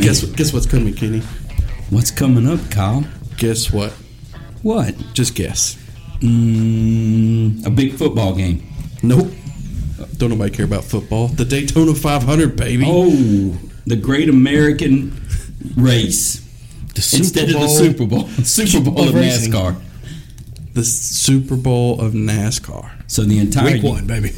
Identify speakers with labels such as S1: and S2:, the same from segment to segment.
S1: Guess guess what's coming, Kenny?
S2: What's coming up, Kyle?
S1: Guess what?
S2: What?
S1: Just guess.
S2: Mm, a big football game.
S1: Nope. Don't nobody care about football. The Daytona 500, baby.
S2: Oh, the Great American Race
S1: the Super
S2: instead of the Super Bowl. Super Bowl of
S1: racing.
S2: NASCAR.
S1: The Super Bowl of NASCAR.
S2: So the entire
S1: Week one, baby.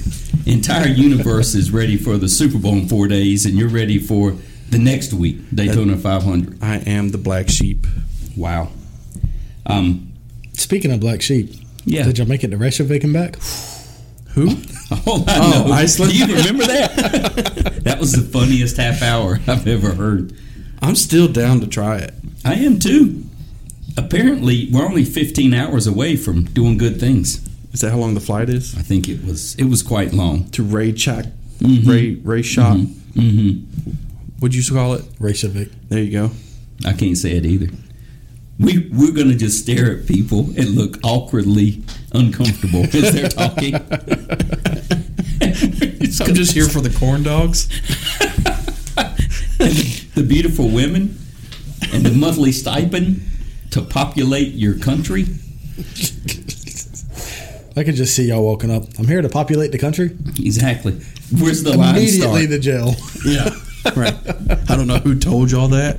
S2: entire universe is ready for the Super Bowl in four days, and you're ready for the next week Daytona 500.
S1: I am the black sheep.
S2: Wow. Um.
S3: Speaking of black sheep,
S2: Yeah.
S3: did y'all make it to Reykjavik and back?
S1: Who?
S2: Oh, I
S1: Oh,
S2: know.
S1: Iceland?
S2: Do you remember that? that was the funniest half hour I've ever heard.
S1: I'm still down to try it.
S2: I am too. Apparently, we're only 15 hours away from doing good things.
S1: Is that how long the flight is?
S2: I think it was it was quite long.
S1: To Ray Chak, Ray Ray Shop.
S2: Mm-hmm.
S1: What'd you call it?
S3: Reykjavik.
S1: There you go.
S2: I can't say it either. We we're gonna just stare at people and look awkwardly uncomfortable as they're talking.
S1: I'm just here for the corn dogs.
S2: the beautiful women and the monthly stipend to populate your country.
S3: I could just see y'all walking up. I'm here to populate the country.
S2: Exactly. Where's the line start?
S3: Immediately the jail.
S1: Yeah. right. I don't know who told y'all that.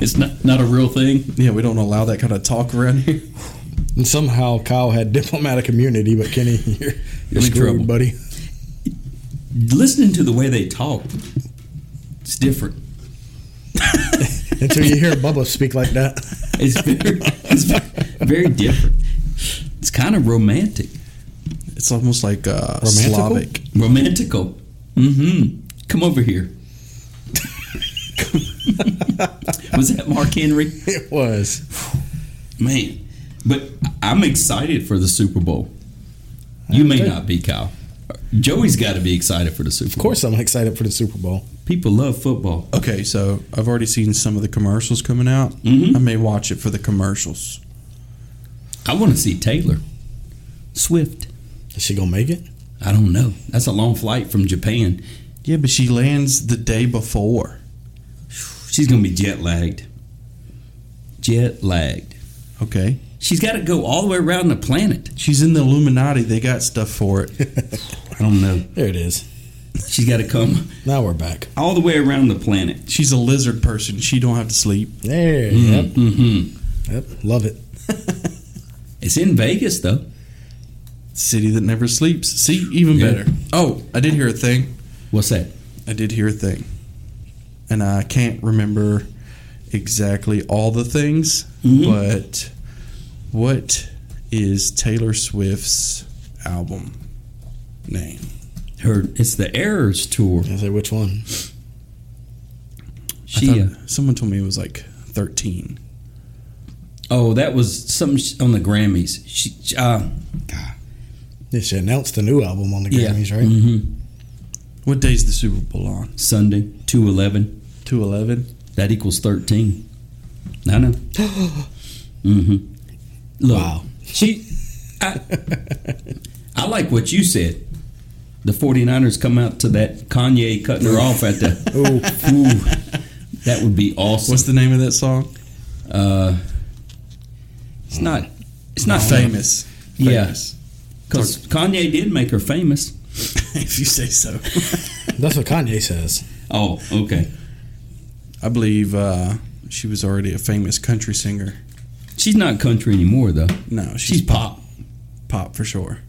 S2: it's not not a real thing.
S1: Yeah, we don't allow that kind of talk around here.
S3: And somehow Kyle had diplomatic immunity, but Kenny, you're,
S2: in
S3: you're screwed,
S2: trouble.
S3: buddy.
S2: Listening to the way they talk, it's different.
S3: Until you hear Bubba speak like that.
S2: It's very, it's ve- very different. It's kind of romantic,
S1: It's almost like uh,
S3: Romantical?
S1: Slavic.
S2: romantical. Mm-hmm. Come over here. Was that Mark Henry?
S3: It was.
S2: Man, but I'm excited for the Super Bowl. You may not be, Kyle. Joey's got to be excited for the Super
S3: Of course, I'm excited for the Super Bowl.
S2: Bowl. People love football.
S1: Okay, so I've already seen some of the commercials coming out.
S2: Mhm.
S1: I may watch it for the commercials.
S2: I want to see Taylor Swift.
S3: Is she gonna make it?
S2: I don't know. That's a long flight from Japan.
S1: Yeah, but she lands the day before.
S2: She's going to be jet lagged. Jet lagged.
S1: Okay.
S2: She's got to go all the way around the planet.
S1: She's in the Illuminati. They got stuff for it.
S2: I don't know.
S3: There it is.
S2: She's got to come
S3: Now we're back.
S2: all the way around the planet.
S1: She's a lizard person. She don't have to sleep.
S3: There. Yep.
S2: Mm-hmm.
S3: Yep. Love it.
S2: It's in Vegas, though.
S1: City that never sleeps. See, even
S2: Yeah.
S1: better. Oh, I did hear a thing.
S2: What's that?
S1: I did hear a thing. And I can't remember exactly all the things,
S2: Mhm.
S1: but what is Taylor Swift's album name?
S2: Her. It's the Errors tour.
S3: I say which one?
S1: I
S2: She. uh,
S1: thought- someone told me it was like 13.
S2: oh, that was something sh- on the Grammys. She. Uh,
S3: Yeah, she announced the new album on the
S2: yeah.
S3: Grammys, right?
S2: Mm-hmm.
S1: What day's the Super Bowl on?
S2: Sunday, two eleven.
S1: 211?
S2: That equals thirteen. I know. mm-hmm. Look,
S3: Wow.
S2: She. I, I like what you said. The 49ers come out to that Kanye cutting her off at the.
S3: Ooh.
S2: Ooh, that would be awesome.
S1: What's the name of that song?
S2: uh, it's not. It's not famous.
S1: Famous.
S2: Yeah.
S1: Famous.
S2: Because Kanye did make her famous.
S1: if you say so.
S3: That's what Kanye says.
S2: Oh, okay.
S1: I believe uh, she was already a famous country singer.
S2: She's not country anymore, though.
S1: No, she's,
S2: She's pop.
S1: pop for sure.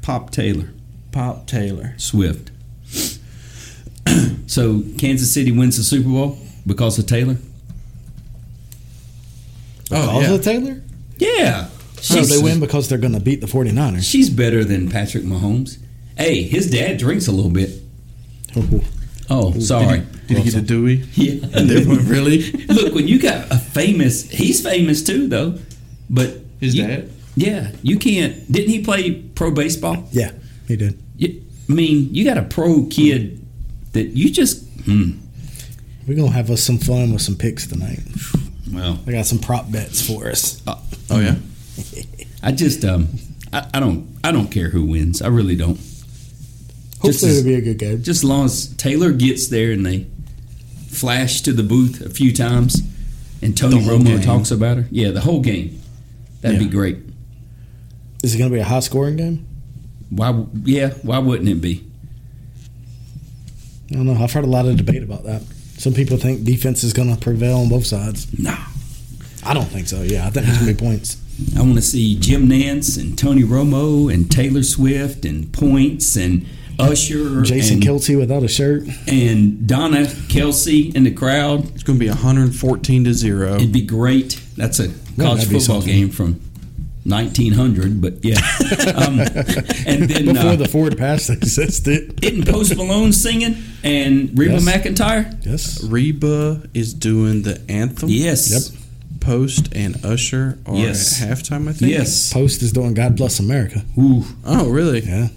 S2: Pop Taylor
S1: Pop Taylor.
S2: Swift. so Kansas City wins the Super Bowl because of Taylor.
S1: Oh,
S3: Because
S1: yeah.
S3: of Taylor?
S2: Yeah,
S3: No,
S2: she's
S3: they win because they're gonna beat the 49ers.
S2: she's better than Patrick Mahomes. Hey, his dad drinks a little bit.
S3: Ooh.
S2: Oh, sorry.
S1: Did he get a Dewey? They
S2: Yeah.
S1: were- really?
S2: Look, when you got a famous, he's famous too, though. But
S1: His
S2: you-
S1: dad?
S2: Yeah, you can't. Didn't he play pro baseball?
S3: Yeah, he did.
S2: You, I mean, you got a pro kid that you just. Hmm,
S3: We're gonna have us some fun with some picks tonight.
S2: well,
S3: I got some prop bets for us.
S1: Oh yeah.
S2: I just um, I, I don't I don't care who wins. I really don't.
S3: Hopefully
S2: as-
S3: it'll be a good game.
S2: Just as long as Taylor gets there and they flashed to the booth a few times, and Tony
S1: The whole
S2: Romo
S1: game.
S2: talks about her. Yeah, the whole game. That'd
S1: Yeah.
S2: be great.
S3: Is it going to be a high scoring game?
S2: Why? w- Yeah, why wouldn't it be?
S3: I don't know. I've heard a lot of debate about that. Some people think defense is going to prevail on both sides.
S2: No,
S3: I don't think so. Yeah, I think it's going to be points.
S2: I want to see Jim Nance and Tony Romo and Taylor Swift and points and Usher
S3: Jason
S2: and,
S3: Kelce without a shirt.
S2: and Donna Kelsey in the crowd.
S1: It's going to be 114 to zero.
S2: It'd be great. That's a college
S3: that'd be
S2: football
S3: something.
S2: game from 1900, but yeah. um, and then
S3: Before
S2: uh,
S3: the forward pass existed.
S2: didn't Post Malone singing and Reba
S3: Yes.
S2: McIntyre?
S3: Yes.
S1: Reba is doing the anthem.
S2: Yes.
S3: Yep.
S1: Post and Usher are
S2: Yes.
S1: at halftime. I think.
S2: Yes.
S3: Post is doing God Bless America.
S2: Ooh.
S1: Oh, really?
S3: Yeah.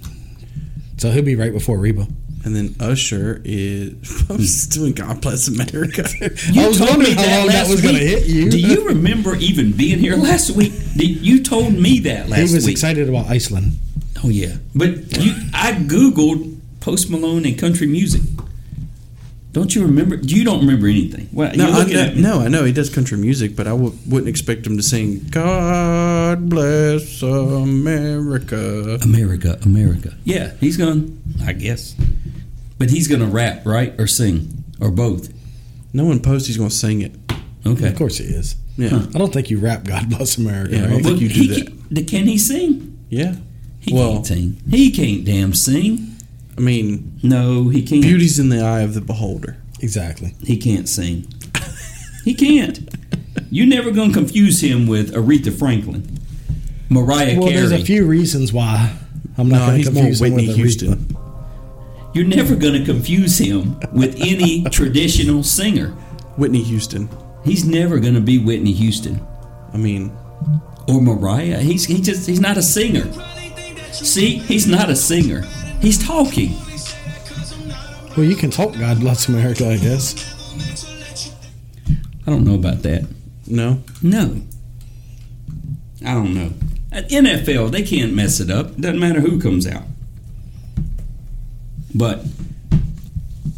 S3: So he'll be right before Reba.
S1: And then Usher is Post doing God Bless America.
S2: You
S3: I was
S2: told me
S3: wondering how
S2: that
S3: long
S2: last
S3: that was gonna
S2: week.
S3: hit you.
S2: Do you remember even being here last week? Did- You told me that last
S3: he was
S2: week.
S3: excited about Iceland.
S2: Oh yeah, but you, I googled Post Malone and country music. Don't you remember? You don't remember anything. Well,
S1: no,
S2: you're
S1: I
S2: looking
S1: know,
S2: at me.
S1: no, I know he does country music, but I w- wouldn't expect him to sing God Bless America.
S2: America, America. Yeah, he's gone. I guess, but he's gonna rap, right, or sing, or both.
S1: No one Post he's going to sing it.
S2: Okay.
S3: Of course he is.
S1: Yeah,
S2: Huh.
S3: I don't think you rap God Bless America.
S1: Yeah, I don't
S3: right?
S1: think you do
S2: he
S1: that.
S2: Can, th- can he sing?
S1: yeah.
S2: He
S1: Well-
S2: can't sing. He can't damn sing.
S1: I mean,
S2: No, he can't.
S1: beauty's in the eye of the beholder.
S3: Exactly.
S2: He can't sing. he can't. You're never gonna confuse him with Aretha Franklin, Mariah
S3: Well,
S2: Carey.
S3: there's a few reasons why I'm not
S1: No,
S3: going
S1: he's
S3: to
S1: more
S3: confuse him
S1: Whitney
S3: with Aretha.
S1: Houston.
S2: You're never going to confuse him with any traditional singer.
S1: Whitney Houston.
S2: He's never going to be Whitney Houston
S1: I mean,
S2: or Mariah. He's he just he's not a singer. See, he's not a singer. He's talking.
S3: Well, you can talk God Bless America, I guess.
S2: I don't know about that.
S1: no.
S2: No. I don't know. At NFL, they can't mess it up. Doesn't matter who comes out. But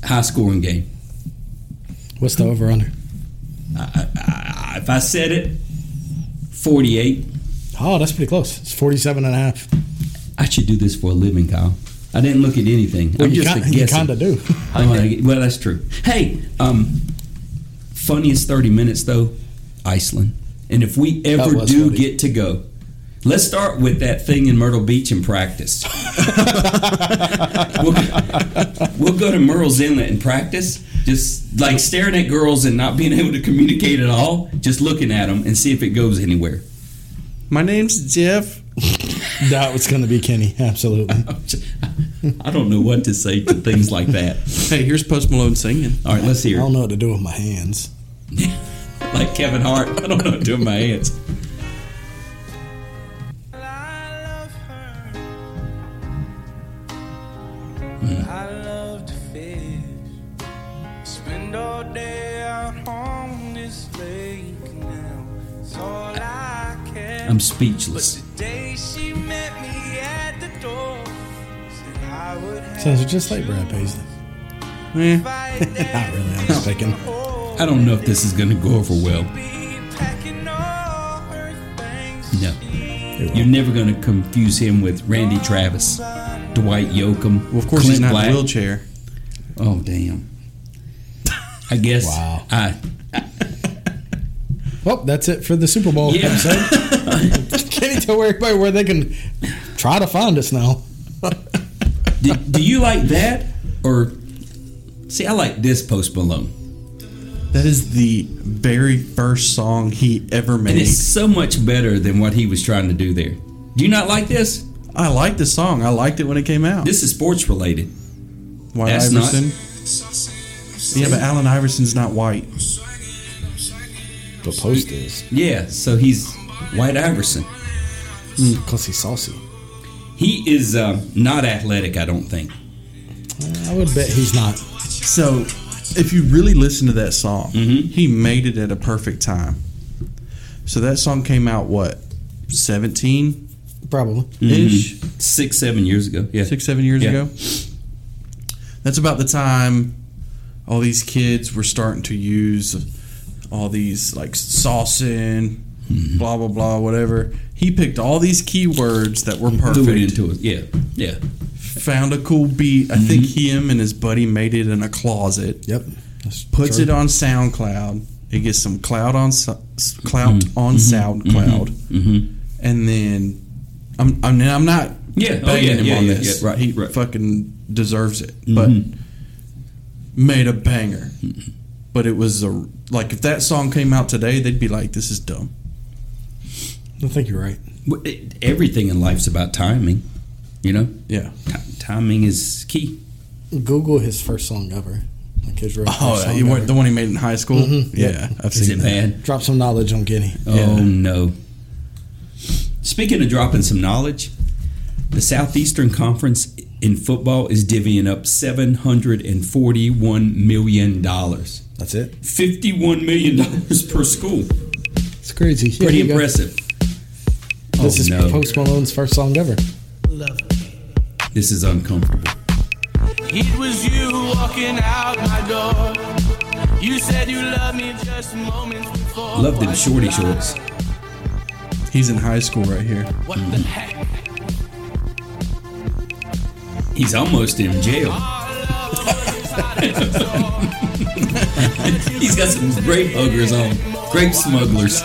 S2: high scoring game.
S3: What's the over under?
S2: I, I, I, if I said it, 48.
S3: Oh, that's pretty close. It's 47 and a half.
S2: I should do this for a living, Kyle. I didn't look at anything.
S3: Well,
S2: I'm
S3: you
S2: just
S3: kind, you
S2: guessing.
S3: kind of do.
S2: Oh, I- well, that's true. Hey, um, funniest thirty minutes though, Iceland. And if we ever
S3: was
S2: do
S3: funny.
S2: get to go, let's start with that thing in Myrtle Beach and practice. we'll, we'll go to Merle's Inlet and practice, just like staring at girls and not being able to communicate at all, just looking at them and see if it goes anywhere.
S1: My name's Jeff.
S3: that was going to be Kenny. Absolutely.
S2: I don't know what to say to things like that.
S1: Hey, here's Post Malone singing.
S2: All right, let's
S3: I
S2: hear. it.
S3: don't know what to do with my hands.
S2: like Kevin Hart. I don't know what to do with my hands.
S4: I love her. I love to fish. Spend all day out on this lake now. It's all I can.
S2: I'm
S4: but
S2: speechless.
S4: today she met me at the door. Said I would have
S3: Sounds just like Brad Paisley.
S1: Eh,
S3: Not really. I'm just thinking.
S2: I don't know if this is going to go over well. No. You're never going to confuse him with Randy Travis, Dwight Yoakam.
S1: well, of course he's
S2: Clint
S1: not in
S2: Black.
S1: a wheelchair.
S2: Oh, damn. I guess.
S3: Wow.
S2: I,
S3: Well, that's it for the Super Bowl
S2: Yeah.
S3: episode. Kenny, tell everybody where they can try to find us now.
S2: do, do you like that? Or. See, I like this Post Malone.
S1: That is the very first song he ever
S2: And
S1: made.
S2: it's so much better than what he was trying to do there. Do you not like this?
S1: I like the song. I liked it when it came out.
S2: This is sports related.
S1: White
S2: That's not-
S1: Iverson. yeah, but Allen Iverson's not white.
S3: But post is
S2: Yeah, so he's White Iverson.
S3: Mm. because he's saucy.
S2: He is um, not athletic, I don't think.
S3: I would bet he's not.
S1: So, if you really listen to that song,
S2: Mm-hmm.
S1: he made it at a perfect time. So that song came out what, seventeen
S3: Probably.
S2: Mm-hmm.
S1: ish,
S2: Six, seven years ago. Yeah.
S1: six, seven years
S2: Yeah.
S1: ago. That's about the time all these kids were starting to use all these like saucing,
S2: Mm-hmm.
S1: blah blah blah, whatever. He picked all these keywords that were perfect.
S2: Threw it into it. Yeah, yeah.
S1: found a cool beat. I think
S2: Mm-hmm.
S1: him and his buddy made it in a closet.
S3: Yep. That's
S1: Puts
S3: true.
S1: it on SoundCloud. It gets some cloud on so- s- clout on SoundCloud,
S2: Mm-hmm.
S1: and then I'm I mean, I'm not
S2: Yeah, oh,
S1: banging
S2: yeah,
S1: him
S2: yeah,
S1: on
S2: yeah,
S1: this.
S2: yeah, right,
S1: he
S2: right.
S1: fucking deserves it, but made a banger. But it was a like if that song came out today, they'd be like, "This is dumb."
S3: I think you're right.
S2: Everything in life's about timing. You know,
S1: Yeah.
S2: Ti timing is key.
S3: Google his first song ever. Like his real first
S1: Oh,
S3: song
S1: you
S3: ever.
S1: weren't the one he made in high school. Yeah, I've
S2: Is
S1: seen
S2: it
S1: that.
S2: bad?
S3: Drop some knowledge on Guinea.
S2: Oh no. Speaking of dropping some knowledge, the Southeastern Conference in football is divvying up seven hundred and forty-one million dollars.
S3: That's it.
S2: Fifty-one million dollars per school.
S3: It's crazy. Yeah,
S2: Pretty
S3: you go.
S2: impressive.
S3: This
S2: Oh,
S3: is
S2: no.
S3: Post Malone's first song ever.
S2: This is uncomfortable.
S4: It was you walking out my door. You said you loved me just moments before.
S2: Love them shorty shorts.
S1: He's in high school right here.
S4: What the
S2: Mm-hmm.
S4: heck?
S2: He's almost in jail. He's got some grape huggers on. Grape smugglers.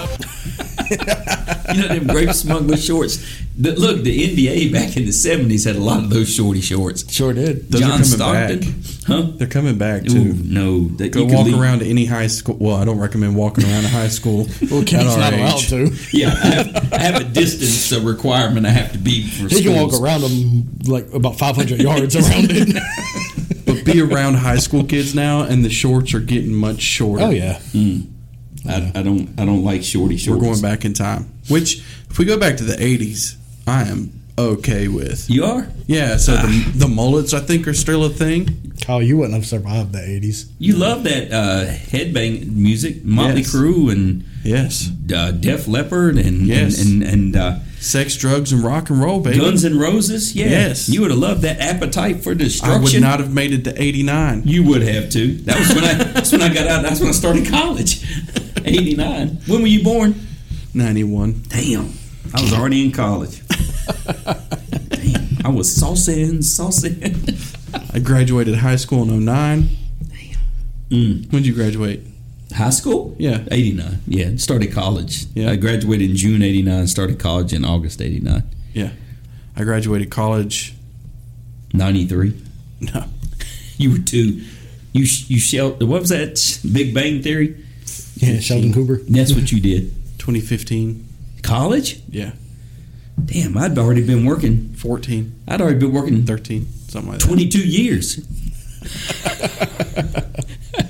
S2: you know them grape smuggler shorts. The, look, the NBA back in the seventies had a lot of those shorty shorts.
S3: Sure did.
S1: Those are
S2: John
S1: coming
S2: Stockton,
S1: back.
S2: huh?
S1: They're coming back too.
S2: Ooh, no, that
S1: Go
S2: you could
S1: walk
S2: leave-
S1: around any high school. Well, I don't recommend walking around a high school.
S3: Well,
S1: at
S3: Kenny's
S1: our
S3: not
S1: age.
S3: allowed to.
S2: Yeah, I have, I have a distance a requirement I have to be for.
S3: He can walk
S2: schools.
S3: around them like about 500 yards around it.
S1: But be around high school kids now, and the shorts are getting much shorter.
S3: Oh yeah.
S2: I, I don't. I don't like shorty
S1: we're
S2: shorts.
S1: going back in time. Which, if we go back to the '80s, I am okay with.
S2: You are.
S1: Yeah. So
S2: Ah.
S1: the, the mullets, I think, are still a thing.
S3: Kyle, you wouldn't have survived the 80s.
S2: You love that uh, headbang music, Motley
S1: Yes.
S2: Crue and
S1: Yes.
S2: uh, Def Leppard and
S1: Yes.
S2: and and, and uh,
S1: Sex, drugs, and rock and roll, baby.
S2: Guns and Roses. Yeah.
S1: Yes.
S2: you would have loved that Appetite for
S1: I
S2: Destruction.
S1: would not have made it to '89.
S2: You would have to. That was when I. that's when I got out. That's when I started college. Eighty nine. When were you born?
S1: '91.
S2: Damn, I was already in college. Damn, I was saucing, saucing.
S1: I graduated high school in '09.
S2: Mm.
S1: When did you graduate?
S2: High school?
S1: Yeah.
S2: eighty nine. Yeah, started college.
S1: Yeah.
S2: I graduated in June eighty nine. Started college in August eighty nine.
S1: Yeah. I graduated college.
S2: Ninety three.
S1: No.
S2: You were two. You sh- you shelled. What was that? Sh- Big Bang Theory.
S3: Yeah, Sheldon Cooper.
S2: That's what you did.
S1: 2015.
S2: College?
S1: Yeah.
S2: Damn, I'd already been working.
S1: 14,
S2: I'd already been working
S1: 13, something like that.
S2: twenty two years.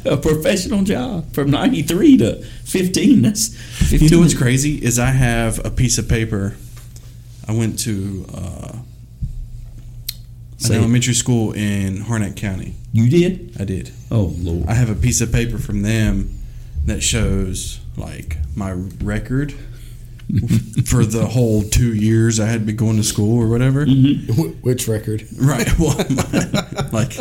S2: A professional job from ninety three to fifteen. That's 15.
S1: You know what's crazy is I have a piece of paper. I went to uh, an
S2: Say it.
S1: elementary school in Harnett County.
S2: You did?
S1: I did.
S2: Oh Lord.
S1: I have a piece of paper from them that shows like my record for the whole two years I had been going to school or whatever.
S3: Wh- Which record?
S1: Right. Well, my, like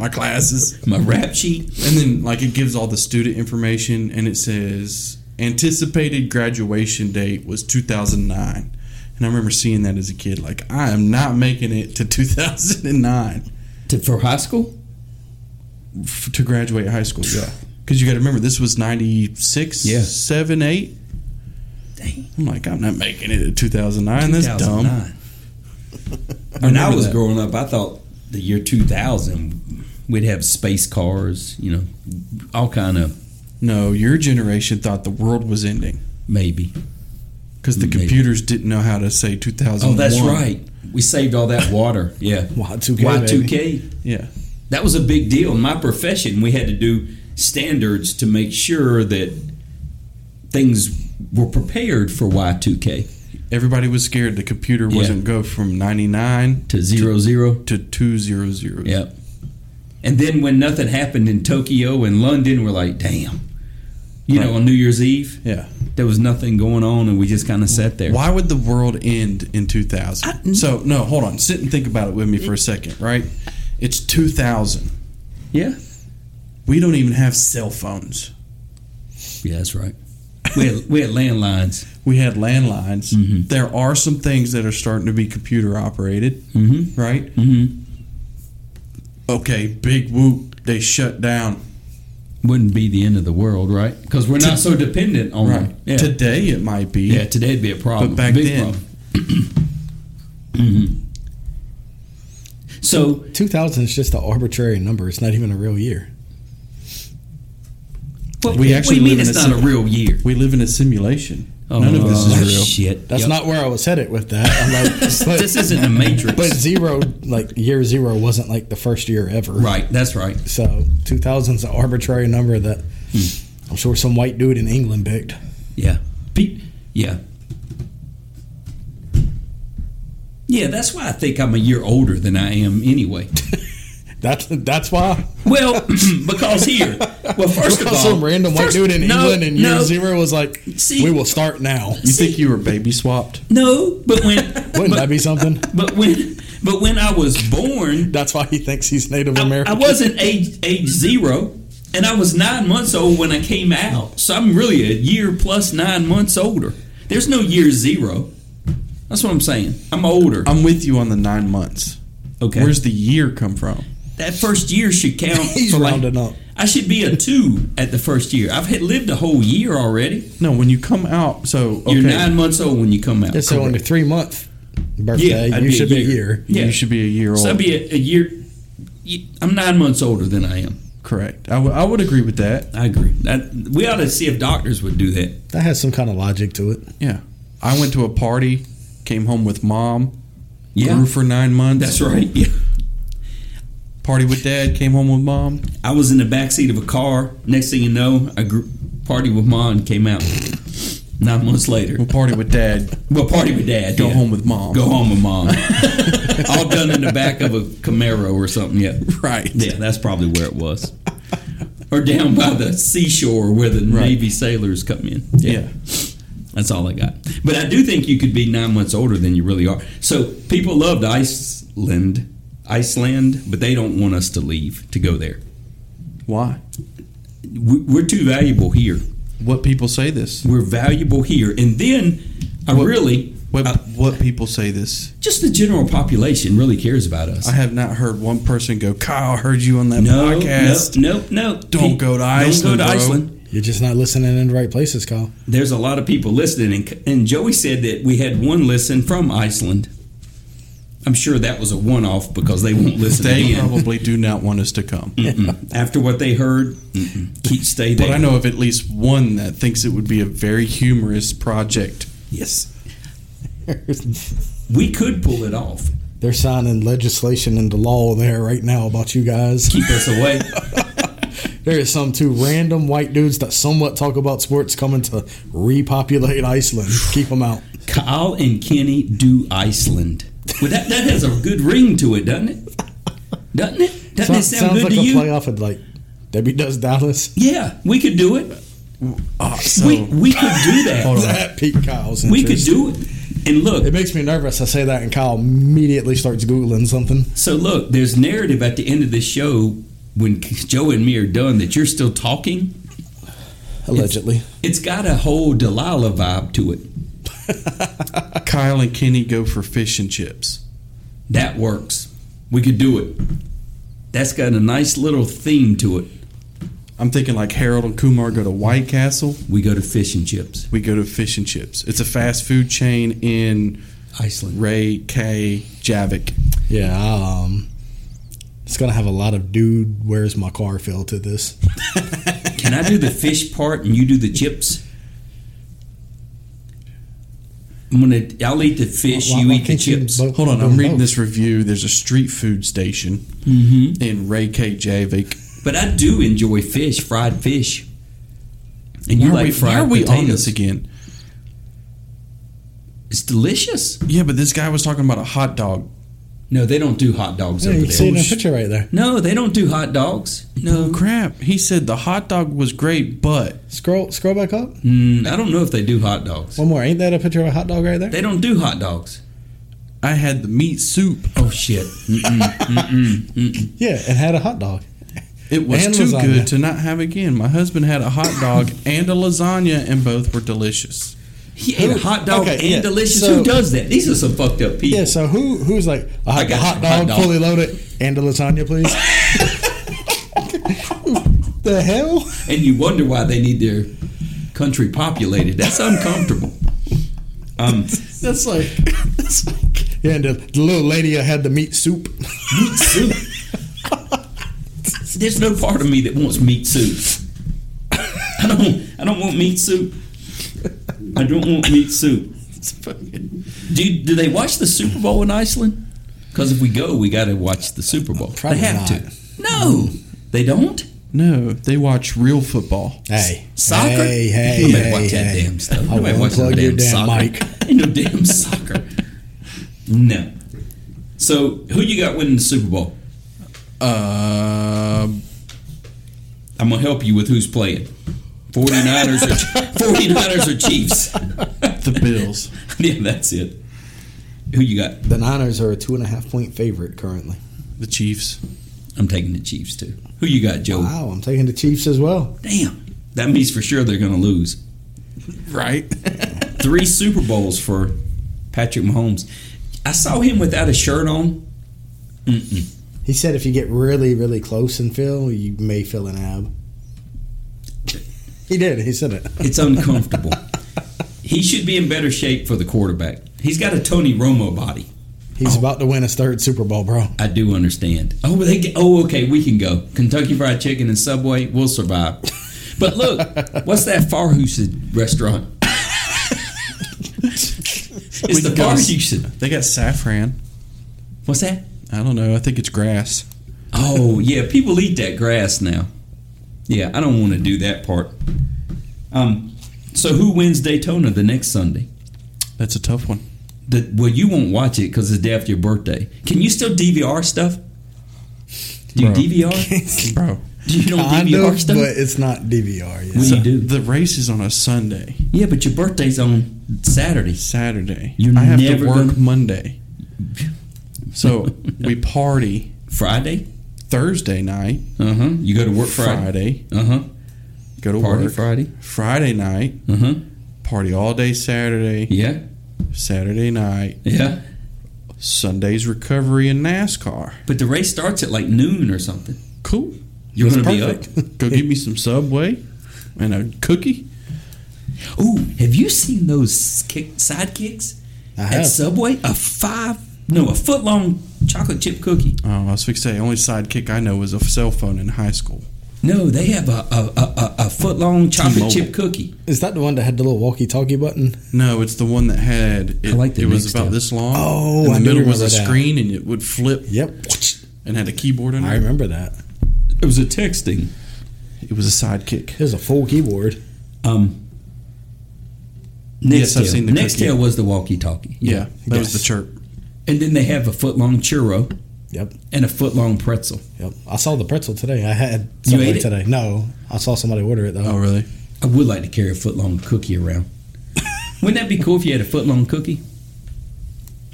S1: my classes.
S2: My rap sheet.
S1: And then, like, it gives all the student information, and it says anticipated graduation date was 2009. And I remember seeing that as a kid. Like, I am not making it to 2009
S2: To, for high school?
S1: f- to graduate high school. Yeah. Because you got to remember, this was 96,
S2: Yeah.
S1: 7, 8.
S2: Dang.
S1: I'm like, I'm not making it to 2009. That's dumb.
S2: 2009. when I
S1: remember
S2: was
S1: that.
S2: growing up, I thought the year 2000 we'd have space cars, you know, all kind of
S1: No, your generation thought the world was ending
S2: maybe.
S1: because the
S2: Maybe.
S1: computers didn't know how to say 2001.
S2: Oh, that's right. We saved all that water. Yeah.
S3: Y2K,
S2: Y2K.
S1: Yeah.
S2: That was a big deal. In my profession, we had to do standards to make sure that things were prepared for Y2K
S1: Everybody was scared the computer
S2: Yeah.
S1: wasn't go from 99
S2: to zero zero.
S1: to 200.
S2: Yep. And then when nothing happened in Tokyo and London, we're like, damn. You know,
S1: Right.
S2: on New Year's Eve,
S1: Yeah.
S2: there was nothing going on, and we just kind of sat there.
S1: Why would the world end in 2000? so, no, hold on. Sit and think about it with me for a second, right? It's 2000.
S2: Yeah.
S1: We don't even have cell phones.
S2: Yeah, that's right. We had, we had landlines.
S1: We had landlines. There are some things that are starting to be computer operated,
S2: Mm-hmm.
S1: right?
S2: Mm-hmm.
S1: Okay, big whoop. They shut down.
S2: Mm-hmm. Wouldn't be the end of the world, right? Because we're not so dependent on
S1: Right.
S2: them. Yeah.
S1: Today it might be.
S2: yeah, today'd be a problem.
S1: But back
S2: Big
S1: then-
S2: problem. Mhm. So
S3: 2000 is just an arbitrary number. It's not even a real year.
S2: what,
S1: We actually
S2: we actually what do you mean
S1: live in
S2: it's
S1: a
S2: not a
S1: sim-
S2: real year?
S1: We live in a simulation. None of this is
S2: Oh,
S1: real.
S2: Shit,
S3: That's
S2: Yep.
S3: not where I was headed with that. I'm like, but,
S2: this isn't the Matrix.
S3: but zero, like year zero, wasn't like the first year ever.
S2: right, that's right.
S3: So 2000 is an arbitrary number that
S2: Hmm.
S3: I'm sure some white dude in England picked.
S2: Yeah. Pe- yeah. Yeah, that's why I think I'm a year older than I am anyway.
S3: That's that's why.
S2: Well, because here, well, first of all,
S3: Because some random white
S2: first-
S3: dude in
S2: no,
S3: England in year
S2: no,
S3: zero was like,
S2: See-
S3: we will start now.
S1: You think you were baby swapped?
S2: No, but when,
S3: Wouldn't
S2: but,
S3: that be something?
S2: but when, but when I was born,
S3: That's why he thinks he's Native American.
S2: I wasn't age age zero, and I was nine months old when I came out. So I'm really a year plus nine months older. There's no year zero. That's what I'm saying. I'm older.
S1: I'm with you on the nine months.
S2: okay.
S1: Where's the year come from?
S2: that first year should count.
S3: He's
S2: for like-
S3: rounding up.
S2: I should be a two at the first year. I've had lived a whole year already.
S1: No, when you come out, so okay,
S2: You're nine months old when you come out.
S3: So on your three month birthday,
S2: I'd be
S3: you
S2: a
S3: should be a
S2: year.
S3: year.
S1: you
S2: yeah.
S1: should be a year old.
S2: So I'd be a, a year. y- I'm nine months older than I am.
S1: Correct. I, w- I would agree with that.
S2: I agree. That, we ought to see if doctors would do that.
S3: That has some kind of logic to it.
S1: Yeah. I went to a party, came home with mom,
S2: Yeah,
S1: grew for nine months.
S2: that's right. Yeah.
S1: Party with dad, came home with mom.
S2: I was in the back seat of a car. Next thing you know, I grew, party with mom and came out. Nine months later,
S1: We'll party with dad,
S2: well, party with dad.
S1: go
S2: yeah.
S1: home with mom.
S2: Go home with mom. All done in the back of a Camaro or something. Yeah,
S1: Right.
S2: yeah, that's probably where it was. Or down by the seashore where the
S1: Right.
S2: Navy sailors come in.
S1: Yeah.
S2: That's all I got. But I do think you could be nine months older than you really are. So people loved Iceland, Iceland, but they don't want us to leave to go there.
S1: Why?
S2: We- We're too valuable here.
S1: What people say this?
S2: We're valuable here, and then I
S1: What-
S2: really,
S1: What,
S2: I-
S1: what people say this?
S2: just the general population really cares about us.
S1: I have not heard one person go, Kyle, I heard you on that
S2: no,
S1: podcast.
S2: no, no, no.
S1: Don't
S2: Pe-
S1: go to Iceland,
S2: Don't go to
S1: bro.
S2: Iceland.
S3: You're just not listening in the right places, Kyle.
S2: There's a lot of people listening, and, and Joey said that we had one listen from Iceland. I'm sure that was a one-off because they won't listen
S1: They
S2: again.
S1: probably do not want us to come.
S2: Mm-mm. After what they heard, mm-mm. keep stay there.
S1: Mm-hmm. But I know of at least one that thinks it would be a very humorous project.
S2: Yes, we could pull it off.
S3: They're signing legislation into law there right now about you guys.
S2: Keep us away.
S3: There is some two random white dudes that somewhat talk about sports coming to repopulate Iceland. Keep them out.
S2: Kyle and Kenny do Iceland. Well, that that has a good ring to it, doesn't it? Doesn't it? Doesn't it
S3: So-
S2: sound
S3: sounds
S2: good
S3: like
S2: to
S3: a
S2: you?
S3: playoff of like Debbie does Dallas.
S2: Yeah, we could do it.
S1: Oh, so,
S2: we we could do
S1: Hold
S2: that.
S1: on.
S3: That Pete Kyle's
S2: We could
S3: interest.
S2: do it. And
S3: It
S2: look,
S3: makes me nervous. I say that, and Kyle immediately starts googling something.
S2: so look, there's narrative at the end of this show when Joe and me are done that you're still talking.
S3: Allegedly,
S2: It's got a whole Delilah vibe to it.
S1: Kyle and Kenny go for fish and chips.
S2: That works. We could do it. That's got a nice little theme to it.
S1: I'm thinking like Harold and Kumar go to White Castle.
S2: We go to fish and chips,
S1: We go to fish and chips. It's a fast food chain in
S2: Iceland.
S1: Ray K. Javik.
S3: yeah. Um, it's gonna have a lot of dude. Where's my car? Feel to this.
S2: Can I do the fish part and you do the chips? I'm gonna. I'll eat the fish.
S3: Why-
S2: you
S3: why
S2: eat the
S3: can't you
S2: chips.
S3: both
S1: Hold on,
S3: do
S1: I'm
S3: them
S1: reading
S3: both?
S1: this review. There's a street food station in Ray K. Javik.
S2: Mm-hmm. But I do enjoy fish, fried fish. And
S1: Why
S2: you
S1: are,
S2: like
S1: we, why
S2: fried
S1: are we
S2: potatoes?
S1: on this again?
S2: It's delicious.
S1: Yeah, but this guy was talking about a hot dog.
S2: No, they don't do hot dogs
S3: Yeah,
S2: over
S3: you
S2: there.
S3: can see it in
S1: Oh,
S3: the
S1: sh-
S3: picture right there.
S2: No, they don't do hot dogs. No,
S1: Crap. He said the hot dog was great, but
S3: Scroll, scroll back up.
S2: Mm, I don't know if they do hot dogs.
S3: One more. Ain't that a picture of a hot dog right there?
S2: They don't do hot dogs.
S1: I had the meat soup.
S2: Oh shit.
S3: Yeah, it had a hot dog.
S1: It was
S3: And
S1: too
S3: lasagna.
S1: good to not have again. My husband had a hot dog and a lasagna, and both were delicious.
S2: He ate a hot dog
S3: okay,
S2: and
S3: yeah,
S2: delicious.
S3: so-
S2: Who does that? These are some fucked up people.
S3: Yeah, so who who's like I
S2: I
S3: have a
S2: got
S3: hot
S2: you,
S3: dog,
S2: hot dog.
S3: fully loaded and a lasagna, please? the hell?
S2: And you wonder why they need their country populated. That's uncomfortable. Um,
S1: That's like that's like
S3: Yeah, and the, the little lady that had the meat soup.
S2: meat soup. There's no part of me that wants meat soup. I don't. I don't want meat soup. I don't want meat soup.
S1: it's fucking.
S2: Do you, do they watch the Super Bowl in Iceland? Because if we go, we got to watch the Super Bowl.
S3: Probably
S2: they have
S3: not.
S2: to. No, they don't.
S1: No, they watch real football.
S2: Ah.
S3: Hey,
S2: Soccer?
S3: Hey, hey,
S2: Nobody
S3: hey,
S2: watch that
S3: hey.
S2: damn stuff.
S3: I
S2: Nobody
S3: will
S2: watch that
S3: unplug
S2: damn,
S3: your damn
S2: soccer.
S3: mic.
S2: Ain't no damn soccer. No. So who you got winning the Super Bowl?
S1: Uh,
S2: I'm gonna help you with who's playing. 49ers or 49ers or Chiefs.
S1: the Bills.
S2: yeah, that's it. Who you got?
S3: The Niners are a two and a half point favorite currently.
S1: The Chiefs.
S2: I'm taking the Chiefs too. Who you got, Joe?
S3: Wow, I'm taking the Chiefs as well.
S2: Damn. That means for sure they're gonna lose.
S1: Right?
S2: Three Super Bowls for Patrick Mahomes. I saw him without a shirt on. Mm-mm.
S3: He said if you get really, really close and feel, you may feel an ab. He did. He said it.
S2: It's uncomfortable. he should be in better shape for the quarterback. He's got a Tony Romo body.
S3: He's about to win his third Super Bowl, bro.
S2: I do understand. Oh, but they. Oh, okay. We can go. Kentucky Fried Chicken and Subway. We'll survive. But look, what's that Farhoosid restaurant? it's
S1: We
S2: the
S1: can go to-
S2: Farhoosid.
S1: They got saffron.
S2: What's that?
S1: I don't know. I think it's grass.
S2: Oh yeah, people eat that grass now. Yeah, I don't want to do that part. Um, so who wins Daytona the next Sunday?
S1: That's a tough one.
S2: The, well, you won't watch it because it's the day after your birthday. Can you still DVR stuff? Do you
S1: Bro.
S2: DVR?
S1: Bro,
S2: Do you don't
S3: Kind
S2: DVR
S3: of,
S2: stuff?
S3: but it's not DVR yet.
S2: What do you do?
S1: the race is on a Sunday,
S2: Yeah, but your birthday's on Saturday.
S1: Saturday.
S2: You're
S1: I have
S2: never
S1: to work
S2: gonna-
S1: Monday. So we party
S2: Friday?
S1: Thursday night,
S2: Uh huh. You go to work Friday.
S1: Friday,
S2: Uh huh.
S1: go to
S2: Party
S1: work
S2: Friday.
S1: Friday night,
S2: Uh huh.
S1: party all day Saturday,
S2: Yeah.
S1: Saturday night,
S2: Yeah.
S1: Sunday's recovery in NASCAR.
S2: But the race starts at like noon or something.
S1: Cool.
S2: You're
S3: That's
S2: going to be up.
S3: perfect.
S1: Go get me some Subway and a cookie.
S2: Ooh, have you seen those kick, sidekicks
S3: I
S2: at
S3: have.
S2: Subway? A five, no, a foot long chocolate chip cookie.
S1: Oh, I was fixing to say, only sidekick I know was a cell phone in high school.
S2: No, they have a a, a, a- a foot long chocolate
S1: T-Mobile.
S2: chip cookie.
S3: Is that the one that had the little walkie-talkie button?
S1: No, it's the one that had it,
S2: I like the
S1: it was
S2: mixed
S1: about
S2: up.
S1: this long.
S3: Oh,
S1: in the
S3: I do
S1: middle was a
S3: remember that.
S1: screen and it would flip
S3: Yep.
S1: and had a keyboard in
S3: I
S1: it.
S3: remember that.
S2: It was a texting.
S1: It was a sidekick.
S3: It was a full keyboard.
S2: Um,
S1: Yes,
S2: Nextel.
S1: I've seen the
S2: Nextel
S1: cookie.
S2: was the walkie talkie.
S1: Yeah, that was the
S3: Yes.
S1: chirp.
S2: And then they have a foot long churro
S3: Yep.
S2: and a foot long pretzel.
S3: Yep. I saw the pretzel today. I had
S2: You
S3: somebody
S2: ate it?
S3: today. No, I saw somebody order it though.
S1: Oh, really?
S2: I would like to carry a foot long cookie around. Wouldn't that be cool if you had a foot long cookie?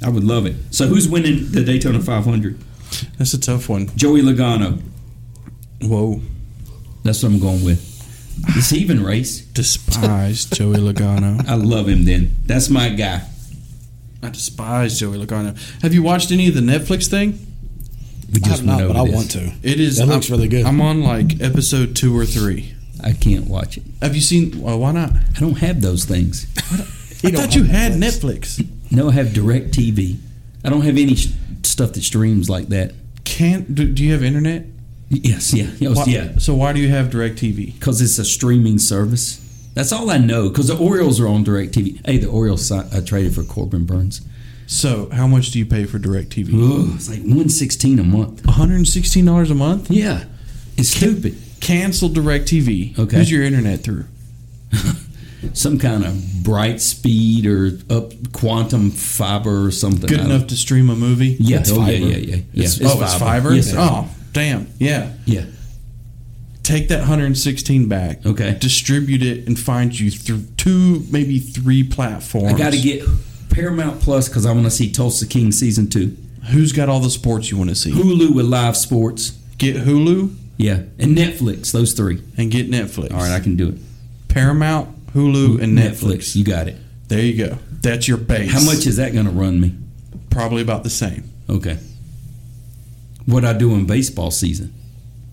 S2: I would love it. So who's winning the Daytona 500?
S1: That's a tough one.
S2: Joey Logano.
S1: Whoa.
S2: That's what I'm going with. Does he even race?
S1: Despise Joey Logano.
S2: I love him then. That's my guy.
S1: I despise Joey Logano. Have you watched any of the Netflix thing?
S2: We
S3: I
S2: went
S3: have not, but
S2: over
S3: I
S2: this.
S3: want to.
S1: It is.
S3: That looks
S1: I'm-
S3: really good.
S1: I'm on like episode two or three.
S2: I can't watch it.
S1: Have you seen? Well, why not?
S2: I don't have those things.
S3: He
S1: I
S3: don't
S1: thought
S3: have
S1: you had Netflix.
S2: No, I have direct TV. I don't have any sh- stuff that streams like that.
S1: Can't do, do you have internet?
S2: Yes, yeah. Yes,
S1: Why-
S2: yeah.
S1: So why do you have DirecTV?
S2: Because it's a streaming service. That's all I know. Because the Orioles are on direct TV. Hey, the Orioles si- I traded for Corbin Burns.
S1: So how much do you pay for DirecTV?
S2: Ugh, it's like 116 a month.
S1: One hundred and sixteen dollars a month.
S2: Yeah. It's stupid.
S1: Cancel DirecTV.
S2: Okay.
S1: Who's your internet through?
S2: Some kind of bright speed or up quantum fiber or something.
S1: Good
S2: I don't-
S1: enough to stream a movie?
S2: Yeah,
S3: It's
S2: oh,
S3: fiber.
S2: yeah, yeah, yeah, yeah.
S1: It's, oh, it's Fiverr.
S2: Yes, sir.
S1: oh, damn. Yeah.
S2: yeah.
S1: Take that 116 back.
S2: Okay.
S1: Distribute it and find you through two, maybe three platforms.
S2: I got to get Paramount Plus because I want to see Tulsa King season two.
S1: Who's got all the sports you want to see?
S2: Hulu with live sports.
S1: Get Hulu.
S2: Yeah, and Netflix. Those three.
S1: and get Netflix.
S2: All right, I can do it.
S1: Paramount, Hulu, and Netflix.
S2: You got it.
S1: There you go. That's your base.
S2: How much is that going to run me?
S1: Probably about the same.
S2: Okay. What I do in baseball season,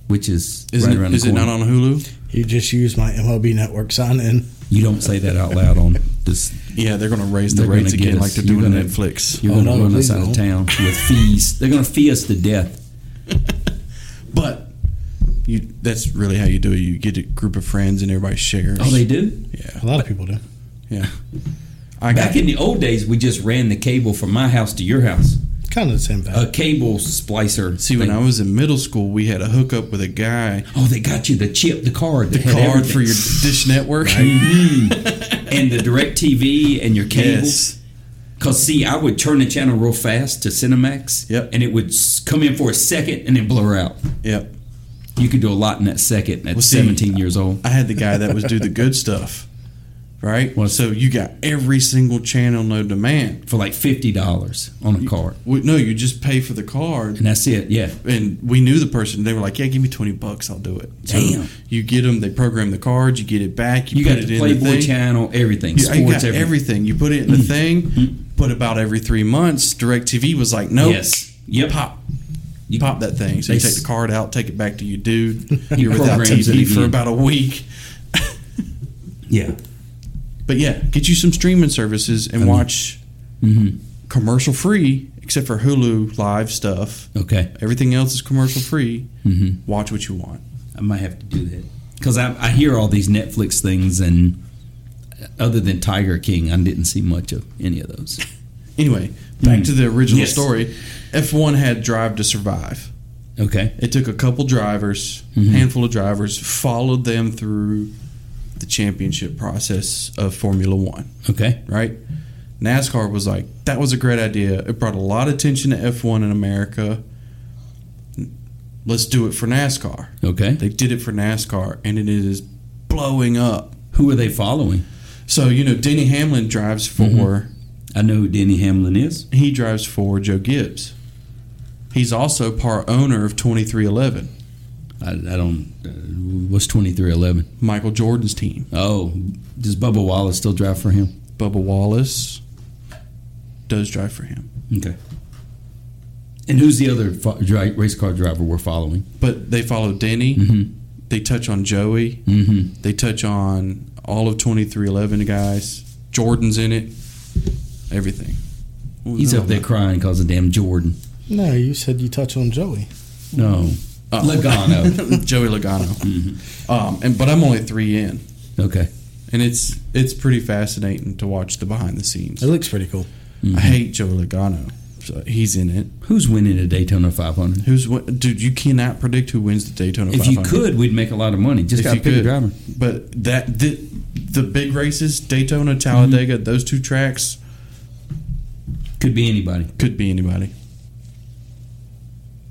S2: which is
S1: Isn't
S2: right
S1: it,
S2: around
S1: is
S2: the
S1: it
S2: corner.
S1: not on Hulu?
S3: You just used my MLB network sign in.
S2: You don't say that out loud on this.
S1: Yeah, they're going to raise the
S2: They're gonna
S1: rates
S2: get
S1: again
S2: us-
S1: like they're
S2: you're
S1: doing on
S2: gonna-
S1: Netflix.
S2: You're
S3: Oh,
S2: going to
S3: no,
S2: run us
S3: please
S2: out of
S3: don't.
S2: town with fees. They're going to fee us to death.
S1: But you, that's really how you do it. You get a group of friends and everybody shares.
S2: Oh, they do.
S1: Yeah.
S3: A lot of people do.
S1: Yeah. I got
S2: Back in the old days, we just ran the cable from my house to your house.
S3: Kind of the same
S1: Uh,
S3: thing.
S2: A cable splicer.
S1: See, when I was in middle school, we had a hookup with a guy.
S2: oh, they got you the chip, the card, the
S1: Card for your Dish Network.
S2: and the direct TV and your cable.
S1: Yes.
S2: Cause see, I would turn the channel real fast to Cinemax,
S1: Yep.
S2: and it would s- come in for a second and then blur out.
S1: Yep.
S2: You could do a lot in that second at
S1: Well, see,
S2: 17 years old.
S1: I had the guy that was do the good stuff, right?
S2: What's-
S1: so you got every single channel, no demand.
S2: for like fifty dollars on a card,
S1: We, no, you just pay for the card,
S2: and that's it. Yeah,
S1: and we knew the person. They were like, "Yeah, give me twenty bucks, I'll do it." So
S2: Damn.
S1: you get them. They program the cards. You get it back. You,
S2: you
S1: put
S2: got
S1: it
S2: the
S1: in
S2: Playboy
S1: the thing.
S2: Channel, everything,
S1: Yeah, you
S2: sports,
S1: got
S2: everything. Mm.
S1: everything. You put it in the thing. But about every three months, DirecTV was like, "Nope,
S2: Yes. Yep.
S1: pop."
S2: You-
S1: pop that thing. So you
S2: They
S1: take
S2: s-
S1: the card out, take it back to your dude. You're without
S2: programs it
S1: TV for
S2: again.
S1: about a week.
S2: Yeah,
S1: But yeah, get you some streaming services and
S2: Mm-hmm.
S1: watch commercial free, except for Hulu live stuff.
S2: okay.
S1: Everything else is commercial free. Mm-hmm. Watch what you want.
S2: I might have to do that because I, I hear all these Netflix things, and uh, other than Tiger King, I didn't see much of any of those.
S1: Anyway, back
S2: Mm.
S1: to the original
S2: Yes.
S1: story. F1 had Drive to Survive.
S2: Okay,
S1: It took a couple drivers, handful of drivers, followed them through the championship process of Formula One.
S2: okay,
S1: right? NASCAR was like, that was a great idea. It brought a lot of attention to F1 in America. Let's do it for NASCAR.
S2: okay.
S1: They did it for NASCAR, and it is blowing up.
S2: Who are they following?
S1: So, you know, Denny Hamlin drives for,
S2: I know who Denny Hamlin is.
S1: he drives for Joe Gibbs. He's also part owner of 2311,
S2: I, I don't. Uh, what's twenty three eleven?
S1: Michael Jordan's team.
S2: Oh, does Bubba Wallace still drive for him?
S1: Bubba Wallace does drive for him.
S2: Okay. And who's the other fo- dri- race car driver we're following?
S1: But they follow Denny. They touch on Joey.
S2: Mm-hmm.
S1: They touch on all of 2311 guys. Jordan's in it. Everything. What was
S2: He's
S1: that
S2: up
S1: all
S2: there
S1: about?
S2: crying because of damn Jordan.
S3: no, you said you touch on Joey.
S2: No,
S1: Oh.
S2: Logano.
S1: Joey Logano.
S2: Mm-hmm.
S1: um, and but I'm only three in,
S2: okay.
S1: and it's it's pretty fascinating to watch the behind the scenes.
S3: It looks pretty cool.
S2: Mm-hmm.
S1: I hate Joey Logano. So he's in it.
S2: Who's winning a Daytona 500?
S1: Who's win- dude? You cannot predict who wins the Daytona.
S2: If
S1: 500.
S2: you could, we'd make a lot of money.
S1: If
S2: Just got to
S1: you
S2: pick a
S1: could.
S2: driver.
S1: But that the, the big races, Daytona, Talladega,
S2: Mm-hmm.
S1: those two tracks
S2: Could be anybody.
S1: could be anybody.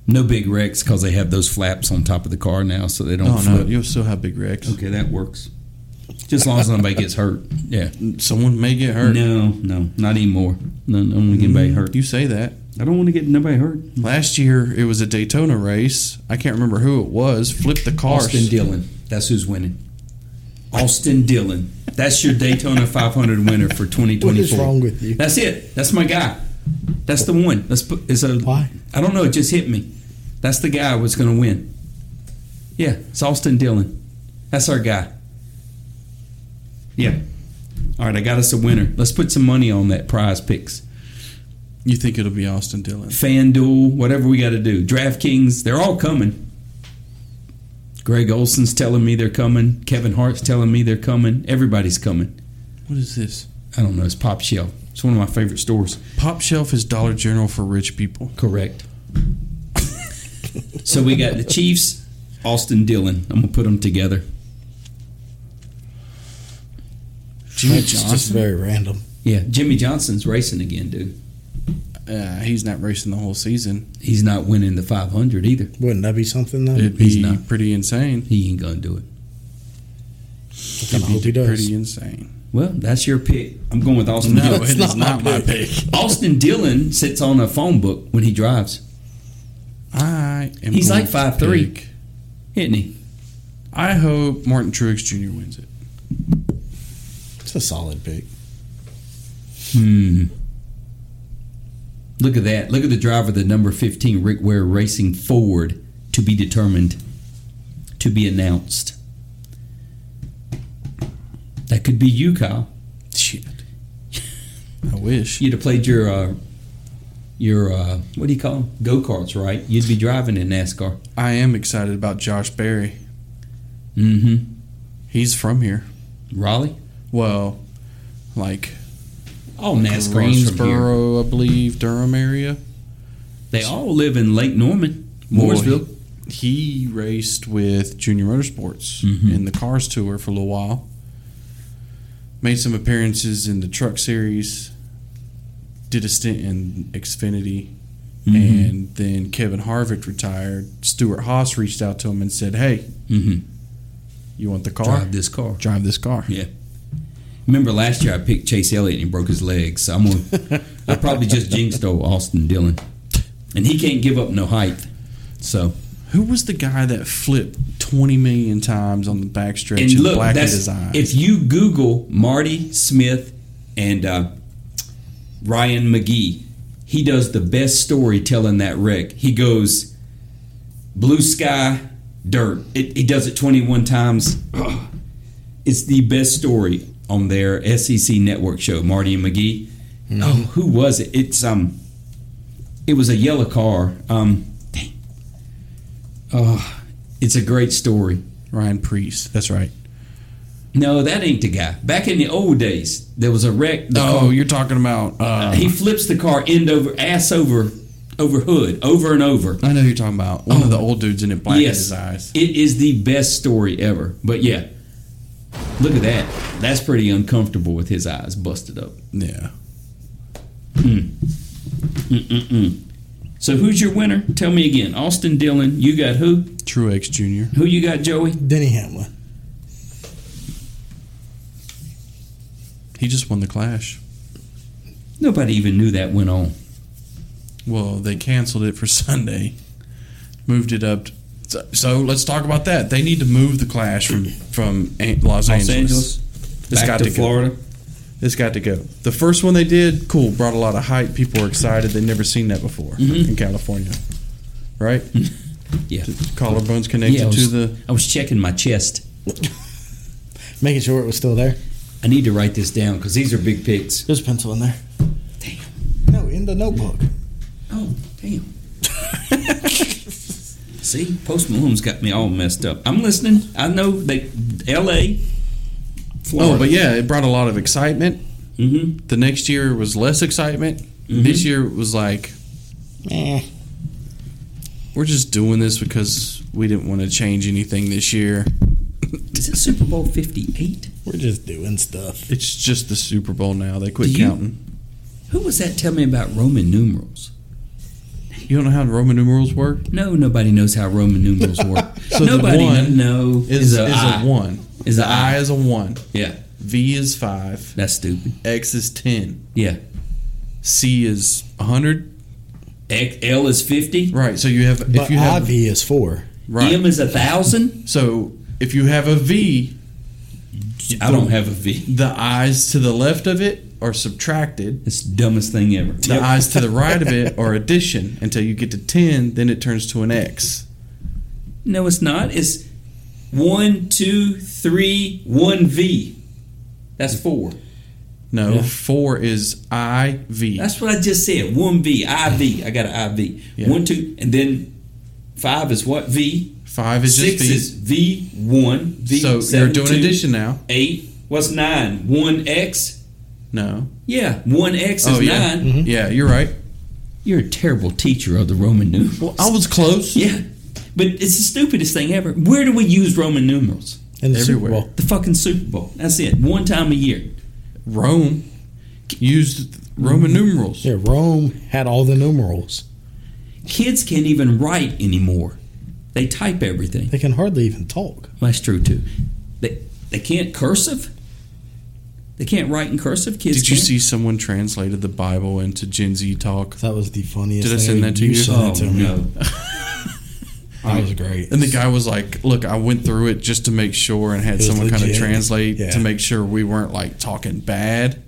S2: No big wrecks because they have those flaps on top of the car now, so they don't
S1: Oh no,
S2: flip.
S1: you'll still have big wrecks.
S2: Okay, that works. Just as long as nobody gets hurt. Yeah.
S1: Someone may get hurt.
S2: No, no, not anymore. No, I don't want to get anybody hurt. Mm-hmm.
S1: You say that.
S2: I don't want to get nobody hurt.
S1: Last year it was a Daytona race. I can't remember who it was. Flipped the car.
S2: Austin Dillon. That's who's winning. Austin Dillon. That's your Daytona 500 winner for 2024.
S3: What is wrong with you?
S2: That's it. That's my guy. That's the one. That's p- it's a.
S3: Why?
S2: I don't know. It just hit me. That's the guy I was going to win. Yeah, it's Austin Dillon. That's our guy. Yeah. All right, I got us a winner. Let's put some money on that prize picks.
S1: You think it'll be Austin Dillon?
S2: FanDuel, whatever we got to do. DraftKings, they're all coming. Greg Olson's telling me they're coming. Kevin Hart's telling me they're coming. Everybody's coming.
S1: What is this?
S2: I don't know. It's Pop Shell. It's one of my favorite stores.
S1: Pop Shelf is Dollar General for rich people.
S2: Correct. so we got the Chiefs, Austin Dillon. I'm gonna put them together.
S1: Jimmy
S3: It's just
S1: Johnson.
S3: very random.
S2: Yeah, Jimmy Johnson's racing again, dude.
S1: Uh, he's not racing the whole season.
S2: He's not winning the 500 either.
S3: Wouldn't that be something though?
S1: It'd
S2: He's
S1: be
S2: not.
S1: pretty insane.
S2: He ain't gonna do it.
S3: I kinda hope he does.
S1: Pretty insane.
S2: Well, that's your pick. I'm going with Austin
S1: No,
S2: Dillon.
S1: it is
S3: not
S1: not
S3: my
S1: my pick.
S2: Austin Dillon sits on a phone book when he drives.
S1: I am.
S2: He's
S1: going
S2: like
S1: to
S2: 5'3".
S1: pick
S2: isn't he?
S1: I hope Martin Truex Jr. wins it.
S3: It's a solid pick.
S2: Hmm. Look at that. Look at the driver, the number 15, Rick Ware, racing forward to be determined, to be announced. That could be you, Kyle.
S1: Shit. I wish.
S2: You'd have played your, uh, your uh, what do you call them? Go karts, right? You'd be driving in NASCAR.
S1: I am excited about Josh Berry.
S2: Mm
S1: He's from here.
S2: hmm. Raleigh?
S1: Well, like
S2: All NASCAR's from here.
S1: Greensboro, I believe, Durham area.
S2: They all live in Lake Norman, Mooresville.
S1: He raced with Junior Motorsports
S2: Mhm.
S1: in the Cars Tour for a little while. Made some appearances in the Truck Series. Did a stint in Xfinity,
S2: Mhm.
S1: and then Kevin Harvick retired. Stuart Haas reached out to him and said, "Hey,
S2: Mhm.
S1: you want the car?
S2: Drive this car.
S1: Drive this car."
S2: Yeah. Remember last year I picked Chase Elliott and he broke his legs. So I'm gonna, I probably just jinxed old Austin Dillon, and he can't give up no height. So
S1: Who was the guy that flipped twenty million times on the backstretch
S2: and
S1: and,
S2: look,
S1: blackened
S2: that's
S1: his eyes?
S2: if you Google Marty Smith and uh, Ryan McGee, he does the best story telling that wreck. He goes blue sky, dirt. It, he does it 21 times. It's the best story on their SEC network show, Marty and McGee. Oh, who was it? It's um, it was a yellow car. Um, dang. Oh, it's a great story.
S1: Ryan Priest. That's right.
S2: No, that ain't the guy. Back in the old days, there was a wreck. The
S1: Oh,
S2: car-
S1: you're talking about. Uh,
S2: he flips the car end over, ass over, over hood, over and over.
S1: I know who you're talking about. One of the old dudes in it blackened
S2: yes,
S1: his eyes.
S2: it is the best story ever. But yeah, look at that. That's pretty uncomfortable with his eyes busted up.
S1: Yeah.
S2: So who's your winner? Tell me again. Austin Dillon. You got who?
S1: Truex Jr.
S2: Who you got, Joey?
S3: Denny Hamlin.
S1: He just won the Clash.
S2: Nobody even knew that went on.
S1: Well, they canceled it for Sunday, moved it up. So, so let's talk about that. They need to move the Clash from from An- Los, Angeles.
S2: Back
S1: got
S2: to,
S1: to go.
S2: Florida.
S1: It's got to go. The first one they did, cool, brought a lot of hype. People were excited. They'd never seen that before
S2: Mm-hmm.
S1: in California, right?
S2: Yeah.
S1: Collarbones connected
S2: Mm-hmm. Yeah, I
S1: to
S2: was,
S1: the.
S2: I was checking my chest.
S3: Making sure it was still there.
S2: I need to write this down because these are big picks.
S3: There's a pencil in there.
S2: Damn.
S3: No, in the notebook.
S2: Oh, damn. See, Post Malone's got me all messed up. I'm listening. I know they L.A. Florida.
S1: Oh, but yeah, it brought a lot of excitement.
S2: hmm
S1: The next year was less excitement.
S2: Mhm.
S1: This year was like
S3: Eh.
S1: we're just doing this because we didn't want to change anything this year.
S2: Is it Super Bowl 58?
S3: We're just doing stuff.
S1: It's just the Super Bowl now. They quit
S2: Do you-
S1: counting.
S2: Who was that telling me about Roman numerals?
S1: You don't know how Roman numerals work?
S2: No, nobody knows how Roman numerals work.
S1: So the
S2: nobody
S1: one
S2: know
S1: Is, is, a,
S2: I.
S1: one.
S2: Is a
S1: the I
S2: I.
S1: is a one.
S2: Yeah,
S1: V is five.
S2: that's stupid.
S1: X is ten.
S2: Yeah,
S1: C is hundred.
S2: X, L is 50.
S1: Right. So you have
S3: But
S1: if you have
S3: IV is four.
S1: right.
S2: M is a thousand.
S1: so if you have a V,
S2: I don't have a V.
S1: the I's to the left of it are subtracted.
S2: It's the dumbest thing ever.
S1: The eyes to the right of it are addition until you get to 10, then it turns to an X.
S2: No, it's not. It's one, two, three, one V. That's four.
S1: No, 4 is IV.
S2: That's what I just said. One V, IV. I got an IV.
S1: Yeah.
S2: One, two, and then five is what V.
S1: 5 is
S2: Six
S1: just V.
S2: is V one. V
S1: so
S2: seven,
S1: you're doing
S2: two,
S1: addition now.
S2: Eight. What's nine? One X.
S1: No.
S2: Yeah, one X is
S1: Oh, yeah.
S2: nine.
S1: Yeah, you're right.
S2: You're a terrible teacher of the Roman numerals.
S1: Well, I was close.
S2: Yeah, but it's the stupidest thing ever. Where do we use Roman numerals?
S3: In the
S1: Everywhere.
S3: Super Bowl.
S2: The fucking Super Bowl. That's it. One time a year.
S1: Rome used Roman
S2: Mm-hmm.
S1: numerals.
S3: Yeah, Rome had all the numerals.
S2: Kids can't even write anymore. They type everything.
S3: They can hardly even talk.
S2: That's true too. They they can't cursive. They can't write in cursive. Kids.
S1: Did you
S2: can't.
S1: see someone translated the Bible into Gen Z talk?
S3: That was the funniest
S1: Did I
S3: thing.
S1: send that to you?
S3: sent
S2: Oh
S3: it to me.
S2: no.
S3: That was great.
S1: Oh, And the guy was like, "Look, I went through it just to make sure, and had
S3: was
S1: someone kind of
S3: legit.
S1: translate
S3: Yeah.
S1: to make sure we weren't like talking bad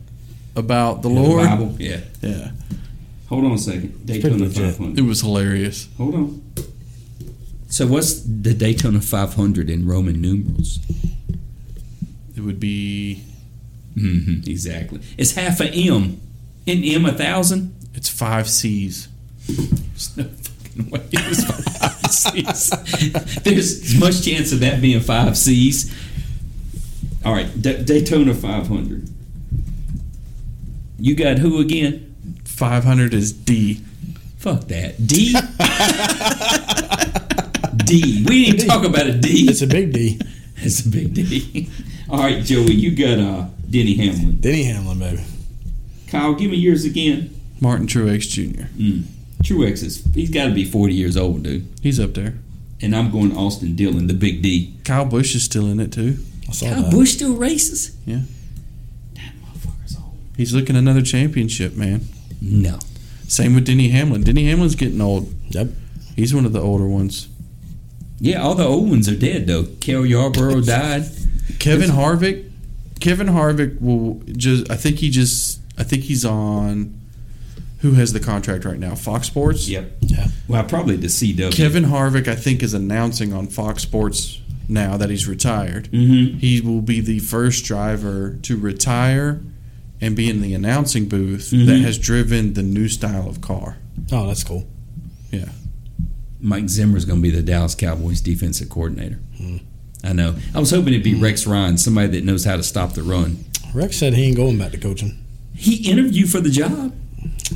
S1: about the Lord."
S2: Bible. Yeah.
S1: Yeah,
S2: Hold on a second.
S3: pretty
S2: Daytona
S3: legit.
S2: 500.
S1: it was hilarious.
S2: Hold on. So what's the Daytona 500 in Roman numerals?
S1: It would be
S2: Mm-hmm. Exactly. It's half a M. Isn't M a thousand?
S1: it's five C's.
S2: There's no fucking way it was five C's. There's as much chance of that being five C's. All right, Da- Daytona 500. You got who again?
S1: Five hundred is D.
S2: Fuck that. D. D. We didn't even talk about a D.
S3: It's a big D.
S2: That's a big D. All right, Joey, you got uh, Denny Hamlin.
S3: Denny Hamlin, baby.
S2: Kyle, give me yours again.
S1: Martin Truex Jr.
S2: Truex is, he's got to be 40 years old, dude.
S1: He's up there.
S2: And I'm going Austin Dillon, the big D.
S1: Kyle Bush is still in it too.
S3: I saw
S2: Kyle
S3: that.
S2: Bush still races?
S1: Yeah.
S2: That motherfucker's old.
S1: He's looking another championship, man.
S2: No.
S1: Same with Denny Hamlin. Denny Hamlin's getting old.
S3: Yep.
S1: He's one of the older ones.
S2: Yeah, all the old ones are dead, though. Kel Yarborough died.
S1: Kevin Harvick. Kevin Harvick will just. I think he just. I think he's on. Who has the contract right now? Fox Sports.
S2: Yep.
S3: Yeah.
S2: Well, probably the CW.
S1: Kevin Harvick, I think, is announcing on Fox Sports now that he's retired.
S2: Mhm.
S1: He will be the first driver to retire and be in the announcing booth that
S2: Mhm.
S1: has driven the new style of car.
S3: Oh, that's cool.
S1: Yeah.
S2: Mike Zimmer's going to be the Dallas Cowboys defensive coordinator. I know. I was hoping it'd be Rex Ryan, somebody that knows how to stop the run.
S3: Rex said he ain't going back to coaching.
S2: He interviewed for the job.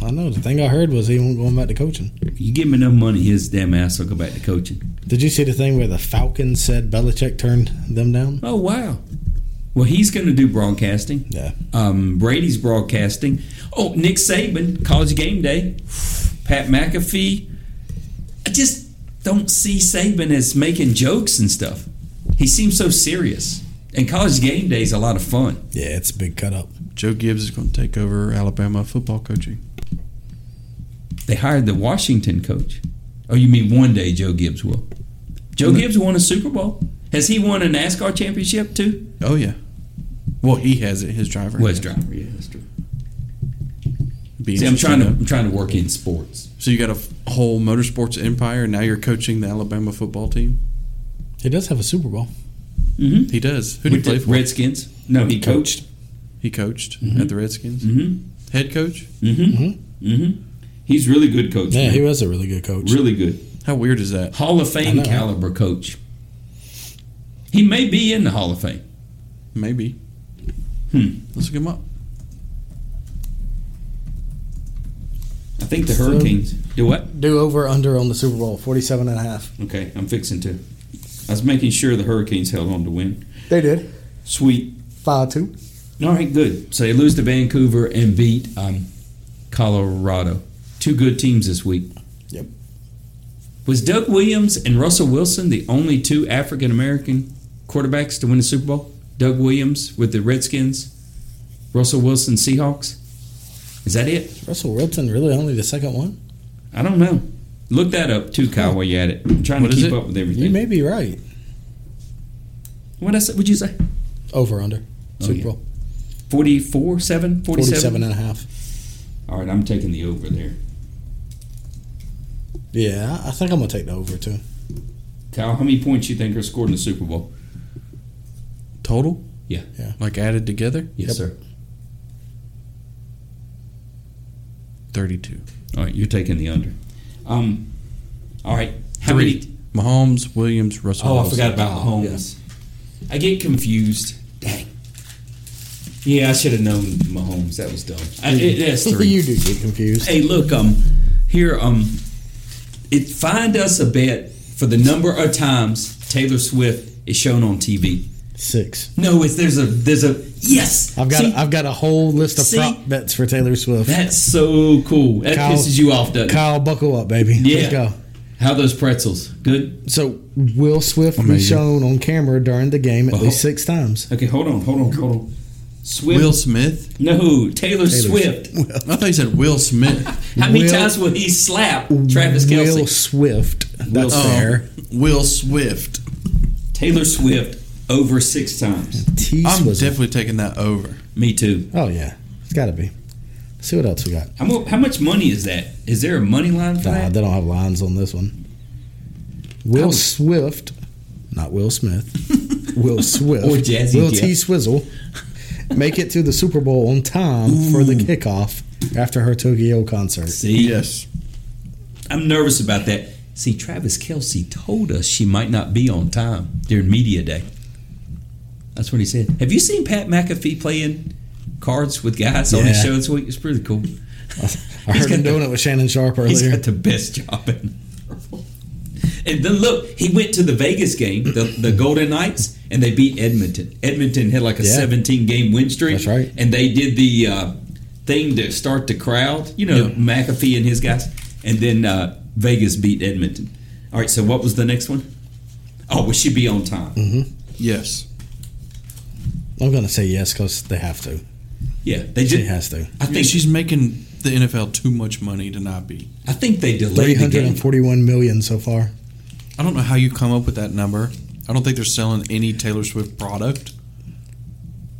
S3: I know. The thing I heard was he won't going back to coaching.
S2: You give him enough money, his damn ass will go back to coaching.
S3: Did you see the thing where the Falcons said Belichick turned them down?
S2: Oh wow. Well, he's going to do broadcasting.
S3: Yeah.
S2: Um, Brady's broadcasting. Oh, Nick Saban, College Game Day. Pat McAfee. I just don't see Saban as making jokes and stuff. He seems so serious. And College Game Day is a lot of fun.
S3: Yeah, it's a big cut up.
S1: Joe Gibbs is going to take over Alabama football coaching.
S2: They hired the Washington coach. Oh, you mean one day Joe Gibbs will? Joe Gibbs won a Super Bowl. Has he won a NASCAR championship too?
S1: Oh yeah. Well, he has it. His driver.
S2: Was
S1: has it.
S2: driver, yeah, that's true.
S1: Be
S2: See, I'm
S1: interesting
S2: trying to
S1: though.
S2: I'm trying to work in sports.
S1: So you got a f- whole motorsports empire. and Now you're coaching the Alabama football team.
S3: He does have a Super Bowl.
S2: Mm-hmm.
S1: He does. Who did he play for?
S2: Redskins. No, he coached.
S1: He coached at the Redskins.
S2: Mm-hmm.
S1: Head coach.
S2: Mm-hmm. Mm-hmm. He's really good coach.
S3: Yeah,
S2: man.
S3: he was a really good coach.
S2: really good.
S1: How weird is that?
S2: Hall of Fame
S3: I know.
S2: caliber coach. He may be in the Hall of Fame.
S1: Maybe.
S2: Hmm.
S1: Let's look him up.
S2: I think the Hurricanes. Do what?
S3: Do over under on the Super Bowl, 47 and a half.
S2: Okay, I'm fixing to. I was making sure the Hurricanes held on to win.
S3: They did.
S2: Sweet.
S3: 5 2.
S2: All right, good. So they lose to Vancouver and beat um, Colorado. Two good teams this week.
S3: Yep.
S2: Was Doug Williams and Russell Wilson the only two African American quarterbacks to win the Super Bowl? Doug Williams with the Redskins, Russell Wilson Seahawks. Is that it?
S3: Russell Wilson really only the second one?
S2: I don't know. Look that up too, Kyle. While you're at it, I'm trying
S1: What
S2: to
S1: is
S2: keep
S1: it?
S2: up with
S3: You
S2: everything.
S3: may be right.
S2: what I said? Would you say?
S3: Over under.
S2: Oh,
S3: Super
S2: yeah.
S3: Bowl,
S2: 44, 7, 47?
S3: 47 and a half.
S2: All right, I'm taking the over there.
S3: Yeah, I I think I'm going to take the over too.
S2: Kyle, how many points you think are scored in the Super Bowl?
S1: Total.
S2: Yeah.
S3: Yeah.
S1: Like added together,
S2: Yes, sir.
S1: thirty-two.
S2: All right, you're taking the under. Um, all right, how
S1: Three.
S2: many?
S1: Mahomes, Williams, Russell.
S2: Oh, I
S1: Wilson.
S2: forgot about Mahomes. I get confused. Dang. Yeah, I should have known Mahomes. That was dumb. I, it, that's
S3: you
S2: three.
S3: do get confused.
S2: hey, look, um, here, um, it find us a bet for the number of times Taylor Swift is shown on TV.
S3: Six.
S2: No, it's there's a there's a yes.
S3: I've got
S2: See,
S3: I've got a whole list of
S2: See?
S3: prop bets for Taylor Swift.
S2: that's so cool. That
S3: Kyle-
S2: pisses you off, doesn't it?
S3: Kyle, buckle up, baby.
S2: Yeah.
S3: Let's go.
S2: How those pretzels? Good.
S3: So Will Swift be
S1: Amazing.
S3: shown on camera during the game at
S2: Uh-huh.
S3: least six times.
S2: Okay, hold on, hold on, hold on. Swift.
S1: Will Smith.
S2: No, Taylor, Swift.
S1: I thought you said Will Smith.
S2: How many
S3: Will-
S2: times will he slap Travis
S3: Will
S2: Kelsey?
S3: Swift. That's
S2: Will-
S3: fair.
S1: Oh, Will Swift.
S2: Taylor Swift over six times.
S3: T
S1: I'm
S3: Swizzle.
S1: definitely taking that over.
S2: Me too.
S3: oh yeah, it's got to be. Let's see what else we got.
S2: How, mu- how much money is that? Is there a money line for
S3: Nah,
S2: that?
S3: they don't have lines on this one. Will Swift, not Will Smith. Will Swift
S2: Or Jazzy
S3: Will
S2: Jeff.
S3: T Swizzle make it to the Super Bowl on time for the kickoff after her Tokyo concert.
S2: See,
S1: Yes.
S2: I'm nervous about that. See, Travis Kelsey told us she might not be on time during media day. That's what he said. Have you seen Pat McAfee playing cards with guys on his
S3: Yeah.
S2: show this week? It's pretty cool.
S3: I
S2: He's
S3: heard him
S2: got
S3: doing it with Shannon Sharp
S2: He's
S3: earlier.
S2: got the best job in the world. And then look, he went to the Vegas game, the, the Golden Knights, and they beat Edmonton. Edmonton had like a
S3: Yeah.
S2: 17 game win streak.
S3: That's right.
S2: And they did the uh, thing to start the crowd, you know, McAfee and his guys. And then uh, Vegas beat Edmonton. All right, so what was the next one? Oh, we should be on time.
S3: Mm-hmm.
S1: Yes.
S3: I'm gonna say yes because they have to.
S2: Yeah, they
S3: She
S2: did.
S3: has to.
S2: I think
S1: she's making the NFL too much money to not be.
S2: I think they
S3: Three
S2: delayed the
S3: hundred
S2: game.
S3: and forty-one million so far.
S1: I don't know how you come up with that number. I don't think they're selling any Taylor Swift product.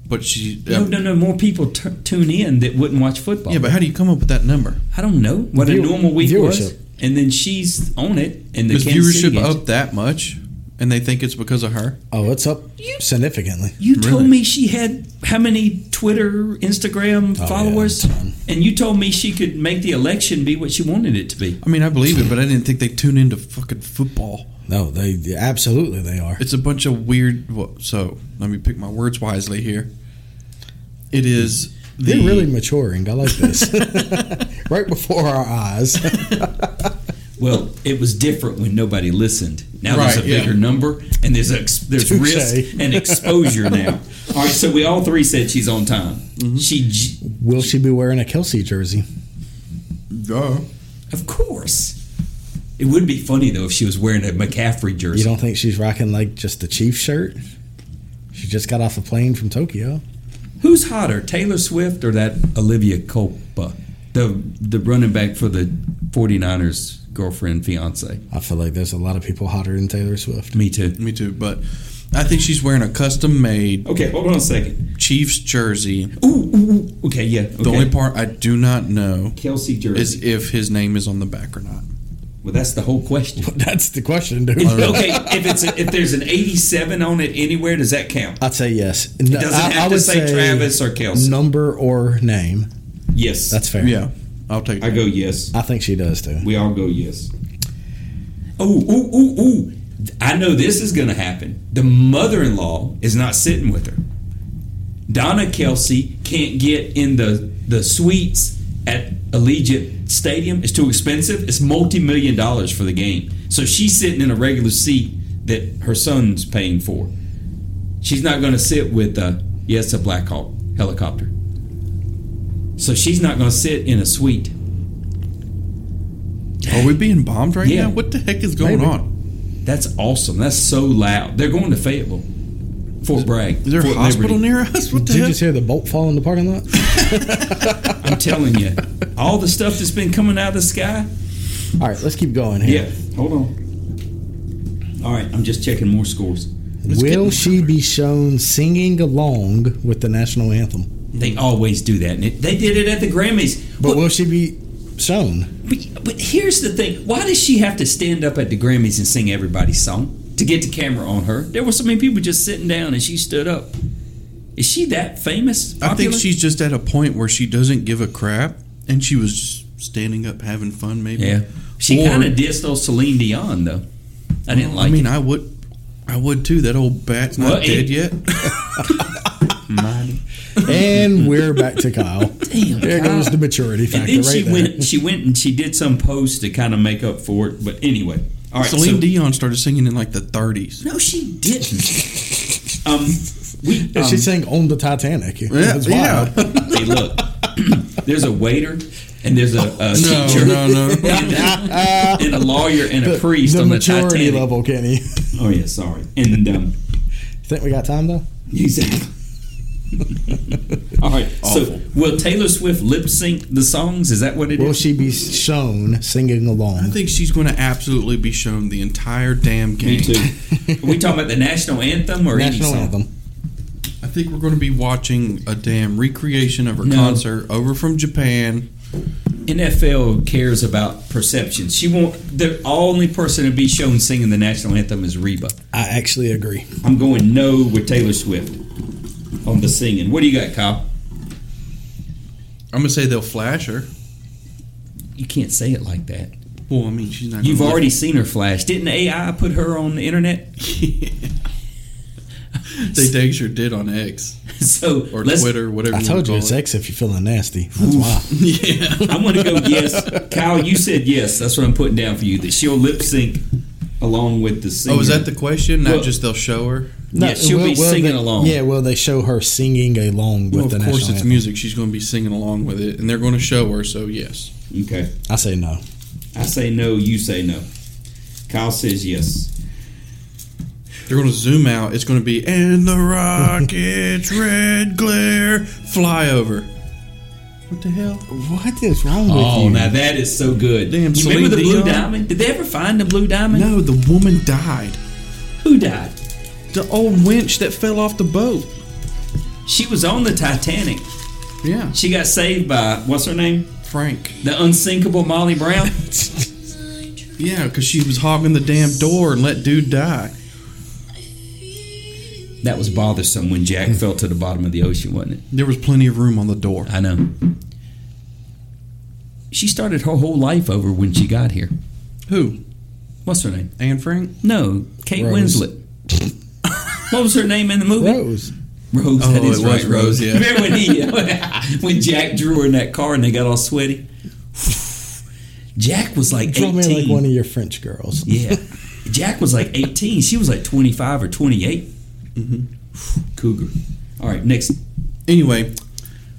S1: But she.
S2: No, no, no. More people t- tune in that wouldn't watch football.
S1: Yeah, but how do you come up with that number?
S2: I don't know what
S3: View-
S2: a normal week was,
S3: viewership.
S2: and then she's on it, and the
S1: Is
S2: Kansas City
S1: viewership
S2: games-
S1: up that much? And they think it's because of her?
S3: Oh, it's up significantly.
S2: You told
S1: Really?
S2: me she had how many Twitter, Instagram
S3: Oh, yeah,
S2: followers,
S3: a ton.
S2: and you told me she could make the election be what she wanted it to be.
S1: I mean, I believe it, but I didn't think they tune into fucking football.
S3: No, they absolutely they are.
S1: It's a bunch of weird. well, So let me pick my words wisely here. It is the
S3: They're really maturing. I like this. right before our eyes.
S2: Well, it was different when nobody listened. Now there's
S1: Right,
S2: a
S1: yeah.
S2: bigger number, and there's ex- there's
S3: Touche.
S2: risk and exposure now. All right, so we all three said she's on time.
S3: Mm-hmm.
S2: She, j-
S3: Will she be wearing a Kelsey jersey?
S1: Duh.
S2: of course. It would be funny though if she was wearing a McCaffrey jersey.
S3: You don't think she's rocking like just the Chiefs shirt? She just got off a plane from Tokyo.
S2: Who's hotter, Taylor Swift or that Olivia Culpa, the the running back for the 49ers girlfriend fiance?
S3: I feel like there's a lot of people hotter than Taylor Swift.
S2: Me too.
S1: Me too, but I think she's wearing a custom made
S2: Okay, hold on a second.
S1: Chiefs jersey.
S2: Ooh, ooh, ooh. okay, yeah. Okay.
S1: The only part I do not know
S2: Kelsey jersey.
S1: is if his name is on the back or not.
S2: well, that's the whole question.
S3: That's the question, dude.
S2: okay, if it's a, if there's an 87 on it anywhere, does that count?
S1: Uh,
S3: I'd say yes.
S2: It doesn't have to say, Travis or Kelsey.
S3: Number or name.
S2: Yes,
S3: That's fair.
S1: Yeah, I'll take.
S2: I
S1: that.
S2: go yes.
S3: I think she does too.
S2: We all go yes. Oh, ooh, ooh, ooh. I know this is going to happen. The mother in law is not sitting with her. Donna Kelsey can't get in the, the suites at Allegiant Stadium. It's too expensive. It's multi million dollars for the game. So she's sitting in a regular seat that her son's paying for. She's not going to sit with, uh, yes, a Black Hawk helicopter. So she's not going to sit in a suite.
S1: Are we being bombed right
S2: Yeah.
S1: now? What the heck is going
S3: Maybe.
S1: on?
S2: That's awesome. That's so loud. They're going to Fayetteville. Fort Bragg.
S1: Is there
S2: Fort
S1: a hospital
S2: Liberty.
S1: near us? What the
S3: Did
S2: Uh-huh.
S3: you
S1: heck?
S3: just hear the bolt fall in the parking lot?
S2: I'm telling you. All the stuff that's been coming out of the sky.
S3: All right, let's keep going here.
S2: Yeah. Hold on. All right. I'm just checking more scores.
S3: Will she be shown singing along with the national anthem?
S2: They always do that. And it, they did it at the Grammys.
S3: But will she be shown?
S2: But, but here's the thing. Why does she have to stand up at the Grammys and sing everybody's song to get the camera on her? There were so many people just sitting down and she stood up. Is she that famous?
S1: I think
S2: Popular?
S1: she's just at a point where she doesn't give a crap, and she was just standing up having fun. Maybe.
S2: Yeah. She
S1: Or-
S2: kind of dissed old Celine Dion, though. I didn't like
S1: Oh, I
S2: it.
S1: mean, I would, I would too. That old bat's not
S2: Well, it-
S1: dead yet.
S3: And we're back to Kyle.
S2: Damn,
S3: There
S2: Kyle.
S3: goes the maturity
S2: And
S3: factor
S2: then
S3: right
S2: she
S3: there.
S2: went. She went and she did some post to kind of make up for it. But anyway, all right.
S1: Celine
S2: so,
S1: Dion started singing in like the 30s.
S2: no, she didn't. um, we.
S3: Yeah,
S2: um,
S3: she sang on the Titanic. That's wild.
S2: hey, look. there's a waiter and there's a, a
S1: No,
S2: teacher
S1: no, no.
S2: and a lawyer and a
S3: The,
S2: priest
S3: the
S2: on the
S3: maturity
S2: Titanic.
S3: level, Kenny.
S2: Oh yeah, sorry. And um,
S3: Think we got time though?
S2: Exactly. All right. So
S1: Awful.
S2: will Taylor Swift lip sync the songs? Is that what it is?
S3: Will she be shown singing
S1: I
S3: along?
S1: think she's going to absolutely be shown the entire damn game.
S2: Me too. Are we talking about the national anthem or any
S3: National
S2: song?
S3: anthem.
S1: I think we're going to be watching a damn recreation of her
S2: No.
S1: concert over from Japan.
S2: NFL cares about perception. She won't. The only person to be shown singing the national anthem is Reba.
S3: I actually agree.
S2: I'm going no with Taylor Swift on the singing. What do you got, Kyle?
S1: I'm going to say they'll flash her.
S2: You can't say it like that.
S1: Well, I mean, she's not.
S2: You've
S1: gonna
S2: already seen her flash. Didn't AI put her on the internet?
S1: They dang sure did on X
S2: So
S1: or
S2: let's,
S1: Twitter, whatever.
S3: I
S1: you
S3: told you
S1: wanna
S3: it's
S1: call it.
S3: X if you're feeling nasty. That's why.
S1: Yeah,
S2: I'm going to go yes. Kyle, you said yes. That's what I'm putting down for you. That she'll lip sync along with the singer.
S1: Oh, is that the question? Not
S2: Well-
S1: just they'll show her.
S2: Yeah, she'll be singing
S3: they,
S2: along.
S3: Yeah, will they show her singing along with
S1: Well,
S3: the
S1: of course,
S3: national
S1: it's
S3: anthem?
S1: music. She's going to be singing along with it, and they're going to show her. So yes,
S2: Okay.
S3: I say no.
S2: I say no. You say no. Kyle says yes.
S1: they're going to zoom out. It's going to be and the rockets red glare flyover. What the hell?
S3: What is wrong with
S2: Oh,
S3: you?
S2: now that is so good.
S1: Damn,
S2: you
S1: Celine
S2: remember the blue
S1: Dion?
S2: diamond? Did they ever find the blue diamond?
S1: No, the woman died.
S2: Who died?
S1: The old wench that fell off the boat.
S2: She was on the Titanic.
S1: Yeah,
S2: She got saved by what's her name?
S1: Frank.
S2: The unsinkable Molly Brown.
S1: Yeah, because she was hogging the damn door and let dude die.
S2: that was bothersome when Jack
S1: Hmm.
S2: fell to the bottom of the ocean, wasn't it?
S1: There was plenty of room on the door.
S2: I know. She started her whole life over when she got here.
S1: Who?
S2: What's her name?
S1: Anne Frank?
S2: No, Kate
S3: Rose.
S2: Winslet. what was her name in the movie?
S3: Rose.
S2: Rose,
S1: Oh,
S2: that is
S1: it
S2: right,
S1: was
S2: Rose.
S1: Rose, yeah.
S2: Remember when he, when Jack drew her in that car and they got all sweaty? Jack was like
S3: Draw me
S2: eighteen.
S3: like one of your French girls.
S2: yeah, Jack was like eighteen. She was like twenty-five or 28
S1: Mm-hmm.
S2: Cougar. All right, next.
S1: Anyway,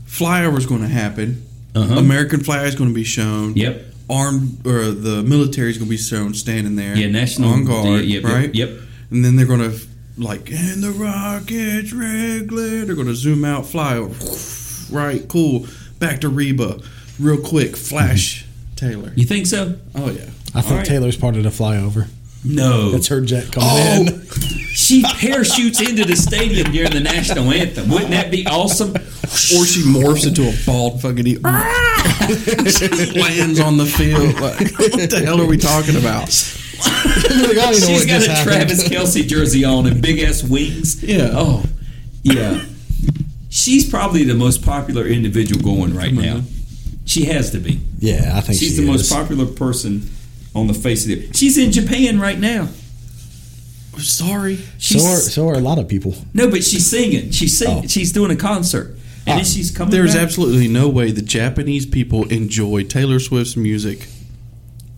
S1: flyover's going to happen.
S2: Uh-huh.
S1: American flag is going to be shown.
S2: Yep.
S1: Armed or the military's going to be shown standing there.
S2: Yeah, national.
S1: on guard.
S2: yeah, yep, yep,
S1: right.
S2: Yep.
S1: And then they're going to like and the rockets regular. They're going to zoom out flyover. Right. Cool. Back to Reba, real quick. Flash Taylor.
S2: You think so?
S1: Oh yeah.
S3: I think
S2: right.
S3: Taylor's part of the flyover.
S2: No.
S3: That's her jet coming
S2: Oh.
S3: in.
S2: she parachutes into the stadium during the national anthem. Wouldn't that be awesome?
S1: Or she morphs into a bald fucking e-
S2: Ah!
S1: lands on the field. Like, what the hell are we talking about?
S3: Like, I don't know
S2: She's
S3: what
S2: got
S3: just
S2: a
S3: happened.
S2: Travis Kelsey jersey on and big ass wings.
S1: Yeah.
S2: Oh, yeah. She's probably the most popular individual going right now. She has to be.
S3: Yeah, I think
S2: She's
S3: she
S2: the most
S3: is.
S2: popular person on the face of the. She's in Japan right now.
S1: Sorry.
S2: She's,
S3: so are so are a lot of people.
S2: no, but she's singing. She's singing.
S3: Oh.
S2: She's doing a concert, and then
S3: Ah.
S2: she's coming.
S1: There's
S2: back.
S1: absolutely no way the Japanese people enjoy Taylor Swift's music.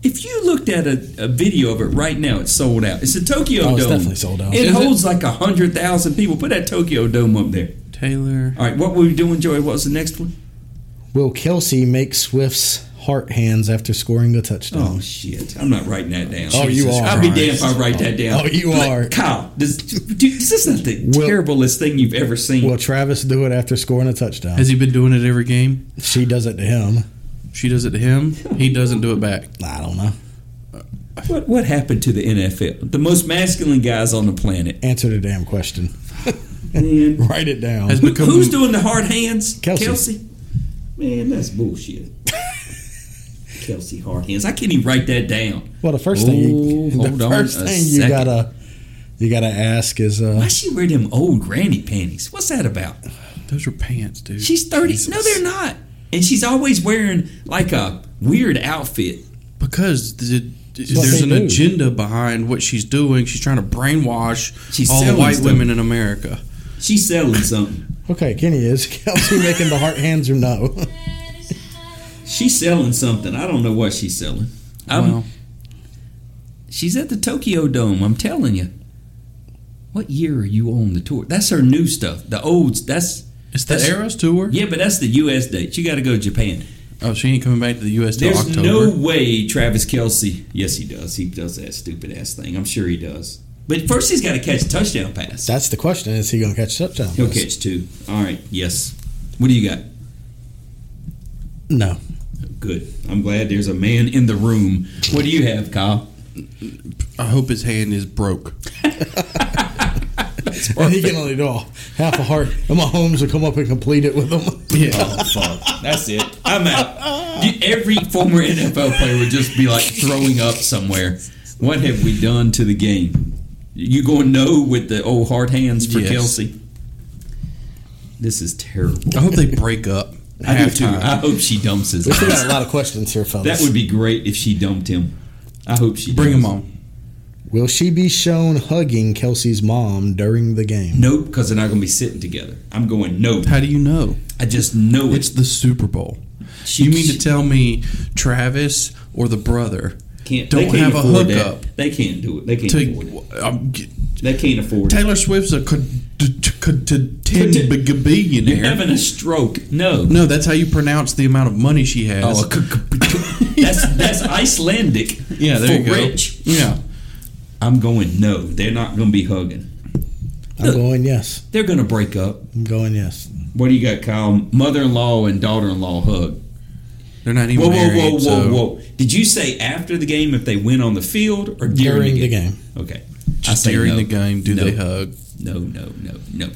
S2: If you looked at a, a video of it right now, it's sold out. It's a Tokyo
S3: Oh,
S2: Dome.
S3: it's definitely sold out.
S2: It
S1: Is it?
S2: holds like a hundred thousand people. Put that Tokyo Dome up there.
S1: Taylor.
S2: All right, what were we doing, Joey? What was the next one?
S3: Will Kelsey make Swift's heart hands after scoring a touchdown?
S2: Oh shit! I'm not writing that down.
S3: Oh, you are.
S2: I'll be damned if I write that down.
S3: Oh, you
S2: Like,
S3: are.
S2: Kyle. This, dude, this is not the
S3: Will-
S2: terriblest thing you've ever seen.
S3: Will Travis do it after scoring a touchdown?
S1: Has he been doing it every game?
S3: She does it to him.
S1: She does it to him. He doesn't do it back.
S3: I don't know.
S2: what what happened to the NFL? The most masculine guys on the planet.
S3: Answer the damn question.
S2: Man,
S3: Write it down.
S1: Has become
S2: who's doing the hard hands?
S3: Kelsey.
S2: Man, that's bullshit. Kelsey hard hands. I can't even write that down.
S3: Well, the first thing
S2: Ooh,
S3: you,
S2: hold
S3: the
S2: on
S3: first
S2: a
S3: thing you
S2: second.
S3: gotta you gotta ask is uh,
S2: Why she wear them old granny panties? What's that about?
S1: Those are pants, dude.
S2: She's thirty. No, they're not. And she's always wearing like a weird outfit.
S1: because the,
S3: what
S1: there's
S3: they
S1: an
S3: do.
S1: agenda behind what she's doing. She's trying to brainwash
S2: She's
S1: all the
S2: selling
S1: white
S2: stuff.
S1: women in America.
S2: She's selling something.
S3: okay, Kenny is Kelsey making the heart hands or no?
S2: She's selling something. I don't know what she's selling. I'm,
S1: Well,
S2: She's at the Tokyo Dome. I'm telling you. What year are you on the tour? That's her new stuff. The old. That's
S1: it's the
S2: that's-
S1: Eras tour.
S2: yeah, but that's the U.S. date. You got to go to Japan.
S1: Oh, she ain't coming back to the U.S. till
S2: There's
S1: October.
S2: no way Travis Kelsey. Yes, he does. He does that stupid ass thing. I'm sure he does. But first, he's got to catch a touchdown pass.
S3: That's the question. Is he going to catch a touchdown?
S2: He'll
S3: pass?
S2: catch two. All right. Yes. What do you got?
S3: No.
S2: Good. I'm glad there's a man in the room. What do you have, Kyle?
S1: I hope his hand is broke.
S3: And he can only do a half a heart. And Mahomes will come up and complete it with him.
S1: Yeah.
S2: Fuck. That's it. I'm out. You- Every former NFL player would just be like throwing up somewhere. What have we done to the game? You going no with the old hard hands for
S1: Yes.
S2: Kelsey? This is terrible.
S1: I hope they break up.
S2: I do too.
S1: Halftime.
S2: I hope she dumps his
S3: We still
S2: ass.
S3: got a lot of questions here, fellas.
S2: That would be great if she dumped him. I hope she
S1: Bring
S2: does.
S1: him on.
S3: Will she be shown hugging Kelsey's mom during the game?
S2: Nope, because they're not going to be sitting together. I'm going nope.
S1: How do you know?
S2: I just know
S1: It's
S2: it.
S1: the Super Bowl.
S2: She-
S1: you mean
S2: she-
S1: to tell me Travis or the brother
S2: Can't,
S1: don't
S2: they
S1: have
S2: can't
S1: a
S2: afford
S1: hookup
S2: That. They can't do it. They can't afford it.
S1: to? Um, g-
S2: They can't afford it.
S1: Taylor Swift's a could could
S2: Could- You're
S1: billionaire.
S2: having a stroke. No.
S1: No, that's how you pronounce the amount of money she has.
S2: Oh, a c- c- that's that's Icelandic.
S1: yeah, there
S2: for
S1: you go.
S2: rich.
S1: Yeah,
S2: I'm going no. They're not going to be hugging.
S3: I'm going yes.
S2: They're going to break up.
S3: I'm going yes.
S2: What do you got, Kyle? Mother-in-law and daughter-in-law hug.
S1: they're not even
S2: Whoa, whoa,
S1: married.
S2: whoa, whoa,
S1: so-
S2: whoa! Did you say after the game if they went on the field or during,
S3: During the game.
S2: Okay,
S1: Just
S2: say
S1: during
S2: no.
S1: the game, do
S2: No.
S1: they hug?
S2: No, no, no, no.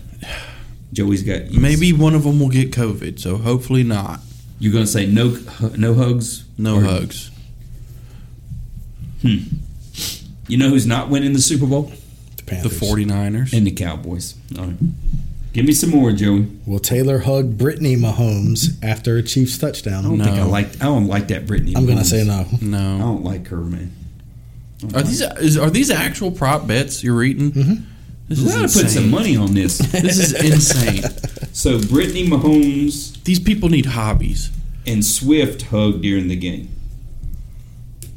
S2: Joey's got
S1: Maybe one of them will get COVID, so hopefully not.
S2: You're going to say no, no hugs,
S1: No
S2: Or-
S1: hugs.
S2: You know who's not winning the Super Bowl?
S3: The
S1: The
S3: Panthers.
S1: 49ers.
S2: And the Cowboys. All right. Give me some more, Joey.
S3: Will Taylor hug Brittany Mahomes after a Chiefs touchdown?
S2: I don't think I
S1: No.
S2: like. I don't like that Brittany.
S3: I'm going to
S2: Mahomes.
S3: say no.
S2: I
S1: No.
S2: don't like her, man.
S1: Are these is, are these actual prop bets you're eating? Mm-hmm. This
S2: We
S1: is
S2: gotta put
S1: insane.
S2: some money on this.
S1: This is insane.
S2: so Brittany Mahomes
S1: These people need hobbies.
S2: and Swift hug during the game.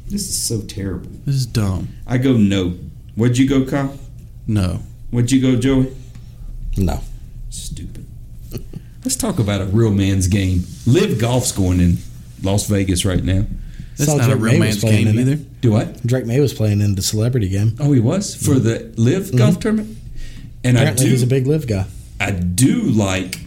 S2: This is so terrible.
S1: This is dumb.
S2: I go no. Where'd you go, Kyle?
S1: No.
S2: Where'd you go, Joey?
S3: No.
S2: Stupid. Let's talk about a real man's game. Live golf's going in Las Vegas right now.
S1: That's
S3: Saw
S1: not a
S3: Drake May
S1: real
S3: was
S1: man's
S3: playing
S1: game
S3: in it.
S1: either.
S2: Do what?
S3: Drake May was playing in the celebrity game.
S2: Oh, he was for the Live golf tournament. And I
S3: Mm-hmm. Apparently,
S2: do.
S3: he's a big live guy.
S2: I do like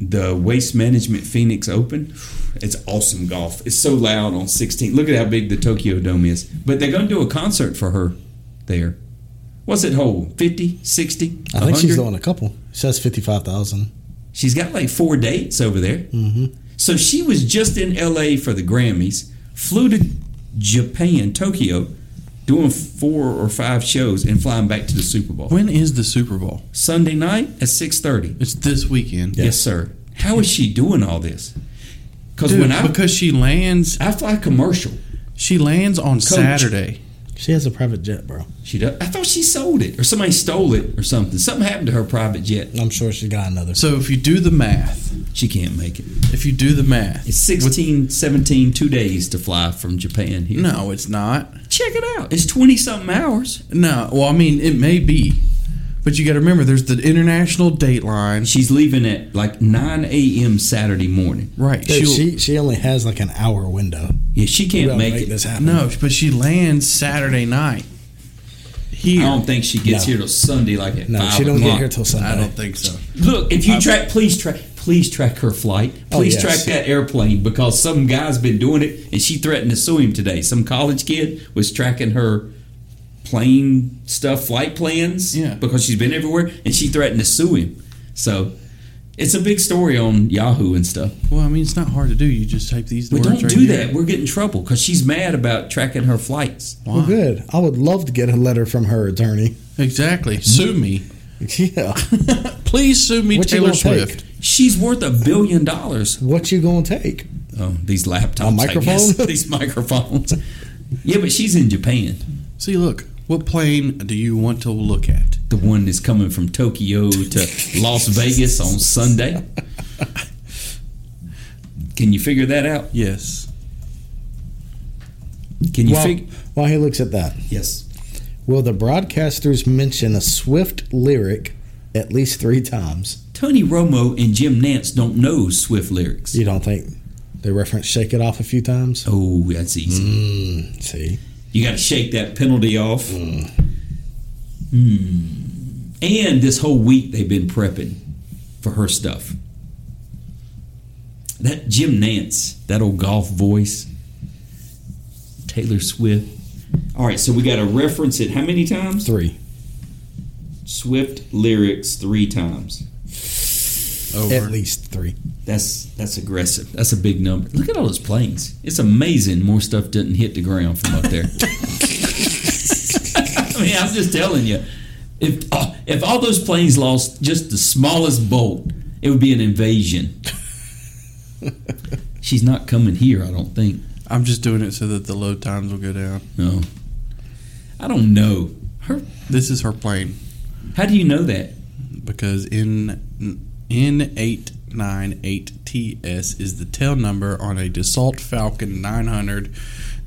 S2: the Waste Management Phoenix Open. It's awesome golf. It's so loud on 16. Look at how big the Tokyo Dome is. But they're going to do a concert for her there. What's it hold? 50, 60,
S3: I think
S2: 100?
S3: she's throwing a couple. It says 55,000.
S2: She's got like four dates over there.
S3: Mm-hmm.
S2: So she was just in LA for the Grammys, flew to Japan, Tokyo, doing four or five shows and flying back to the Super Bowl.
S1: When is the Super Bowl?
S2: Sunday night at 6:30.
S1: It's this weekend.
S2: Yes, sir. How is she doing all this? Because
S1: Dude,
S2: when I
S1: because she lands,
S2: I fly commercial,
S1: she lands on Saturday.
S3: She has a private jet, bro.
S2: she does. I thought she sold it or somebody stole it or something. Something happened to her private jet.
S3: I'm sure she got another.
S1: So if you do the math,
S2: She can't make it.
S1: if you do the math,
S2: It's 16, 17, two days to fly from Japan here.
S1: no, it's not.
S2: Check it out. It's twenty something hours.
S1: No, well, I mean, it may be, but you got to remember, there's the international date line.
S2: She's leaving at like nine a.m. Saturday morning.
S1: Right.
S3: Dude,
S1: she'll-
S3: she, she only has like an hour window.
S2: Yeah, she
S3: You
S2: can't
S3: gotta
S2: make, it.
S3: this happen.
S1: no, but she lands Saturday night.
S2: I
S1: Here,
S2: don't think she gets
S3: No.
S2: here till Sunday, like at
S3: No,
S2: five
S3: she don't
S2: o'clock.
S3: get here till Sunday.
S1: I don't think so.
S2: Look, if
S1: Uh,
S2: you track, please track, please track her flight.
S3: Oh,
S2: Please
S3: yes.
S2: track that airplane because some guy's been doing it, and she threatened to sue him today. Some college kid was tracking her plane stuff, flight plans,
S1: Yeah.
S2: because she's been everywhere, and she threatened to sue him. So it's a big story on Yahoo and stuff.
S1: Well, I mean, it's not hard to do. You just type these
S2: But
S1: words
S2: don't
S1: right
S2: do
S1: here.
S2: that. We're getting trouble because she's mad about tracking her flights.
S1: Why?
S3: Well, good. I would love to get a letter from her attorney.
S1: Exactly. Sue me.
S3: Yeah.
S1: Please sue me,
S3: What you
S1: Taylor
S3: gonna take?
S1: Swift.
S2: She's worth a billion dollars.
S3: What you gonna take?
S2: Oh, these laptops,
S3: A
S2: I guess.
S3: microphone?
S2: these microphones. Yeah, but she's in Japan.
S1: See, look, what plane do you want to look at?
S2: the one that's coming from Tokyo to Las Vegas on Sunday. Can you figure that out?
S1: Yes.
S2: Can you
S3: While,
S2: figure?
S3: while he looks at that,
S2: Yes.
S3: will the broadcasters mention a Swift lyric at least three times?
S2: Tony Romo and Jim Nance don't know Swift lyrics.
S3: You don't think they reference "Shake It Off" a few times? Hmm,
S2: Oh, that's easy.
S3: See,
S2: You got to shake that penalty off. Hmm. And this whole week they've been prepping for her stuff. That Jim Nance, that old golf voice, Taylor Swift. All right, so we got to reference it how many times?
S3: Three.
S2: Swift lyrics three times.
S3: At
S1: Over.
S3: least three.
S2: That's that's aggressive. That's a big number. Look at all those planes. It's amazing. More stuff doesn't hit the ground from up there. I mean, I'm just telling you. If uh, if all those planes lost just the smallest bolt, it would be an invasion. She's not coming here, I don't think.
S1: I'm just doing it so that the load times will go down.
S2: No. I don't know. Her.
S1: This is her plane
S2: How do you know that?
S1: because N N eight nine eight TS is the tail number on a Dassault Falcon 900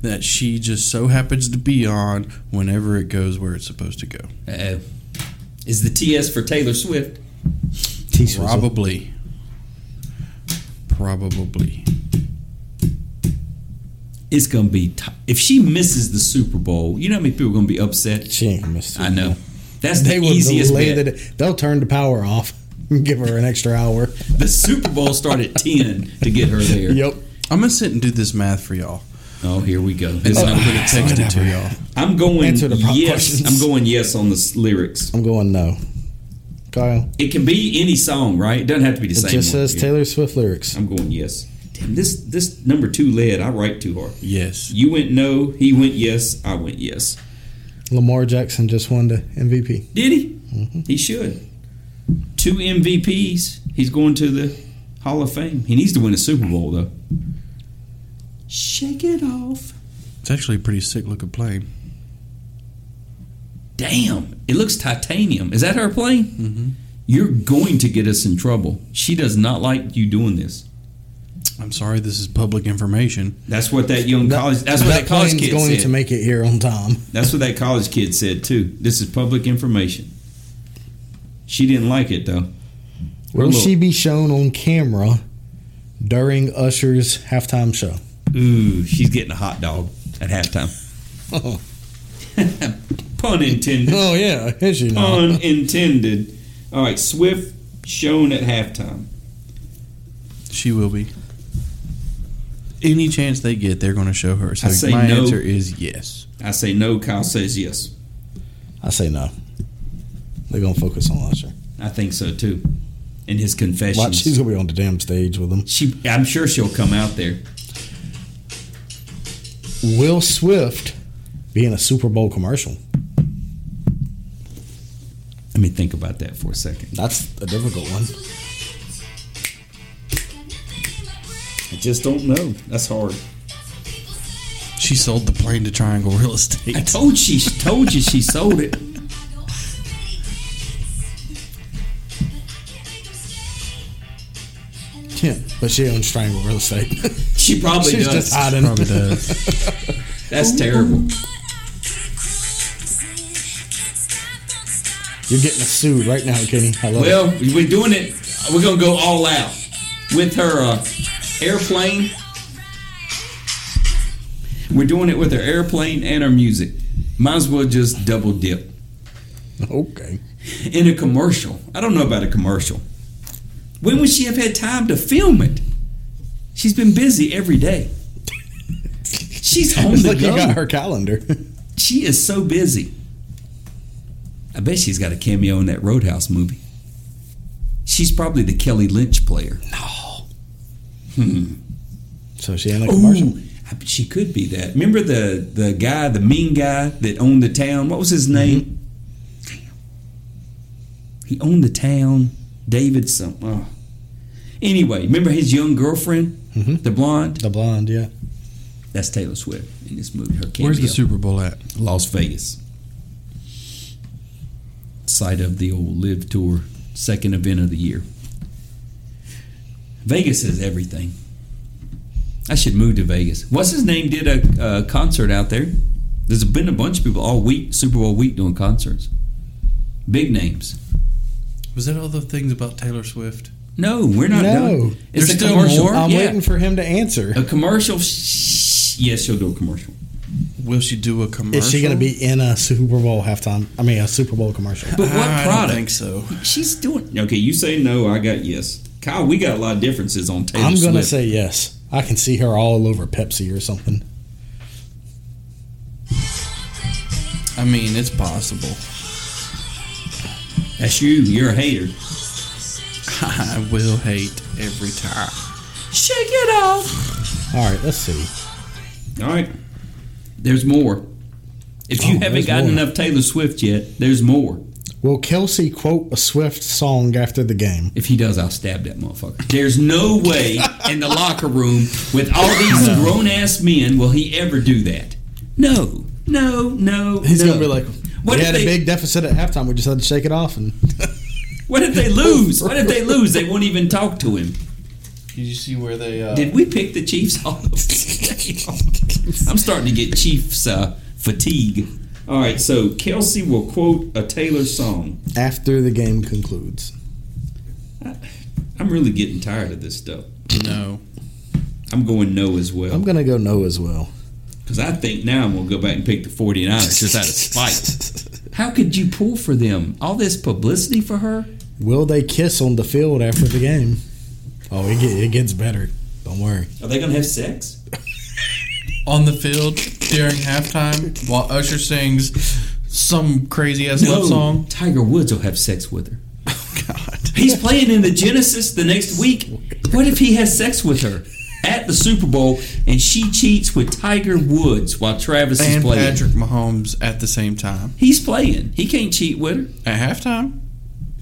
S1: that she just so happens to be on whenever it goes where it's supposed to go.
S2: Uh, is the TS for Taylor Swift?
S3: T Swizzle.
S1: Probably. Probably.
S2: It's gonna be t- if she misses the Super Bowl. You know how many people are gonna be upset.
S3: She ain't missed.
S2: I know. That's
S3: They
S2: the
S3: will
S2: easiest
S3: delay
S2: bet.
S3: the. They'll turn the power off. and Give her an extra hour.
S2: The Super Bowl started at 10 to get her there.
S3: Yep.
S1: I'm going to sit and do this math for y'all.
S2: Oh, here we go.
S1: And then I'm
S2: I'm-
S1: going to text it to y'all.
S2: I'm going
S3: Answer the prop
S2: yes.
S3: questions.
S2: I'm going yes on the s- lyrics.
S3: I'm going no. Kyle.
S2: It can be any song, right? It doesn't have to be the
S3: It
S2: same.
S3: just
S2: one.
S3: says Taylor Swift lyrics.
S2: I'm going yes. Damn, this this number two led. I write too hard.
S1: Yes.
S2: You went no. He went yes. I went yes.
S3: Lamar Jackson just won the MVP.
S2: Did he?
S3: Mm-hmm.
S2: He should. Two MVPs. He's going to the Hall of Fame. He needs to win a Super Bowl though. Shake it off.
S1: It's actually a pretty sick looking plane.
S2: damn, it looks titanium. Is that her plane?
S3: Mm-hmm.
S2: You're going to get us in trouble. She does not like you doing this.
S1: I'm sorry, this is public information.
S2: That's what that young college. That's what that,
S3: that
S2: college
S3: plane's
S2: kid
S3: going
S2: said.
S3: to make it here on time.
S2: that's what that college kid said too. This is public information. She didn't like it though. We're a
S3: Will
S2: little-
S3: she be shown on camera during Usher's halftime show?
S2: Ooh, she's getting a hot dog at halftime.
S3: Oh,
S2: Pun intended.
S3: yeah, is she not?
S2: Pun intended. All right, Swift shown at halftime.
S1: She will be. Any chance they get, they're going to show her. So
S2: I say
S1: my
S2: no.
S1: answer is yes.
S2: I say no. Kyle says yes.
S3: I say no. They're gonna focus on Usher.
S2: I think so too. In his confessions,
S3: Watch, she's gonna be on the damn stage with him.
S2: She, I'm sure she'll come out there.
S3: Will Swift be in a Super Bowl commercial?
S2: Let me think about that for a second.
S3: That's a difficult one.
S2: I just don't know. That's hard.
S1: She sold the plane to Triangle Real
S2: I
S1: Estate.
S2: told she told you she sold it.
S3: Yeah, but she owns Triangle Real Estate.
S2: She probably
S3: she's
S2: does.
S3: just hiding.
S1: Probably does.
S2: That's terrible.
S3: You're getting sued right now, Kenny. I love
S2: Well, we're doing it. We're gonna go all out with her uh, airplane. We're doing it with her airplane and her music. Might as well just double dip
S3: it. Okay.
S2: in a commercial. I don't know about a commercial. When would she have had time to film it? She's been busy every day. She's on
S3: It's
S2: the
S3: like
S2: go.
S3: you got her calendar.
S2: She is so busy. I bet she's got a cameo in that Roadhouse movie. She's probably the Kelly Lynch player.
S3: So she ain't a commercial.
S2: Ooh, I bet she could be that. Remember the the guy, the mean guy that owned the town. What was
S1: Mm-hmm.
S2: his name? He owned the town. David some. Oh. Anyway, remember his young girlfriend,
S1: Mm-hmm.
S2: the blonde.
S3: The blonde, yeah.
S2: That's Taylor Swift in this movie. Her cameo.
S1: Where's the Super Bowl at?
S2: Las Vegas. Site of the old Live Tour, second event of the year. Vegas is everything. I should move to Vegas. What's his name did a, a concert out there? There's been a bunch of people all week, Super Bowl week, doing concerts. Big names.
S1: Was that all the things about Taylor Swift?
S2: No, we're not
S3: No.
S2: done. It's
S1: There's
S2: a
S1: still
S2: commercial.
S1: more?
S3: I'm
S2: Yeah.
S3: waiting for him to answer.
S2: A commercial. Shh. Yes, she'll do a commercial.
S1: Will she do a commercial?
S3: Is she going to be in a Super Bowl halftime? I mean, a Super Bowl commercial.
S2: But what
S1: I
S2: product?
S1: don't think so.
S2: She's doing. Okay, you say no. I got yes. Kyle, we got a lot of differences on Taylor
S3: I'm going to
S2: Swift.
S3: say yes. I can see her all over Pepsi or something.
S1: I mean, it's possible.
S2: That's you. You're a hater.
S1: I will hate every time.
S2: Shake it off.
S3: All right, let's see.
S2: All right. There's more. If you
S3: Oh,
S2: haven't
S3: there's
S2: gotten
S3: more.
S2: enough Taylor Swift yet, there's more.
S3: Will Kelsey quote a Swift song after the game?
S2: If he does, I'll stab that motherfucker. There's no way in the locker room with all these grown ass men will he ever do that. No, no, no.
S3: He's
S2: no.
S3: going to be like,
S2: What
S3: we
S2: if
S3: had
S2: they-
S3: a big deficit at halftime. We just had to shake it off. And
S2: What if they lose? What if they lose? They won't even talk to him.
S1: Did you see where they? Uh,
S2: Did we pick the Chiefs all over the I'm starting to get Chiefs uh, fatigue. All right, so Kelsey will quote a Taylor song.
S3: after the game concludes.
S2: I'm really getting tired of this stuff.
S1: no.
S2: I'm going no as
S3: I'm
S2: well.
S3: going to go no as well.
S2: Because I think now I'm going to go back and pick the 49ers just out of spite. How could you pull for them? All this publicity for her?
S3: Will they kiss on the field after the game? Oh, it, get, it gets better. Don't worry.
S2: Are they going to have sex?
S1: On the field during halftime, while Usher sings some crazy ass love song.
S2: Tiger Woods will have sex with her.
S1: Oh, God.
S2: He's playing in the Genesis the next week. What if he has sex with her at the Super Bowl and she cheats with Tiger Woods while Travis is
S1: And
S2: playing?
S1: Patrick Mahomes at the same time
S2: He's playing. He can't cheat with her.
S1: at halftime.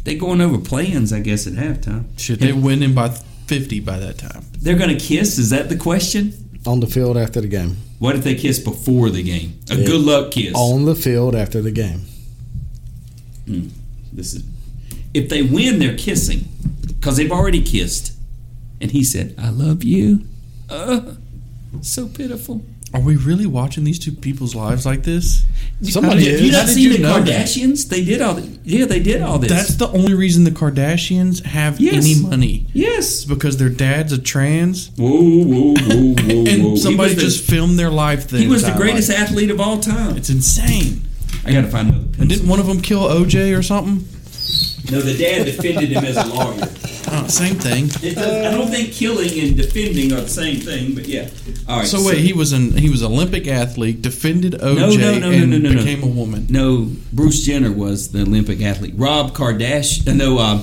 S2: They're going over plans, I guess, at halftime.
S1: Shit, they win in by fifty by that time.
S2: They're going to kiss. Is that the question?
S3: On the field after the game.
S2: What if they kiss before the game? A good luck kiss.
S3: On the field after the game.
S2: This is if they win, they're kissing because they've already kissed. And he said, "I love you." Uh, so pitiful.
S1: Are we really watching these two people's lives like this?
S3: Somebody
S2: Have you
S3: is.
S1: How
S2: not
S1: did
S2: seen
S1: you
S2: the
S1: know that?
S2: Kardashians? They did all. th- yeah, they did all this.
S1: That's the only reason the Kardashians have
S2: Yes.
S1: any money. It's
S2: yes.
S1: because their dad's a trans,
S2: Whoa, whoa, whoa, whoa,
S1: and somebody
S2: he was
S1: just
S2: the,
S1: filmed their life. The
S2: he was the
S1: entire
S2: greatest
S1: life.
S2: athlete of all time.
S1: It's insane.
S2: I gotta find another.
S1: And didn't one of them kill OJ or something?
S2: No, the dad defended him as a lawyer.
S1: Uh, same thing.
S2: It does, I don't think killing and defending are the same thing, but yeah. All right.
S1: So wait, he was an he was Olympic athlete, defended OJ,
S2: no, no, no,
S1: and
S2: no, no, no.
S1: became a woman.
S2: No, Bruce Jenner was the Olympic athlete. Rob Kardashian. No, uh,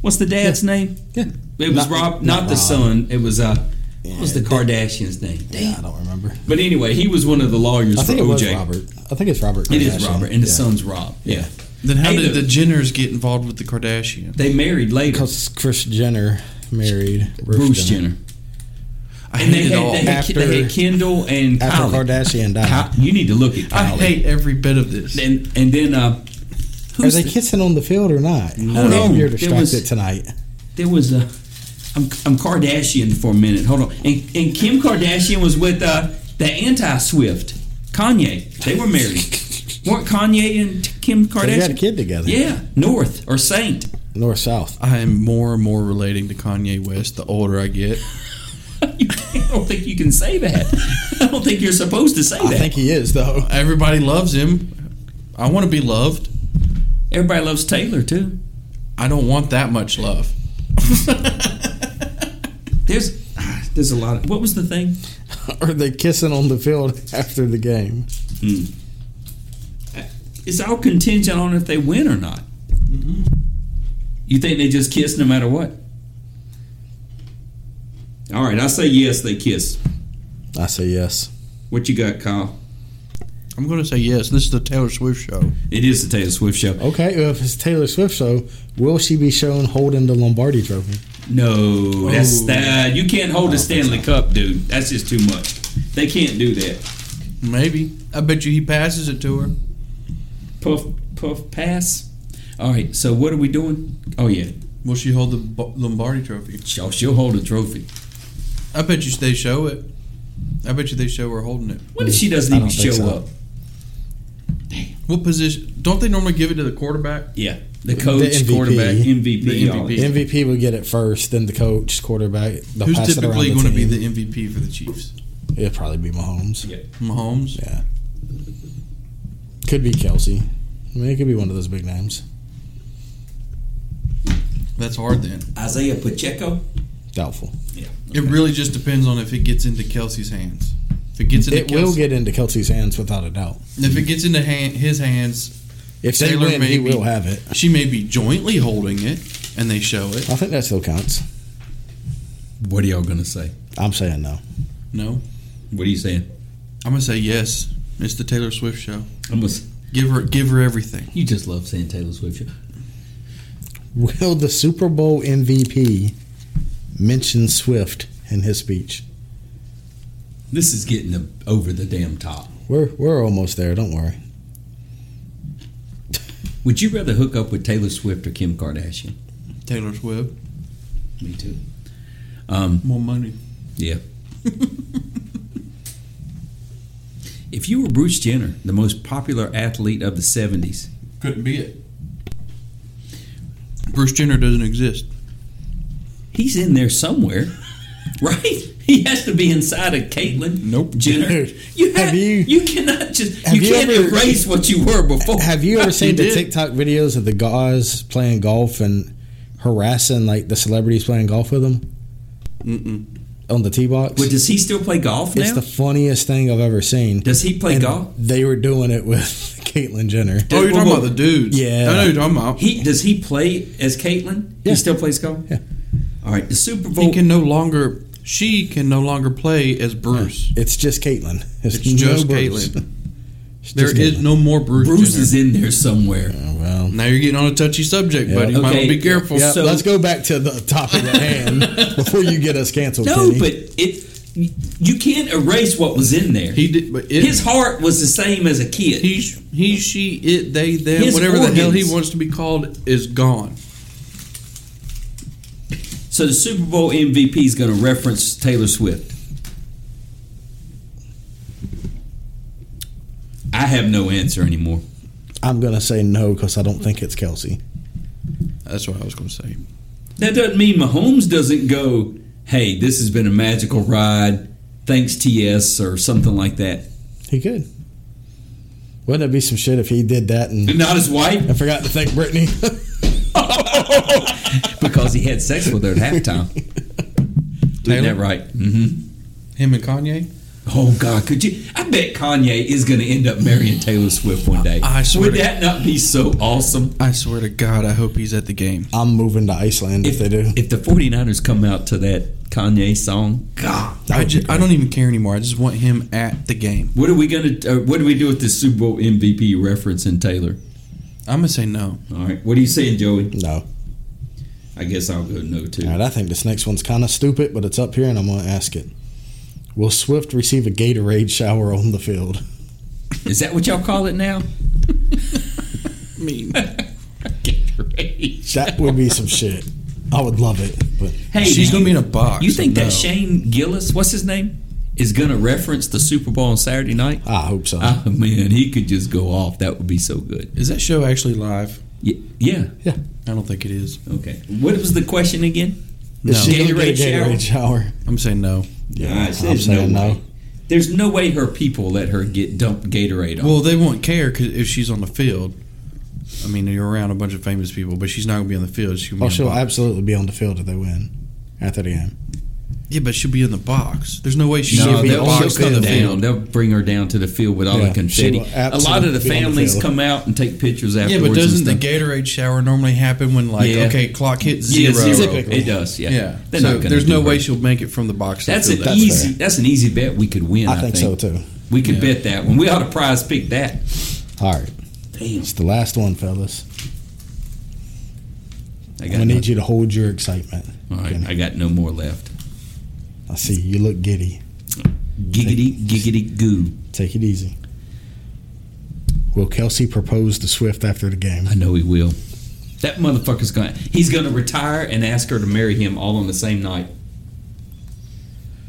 S2: what's the dad's name?
S3: Yeah.
S2: It was
S3: Not-
S2: Rob, not,
S3: not
S2: the
S3: Rob.
S2: son. It was uh, what was the Kardashian's name?
S3: Yeah, I don't remember.
S2: But anyway, he was one of the lawyers
S3: I
S2: for
S3: think it was
S2: OJ.
S3: Robert. I think it's Robert.
S2: It is
S3: Kardashian.
S2: Robert, and the
S3: Yeah.
S2: son's Rob. Yeah,
S1: Then how
S2: Hey,
S1: did
S2: the-
S1: the Jenners get involved with the Kardashian?
S2: they married later.
S3: Because Chris Jenner married Bruce,
S2: Bruce Jenner,
S1: I
S2: and they
S1: hate it
S2: had,
S1: all.
S2: they, had,
S3: After-
S2: they had Kendall and
S3: after
S2: Kylie.
S3: Kardashian died.
S2: Ky- you need to look at
S1: I
S2: Kylie.
S1: hate every bit of this.
S2: and and then uh,
S3: Are
S2: who's
S3: they
S2: the-
S3: kissing on the field or not?
S2: No.
S3: Hold on, You're
S2: There
S3: distracted
S2: was-
S3: tonight.
S2: there was a I'm, I'm Kardashian for a minute. Hold on. And, and Kim Kardashian was with uh, the anti Swift, Kanye. They were married. Weren't Kanye and Kim Kardashian?
S3: They got a kid together.
S2: Yeah, North or Saint.
S3: North South.
S1: I am more and more relating to Kanye West the older I get.
S2: You- I don't think you can say that. I don't think you're supposed to say
S3: I
S2: that.
S3: think he is though.
S1: Everybody loves him. I want to be loved.
S2: Everybody loves Taylor too.
S1: I don't want that much love.
S2: There's ah, there's a lot. Of, what was the thing?
S3: Are they kissing on the field after the game?
S2: It's all contingent on if they win or not.
S3: Mm-hmm.
S2: You think they just kiss no matter what? All right, I say yes, they kiss.
S3: I say yes.
S2: What you got, Kyle?
S1: I'm going to say yes. This is the Taylor Swift show.
S2: It is the Taylor Swift show.
S3: Okay, if it's Taylor Swift show, will she be shown holding the Lombardi trophy?
S2: No, that's
S1: Oh.
S2: that. You can't hold a Stanley Cup, dude. That's just too much. They can't do that.
S1: Maybe. I bet you he passes it to her.
S2: Puff, puff, pass. All right, so what are we doing? Oh yeah,
S1: Will she hold the Bo- Lombardi trophy?
S2: she'll, she'll hold a trophy.
S1: I bet you they show it. I bet you they show her holding it.
S2: What if she doesn't
S3: I
S2: even
S3: don't think
S2: show
S3: so.
S2: up?
S1: What position? Don't they normally give it to the quarterback?
S2: Yeah, the coach,
S3: MVP.
S2: quarterback, MVP,
S1: The
S2: all
S1: MVP.
S2: that.
S3: MVP would get it first, then the coach, quarterback. They'll
S1: Who's
S3: pass it around
S1: typically
S3: the
S1: going to be
S3: team.
S1: the MVP for the Chiefs?
S3: It'll probably be Mahomes.
S2: Yeah.
S1: Mahomes.
S3: Yeah. Could be Kelsey. I mean, it could be one of those big names.
S1: That's hard then.
S2: Isaiah Pacheco.
S3: Doubtful.
S2: Yeah.
S1: It really just depends on if it gets into Kelsey's hands. If it gets into
S3: It will
S1: Kelsey-
S3: get into Kelsey's hands without a doubt.
S1: if it gets into han his hands,
S3: If they
S1: Taylor
S3: win,
S1: may
S3: he
S1: be-
S3: will have it.
S1: she may be jointly holding it, and they show it.
S3: I think that still counts.
S2: What are y'all gonna say?
S3: I'm saying no.
S1: No,
S2: What are you saying?
S1: I'm gonna say yes. It's the Taylor Swift show.
S2: I'm gonna, s-
S1: Give her, give her everything.
S2: you just love saying Taylor Swift.
S3: Will the Super Bowl MVP mention Swift in his speech?
S2: This is getting the, over the damn top.
S3: We're we're almost there. Don't worry.
S2: Would you rather hook up with Taylor Swift or Kim Kardashian?
S1: Taylor Swift,
S2: Me too. Um,
S1: more money.
S2: yeah. if you were Bruce Jenner, the most popular athlete of the 70s,
S1: Couldn't be it. Bruce Jenner doesn't exist.
S2: he's in there somewhere, right? He has to be inside of Caitlyn
S1: Nope.
S2: Jenner.
S3: Dude,
S2: You have,
S3: have
S2: you,
S3: you-
S2: cannot just
S3: have
S2: you
S3: you
S2: can't
S3: ever-
S2: erase what you were before.
S3: Have you ever seen the
S1: did.
S3: TikTok videos of the guys playing golf and harassing like the celebrities playing golf with them
S1: Mm-mm.
S3: on the tee box?
S2: But does he still play golf now?
S3: it's the funniest thing I've ever seen.
S2: does he play
S3: And
S2: golf?
S3: They were doing it with Caitlyn Jenner.
S1: Oh, you're
S2: Well,
S1: talking
S2: well,
S1: about the dudes.
S3: Yeah.
S1: I know who you're talking about. He,
S2: He does he play as Caitlyn?
S3: Yeah.
S2: He still plays golf.
S3: Yeah.
S2: All right. The Super Bowl.
S1: can no longer. She can no longer play as Bruce.
S3: It's just Caitlyn.
S1: It's just
S3: Bruce.
S1: Caitlyn.
S3: It's
S1: There
S3: just
S1: is
S3: Caitlyn.
S1: no more Bruce.
S2: Bruce
S1: Jenner.
S2: is in there somewhere.
S3: Oh, well.
S1: Now you're getting on a touchy subject,
S3: Yeah.
S1: buddy. You might
S2: Okay.
S1: want to be careful.
S3: Yeah,
S2: So-
S3: let's go back to the topic at hand before you get us canceled.
S2: No,
S3: Kenny.
S2: but it you can't erase what was in there.
S1: He did, but it,
S2: His heart was the same as a kid.
S1: he, sh- he, she, it, they, them,
S2: His
S1: whatever the hell he
S2: organs.
S1: wants to be called is gone.
S2: so the Super Bowl MVP is going to reference Taylor Swift. I have no answer anymore.
S3: I'm gonna say no because I don't think it's Kelsey.
S1: That's what I was going to say.
S2: That doesn't mean Mahomes doesn't go, "Hey, this has been a magical ride. Thanks TS or something like that."
S3: He could. Wouldn't it be some shit if he did that and
S2: Not his wife
S3: I forgot to thank Brittany?
S2: because he had sex with her at halftime. Doing
S1: Taylor?
S2: that right. hmm
S1: Him and Kanye?
S2: Oh God, could you? I bet Kanye is going to end up marrying Taylor Swift one day.
S1: I swear
S2: Would
S1: to-
S2: that not be so awesome?
S1: I swear to God, I hope he's at the game.
S3: I'm moving to Iceland if, they do.
S2: If the 49ers come out to that Kanye song, God,
S1: I, ju- I don't even care anymore. I just want him at the game.
S2: what are we going to? Uh, what do we do with this Super Bowl MVP referencing Taylor?
S1: I'm going to say no.
S2: All right, what are you saying, Joey?
S3: no.
S2: I guess I'll go no too.
S3: All right, I think this next one's kind of stupid, but it's up here and I'm gonna ask it. Will Swift receive a Gatorade shower on the field?
S2: Is that what y'all call it now?
S1: I mean,
S2: Gatorade.
S3: That would be some shit. I would love it, but
S2: Hey,
S1: she's
S2: do
S1: going to be
S2: you-
S1: in a box.
S2: You think
S1: No.
S2: that Shane Gillis, what's his name, is going to reference the Super Bowl on Saturday night?
S3: I hope so.
S2: Oh man, he could just go off. That would be so good.
S1: Is that show actually live?
S2: Ye- Yeah.
S1: I don't think it is.
S2: Okay. What was the question again?
S1: No.
S3: Is she gonna get a
S2: Gatorade
S3: Gatorade shower?
S1: I'm saying no.
S3: Yeah,
S2: Gosh,
S3: I'm saying no.
S2: way. There's no way her people let her get dumped Gatorade on.
S1: Well, they won't care 'cause if she's on the field. I mean, you're around a bunch of famous people, but she's not going to be on the field. She's gonna
S3: Oh,
S1: be in
S3: she'll
S1: the box.
S3: absolutely be on the field if they win after the game.
S1: Yeah, but she'll be in the box. There's no way she's
S2: no,
S1: going to be
S2: they'll, they'll
S1: boxed on
S2: come
S1: the
S2: down.
S1: field.
S2: They'll bring her down to the field with all
S3: Yeah,
S2: the
S3: she
S2: confetti. A
S3: will
S2: lot of the
S3: absolutely be on the
S2: families
S3: field.
S2: come out and take pictures
S1: Yeah,
S2: afterwards.
S1: but
S2: and
S1: doesn't the
S2: stuff.
S1: Gatorade shower normally happen when like
S2: Yeah.
S1: okay, clock hits
S2: Yeah,
S1: zero?
S2: It does. Yeah.
S1: Yeah,
S2: They're not
S1: so
S2: gonna
S1: there's
S2: do
S1: no way
S2: her.
S1: she'll make it from the box. to
S2: That's
S1: field
S2: an
S1: that.
S3: That's
S2: easy.
S3: fair.
S2: That's an easy bet we could win.
S3: I,
S2: I,
S3: think, so too.
S2: We could
S1: Yeah.
S2: bet that one. We ought to prize pick that.
S3: All right,
S2: Damn.
S3: it's the last one, fellas.
S2: I
S3: I'm
S2: got
S3: gonna
S2: no,
S3: need you to hold your excitement.
S2: all right,
S3: Kenny.
S2: I got no more left.
S3: I see you look giddy.
S2: Giggity giggity goo.
S3: Take it easy. Will Kelsey propose to Swift after the game?
S2: I know he will. That motherfucker's gonna he's gonna retire and ask her to marry him all on the same night.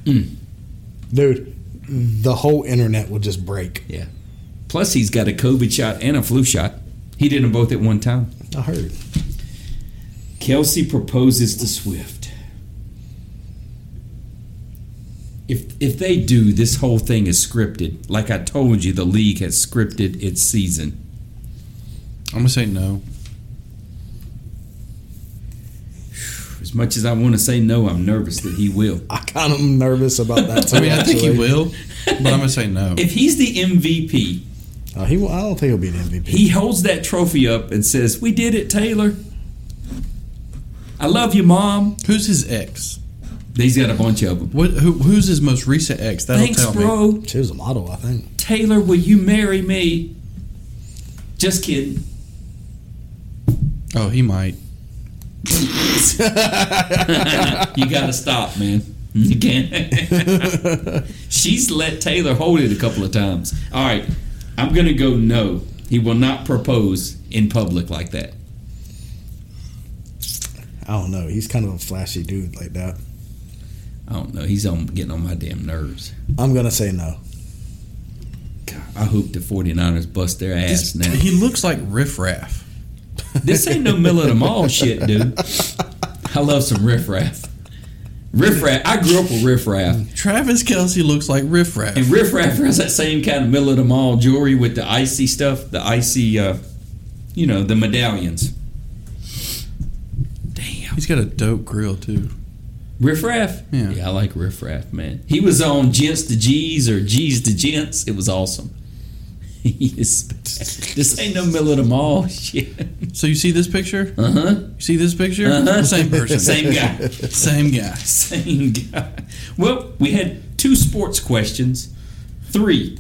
S3: Dude, the whole internet will just break.
S2: Yeah. Plus he's got a COVID shot and a flu shot. He did them both at one time.
S3: I heard.
S2: Kelsey proposes to Swift. If if they do, this whole thing is scripted. Like I told you, the league has scripted its season.
S1: I'm gonna say no.
S2: As much as I want to say no, I'm nervous that he will.
S3: I kind of am nervous about that. Too,
S1: I mean, I think he
S3: actually.
S1: will, but I'm gonna say no.
S2: If he's the MVP,
S3: Uh, he will. I don't think he'll be the MVP.
S2: he holds that trophy up and says, "We did it, Taylor. I love you, mom."
S1: Who's his ex?
S2: He's got a bunch of them.
S1: What? Who, who's his most recent ex? That'll
S2: Thanks,
S1: tell me.
S2: bro.
S3: She was a model, I think.
S2: Taylor, will you marry me? Just kidding.
S1: Oh, he might.
S2: You gotta stop, man.
S1: Hmm.
S2: You can't. She's let Taylor hold it a couple of times. All right, I'm gonna go no. He will not propose in public like that.
S3: I don't know. He's kind of a flashy dude like that.
S2: I don't know. He's on getting on my damn nerves.
S3: I'm gonna say no.
S2: God, I hope the 49ers bust their ass now.
S1: He looks like Riff Raff.
S2: This ain't no middle of the mall shit, dude. I love some riffraff. Riffraff. I grew up with riffraff.
S1: Travis Kelsey looks like Riff Raff.
S2: And Riff Raff has that same kind of middle of the mall jewelry with the icy stuff, the icy, uh, you know, the medallions. Damn.
S1: He's got a dope grill too.
S2: Riff Raff?
S1: Yeah.
S2: I like Riff Raff, man. He was on Gents to G's or G's to Gents. It was awesome. He is- this ain't no middle of the mall shit.
S1: So you see this picture?
S2: Uh huh.
S1: You see this picture?
S2: Uh-huh.
S1: Same person.
S2: Same guy.
S1: Same guy.
S2: Same guy. Well, we had two sports questions. Three.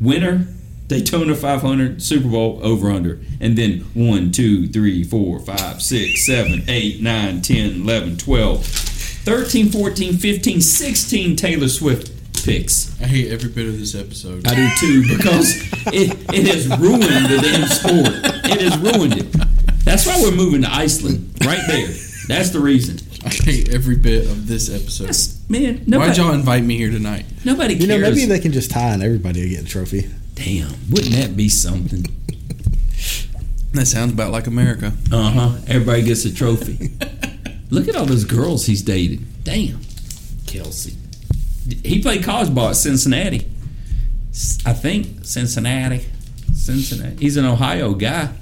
S2: Winner, Daytona 500, Super Bowl, over under. And then one, two, three, four, five, six, seven, eight, nine, ten, eleven, twelve, thirteen, fourteen, fifteen, sixteen Taylor Swift picks.
S1: I hate every bit of this episode.
S2: I do too because it, it has ruined the damn sport. It has ruined it. That's why we're moving to Iceland right there. That's the reason.
S1: I hate every bit of this episode.
S2: That's, man,
S1: Why'd
S2: nobody,
S1: y'all invite me here tonight?
S2: nobody
S3: You
S2: cares.
S3: know, maybe they can just tie and everybody will get a trophy.
S2: Damn, wouldn't that be something?
S1: That sounds about like America.
S2: Uh huh. Everybody gets a trophy. Look at all those girls he's dated. Damn, Kelsey. He played college ball at Cincinnati. S- I think Cincinnati. Cincinnati. He's an Ohio guy.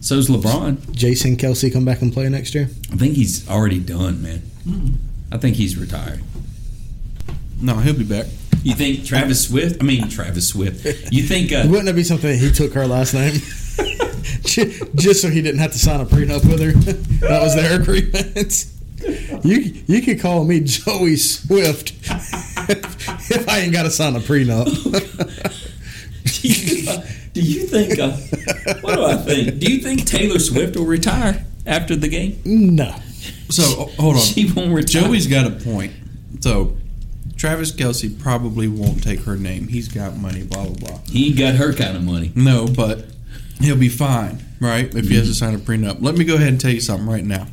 S2: So's LeBron.
S3: Jason Kelsey come back and play next year.
S2: I think he's already done, man. I think he's retired.
S1: No, he'll be back.
S2: You think Travis Swift? I mean Travis Swift. You think uh,
S3: Wouldn't that be something? That he took her last name. Ju- Just so he didn't have to sign a prenup with her. That was their agreement. You you could call me Joey Swift if I ain't got to sign a prenup.
S2: do you, do you think? Uh, what do I think? Do you think Taylor Swift will retire after the game?
S3: No,
S1: So oh, hold on.
S2: She won't retire.
S1: Joey's got a point. So Travis Kelsey probably won't take her name. He's got money. Blah blah blah.
S2: he ain't got her kind of money.
S1: No, but he'll be fine, right? If he has to sign a prenup. Let me go ahead and tell you something right now.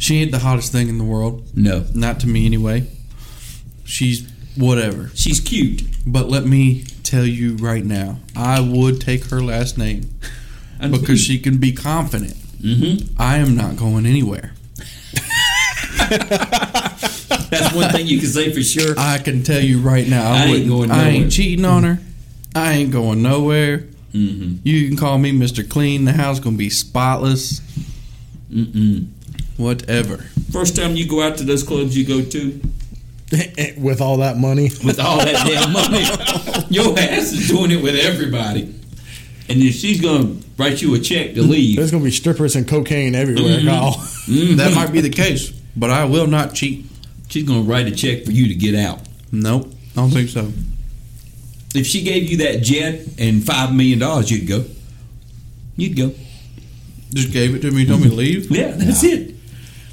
S1: She ain't the hottest thing in the world.
S2: No,
S1: Not to me, anyway. She's whatever.
S2: she's cute.
S1: But let me tell you right now, I would take her last name
S2: I do.
S1: because she can be confident.
S2: Mhm.
S1: I am not going anywhere.
S2: That's one thing you can say for sure.
S1: I can tell you right now, I,
S2: I ain't
S1: wouldn't-
S2: going
S1: I
S2: nowhere.
S1: ain't cheating on her. I ain't going nowhere.
S2: Mm-hmm.
S1: You can call me Mr. Clean. The house gonna be spotless.
S2: Mm-mm.
S1: Whatever.
S2: First time you go out to those clubs you go to
S3: with all that money,
S2: with all that damn money, your ass is doing it with everybody, and then she's gonna write you a check to leave.
S3: there's gonna be strippers and cocaine everywhere.
S2: Mm-hmm.
S3: Kyle.
S1: That might be the case, but I will not cheat.
S2: She's gonna write a check for you to get out.
S1: Nope. I don't think so.
S2: If she gave you that jet and five million dollars, you'd go. You'd go.
S1: Just gave it to me. Told me to leave.
S2: Yeah, that's it.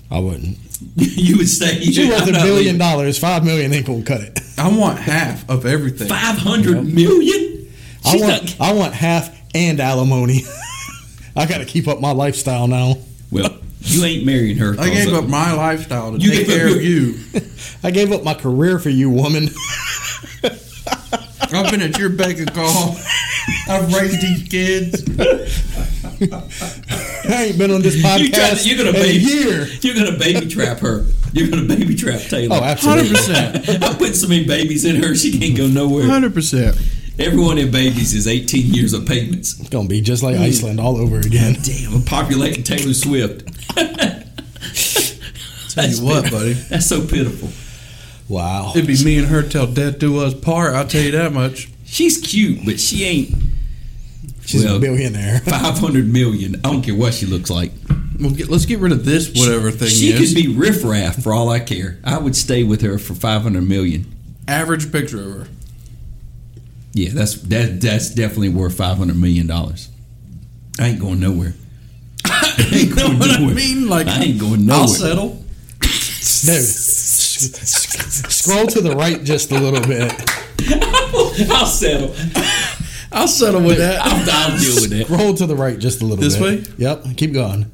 S3: I wouldn't.
S2: you would say you
S3: She worth a billion dollars. Five million ain't gonna cut it.
S1: I want half of everything.
S2: Five hundred million.
S3: I
S2: She's
S3: want
S2: not-
S3: I want half and alimony. I got to keep up my lifestyle now.
S2: Well, you ain't marrying her.
S1: I gave up my lifestyle to
S2: You
S1: take
S2: gave up
S1: care
S2: your-
S1: of you.
S3: I gave up my career for you, woman.
S1: I've been at your beck and call. I've raised these kids.
S3: I ain't been on this
S2: You tried,
S3: podcast
S2: you're gonna
S3: in a
S2: baby,
S3: year.
S2: you're gonna baby trap her. You're gonna baby trap Taylor.
S3: Oh, absolutely.
S1: 100%.
S2: I put so many babies in her, she can't go nowhere.
S1: 100%.
S2: Everyone in babies is 18 years of payments.
S3: It's gonna be just like Iceland all over again.
S2: Damn, populating Taylor Swift.
S1: Tell you what, buddy.
S2: That's so pitiful.
S3: Wow.
S1: It'd be me and her till death do us part. I'll tell you that much.
S2: She's cute, but she ain't
S3: She's
S2: well-
S3: a billionaire.
S2: 500 million. I don't care what she looks like.
S1: We'll get, let's get rid of this whatever thing
S2: She
S1: is.
S2: could be riffraff for all I care. I would stay with her for 500 million.
S1: Average picture of her.
S2: Yeah, that's that. That's definitely worth 500 million dollars. I ain't going nowhere. I ain't
S1: You
S2: going
S1: know what I
S2: nowhere.
S1: mean? Like
S2: I ain't going nowhere.
S1: I'll settle.
S3: Dude, s- s- scroll to the right just a little bit.
S2: I'll settle.
S1: I'll settle with that.
S2: I'll, I'll deal with that.
S3: Roll to the right just a little
S1: This
S3: bit. way? Yep, keep going.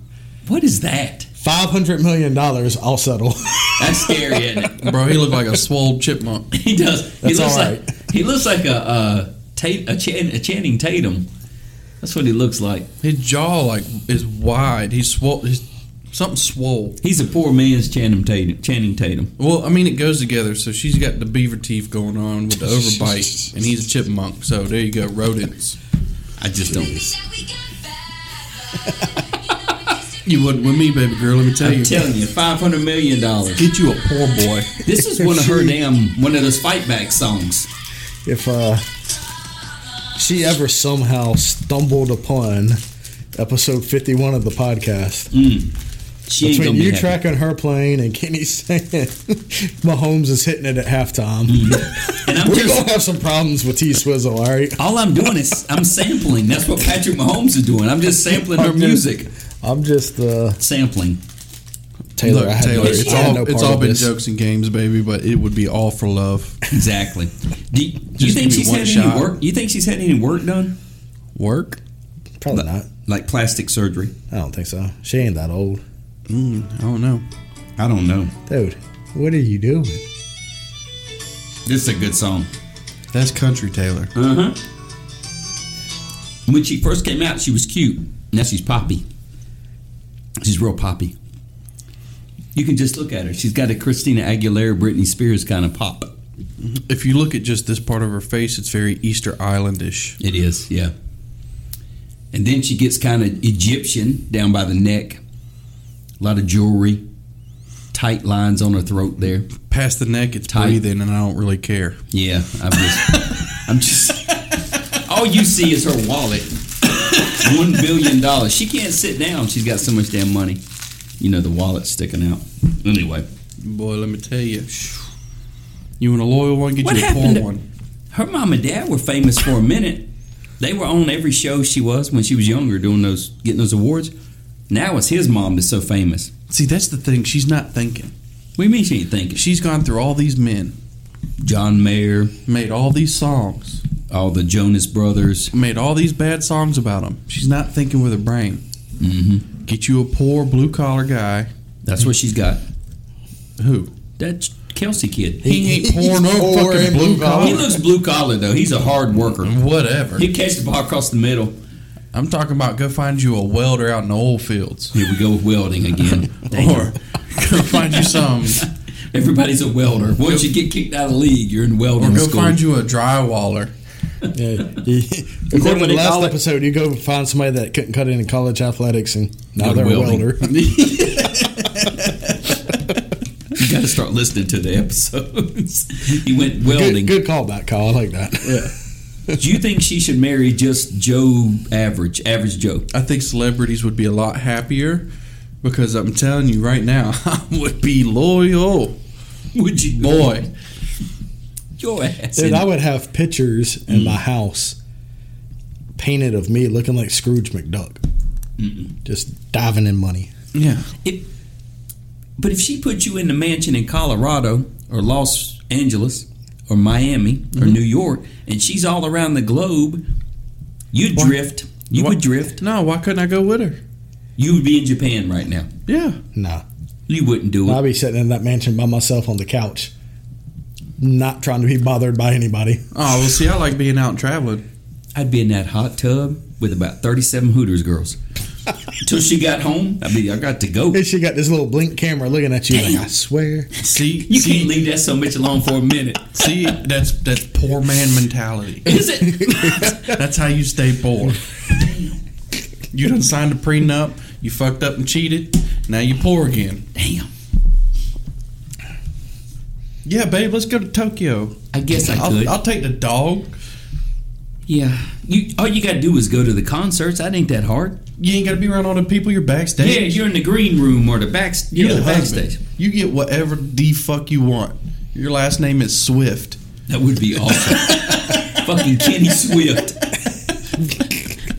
S2: What is that?
S3: $500 million, I'll settle.
S2: That's scary, isn't it?
S1: Bro, he looked like a swole chipmunk.
S2: He does. he
S3: That's
S2: looks
S3: all
S2: like he looks like a uh, Tate, a, Chan, a Channing Tatum. That's what he looks like.
S1: His jaw like is wide. He's swole. He's something swole.
S2: He's a poor man's Channing Tatum. Channing Tatum.
S1: Well, I mean, it goes together. So she's got the beaver teeth going on with the overbite, and he's a chipmunk. So there you go, rodents.
S2: I just don't.
S1: You wouldn't with me, baby girl. Let me tell
S2: I'm
S1: you.
S2: telling you, five hundred million dollars.
S1: Get you a poor boy.
S2: This is one of her damn one of those fight back songs.
S3: if uh, she ever somehow stumbled upon episode 51 of the podcast,
S2: She ain't
S3: between
S2: gonna be
S3: you
S2: happy.
S3: tracking her plane and Kenny saying Mahomes is hitting it at halftime,
S2: Mm-hmm. and I'm
S3: we're going
S2: just
S3: to have some problems with T Swizzle, all right?
S2: all I'm doing is I'm sampling. That's what Patrick Mahomes is doing. I'm just sampling her
S3: I'm just-
S2: music.
S3: I'm just uh,
S2: Sampling.
S3: Taylor. I
S1: Look,
S3: had
S1: Taylor,
S3: no,
S1: it's
S3: I had
S1: all
S3: no
S1: it's
S3: part
S1: all
S3: of
S1: been
S3: this.
S1: jokes and games, baby. But it would be all for love.
S2: Exactly. Do you, do you
S1: Just give
S2: think
S1: me
S2: she's
S1: one
S2: had
S1: shot.
S2: any work? You think she's had any work done?
S1: Work.
S3: Probably not.
S2: Like plastic surgery?
S3: I don't think so. She ain't that old.
S1: Mm, I don't know.
S2: I don't know.
S3: Dude, what are you doing?
S2: This is a good song.
S1: That's country, Taylor.
S2: Uh huh. Mm-hmm. When she first came out, she was cute. Now she's poppy. She's real poppy. You can just look at her. She's got a Christina Aguilera, Britney Spears kind of pop.
S1: If you look at just this part of her face, it's very Easter Islandish.
S2: It is, yeah. And then she gets kind of Egyptian down by the neck. A lot of jewelry, tight lines on her throat there.
S1: Past the neck, it's
S2: Tight.
S1: breathing, and I don't really care.
S2: Yeah, I'm just, I'm just. All you see is her wallet. One billion dollars. She can't sit down. She's got so much damn money. You know the wallet's sticking out. Anyway,
S1: Boy, let me tell you. You want a loyal one? Get
S2: What
S1: you a poor
S2: happened to-
S1: one.
S2: her mom and dad were famous for a minute. They were on every show she was when she was younger, doing those, getting those awards. Now it's his mom that's so famous.
S1: See, that's the thing. She's not thinking.
S2: What do you mean she ain't thinking?
S1: She's gone through all these men,
S2: John Mayer,
S1: made all these songs,
S2: all the Jonas Brothers.
S1: made all these bad songs about them. She's not thinking with her brain.
S2: hmm
S1: Get you a poor blue collar guy.
S2: That's what she's got.
S1: Who?
S2: That Kelsey kid.
S1: He ain't poor, no
S3: poor
S1: fucking
S3: and
S1: blue
S3: blue collar.
S2: He
S1: collar.
S2: looks blue collar though. He's a hard worker.
S1: Whatever.
S2: He catch the ball across the middle.
S1: I'm talking about go find you a welder out in the oil fields.
S2: Here we go with welding again. Damn.
S1: Or go find you some.
S2: Everybody's a welder. Once you get kicked out of the league, you're in
S1: Or
S2: welding
S1: go
S2: school.
S1: find you a drywaller.
S3: Yeah. According to
S2: what
S3: the
S2: they
S3: last
S2: call it?
S3: episode, you go find somebody that couldn't cut it in college athletics, and now
S2: Go to
S3: they're a
S2: welding.
S3: welder.
S2: You got to start listening to the episodes. he went
S3: good,
S2: welding.
S3: good callback, Kyle. I like that.
S2: Do you think she should marry just Joe Average, Average Joe?
S1: I think celebrities would be a lot happier because I'm telling you right now, I would be loyal.
S2: Would you,
S1: Boy,
S2: Your ass.
S3: Dude,
S2: in-
S3: I would have pictures in my house painted of me looking like Scrooge McDuck, just diving in money.
S1: yeah.
S2: If- but if she put you in the mansion in Colorado or Los Angeles or Miami or
S1: Mm-hmm.
S2: New York, and she's all around the globe, you'd drift. You would drift.
S1: No, why couldn't I go with her?
S2: You would be in Japan right now.
S1: Yeah.
S3: Nah,
S2: You wouldn't do
S3: I'd
S2: it.
S3: be sitting in that mansion by myself on the couch, not trying to be bothered by anybody.
S1: Oh well, see, I like being out and traveling.
S2: I'd be in that hot tub with about thirty-seven Hooters girls. Till she got home, I mean, I got to go.
S3: And she got this little blink camera looking at you. Like,
S2: Damn.
S3: I swear.
S1: See,
S2: You
S1: see,
S2: can't leave that so much alone for a minute.
S1: see, that's that's poor man mentality.
S2: Is it?
S1: That's how you stay poor. You done signed a prenup. You fucked up and cheated. Now you poor again.
S2: Damn.
S1: Yeah, babe, let's go to Tokyo.
S2: I guess I could.
S1: I'll, I'll take the dog.
S2: yeah. You all you gotta do is go to the concerts. That ain't that hard.
S1: You ain't got to be around all the people. You're backstage.
S2: Yeah, you're in the green room or the back. You're
S1: You're
S2: the
S1: the husband.
S2: backstage.
S1: You get whatever the fuck you want. Your last name is Swift.
S2: That would be awesome. Fucking Kenny Swift.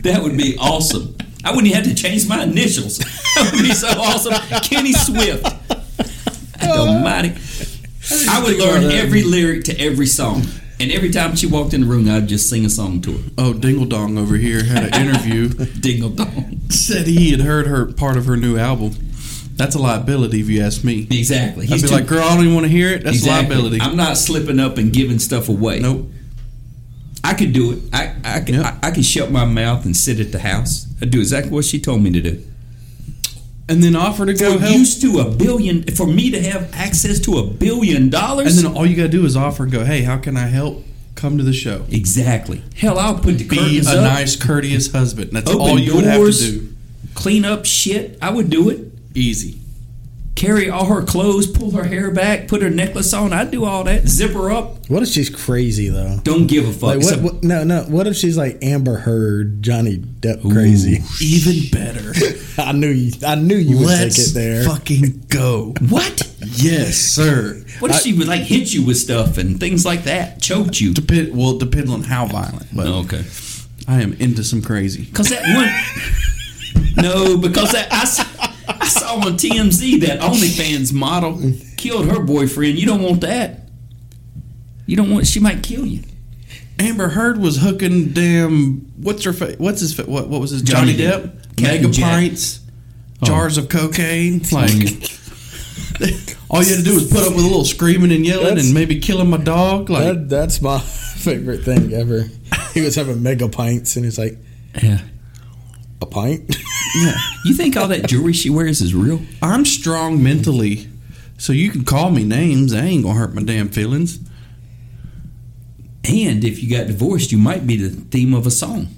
S2: That would be awesome. I wouldn't even have to change my initials. That would be so awesome. Kenny Swift.
S1: Uh-huh.
S2: Almighty. I would learn every lyric to every song. And every time she walked in the room, I'd just sing a song to her.
S1: Oh, Dingle Dong over here had an interview.
S2: Dingle dong.
S1: Said he had heard her part of her new album. That's a liability if you ask me.
S2: Exactly.
S1: I'd be
S2: too-
S1: like, girl, I don't even want to hear it. That's
S2: Exactly.
S1: a liability.
S2: I'm not slipping up and giving stuff away.
S1: nope.
S2: I could do it. I I can,
S1: Yeah.
S2: I, I can shut my mouth and sit at the house. I do exactly what she told me to do.
S1: And then offer to go
S2: For
S1: help.
S2: used to a billion, for me to have access to a billion
S1: and
S2: dollars.
S1: then all you gotta do is offer and go, hey, how can I help? Come to the show.
S2: exactly. Hell, I'll put the
S1: Be
S2: curtains
S1: a
S2: up,
S1: nice, courteous husband. That's
S2: open
S1: all you
S2: doors,
S1: would have to do.
S2: clean up shit. I would do it.
S1: Easy.
S2: Carry all her clothes, pull her hair back, put her necklace on. I'd do all that. Zip her up.
S3: What if she's crazy though?
S2: Don't give a fuck.
S3: Like
S2: It's
S3: what,
S2: a-
S3: what? No, no. What if she's like Amber Heard, Johnny Depp, crazy?
S1: Even better.
S3: I knew you. I knew you would
S1: Let's
S3: take it there.
S1: fucking go.
S2: what?
S1: Yes, sir.
S2: What if she would like hit you with stuff and things like that? Choked you?
S1: Depend, well, depends on how violent, but
S2: Okay.
S1: I am into some crazy.
S2: Cause that one. no, because that I, s- I saw on TMZ that OnlyFans model killed her boyfriend. You don't want that. You don't want. She might kill you.
S1: Amber Heard was hooking damn what's her fa- what's his fa- what what was his
S2: Johnny
S1: Johnny,
S2: Depp.
S1: Depp,
S2: Captain
S1: mega
S2: Jack.
S1: pints, jars of cocaine. Like
S2: Like,
S1: all you had to do was put up with a little screaming and yelling
S3: That's-
S1: and maybe killing my dog. Like
S3: That, that's my favorite thing ever. He was having mega pints, and he's like,
S2: yeah.
S3: a pint.
S2: You think all that jewelry she wears is real?
S1: I'm strong mentally, so you can call me names. I ain't gonna hurt my damn feelings.
S2: And if you got divorced, you might be the theme of a song.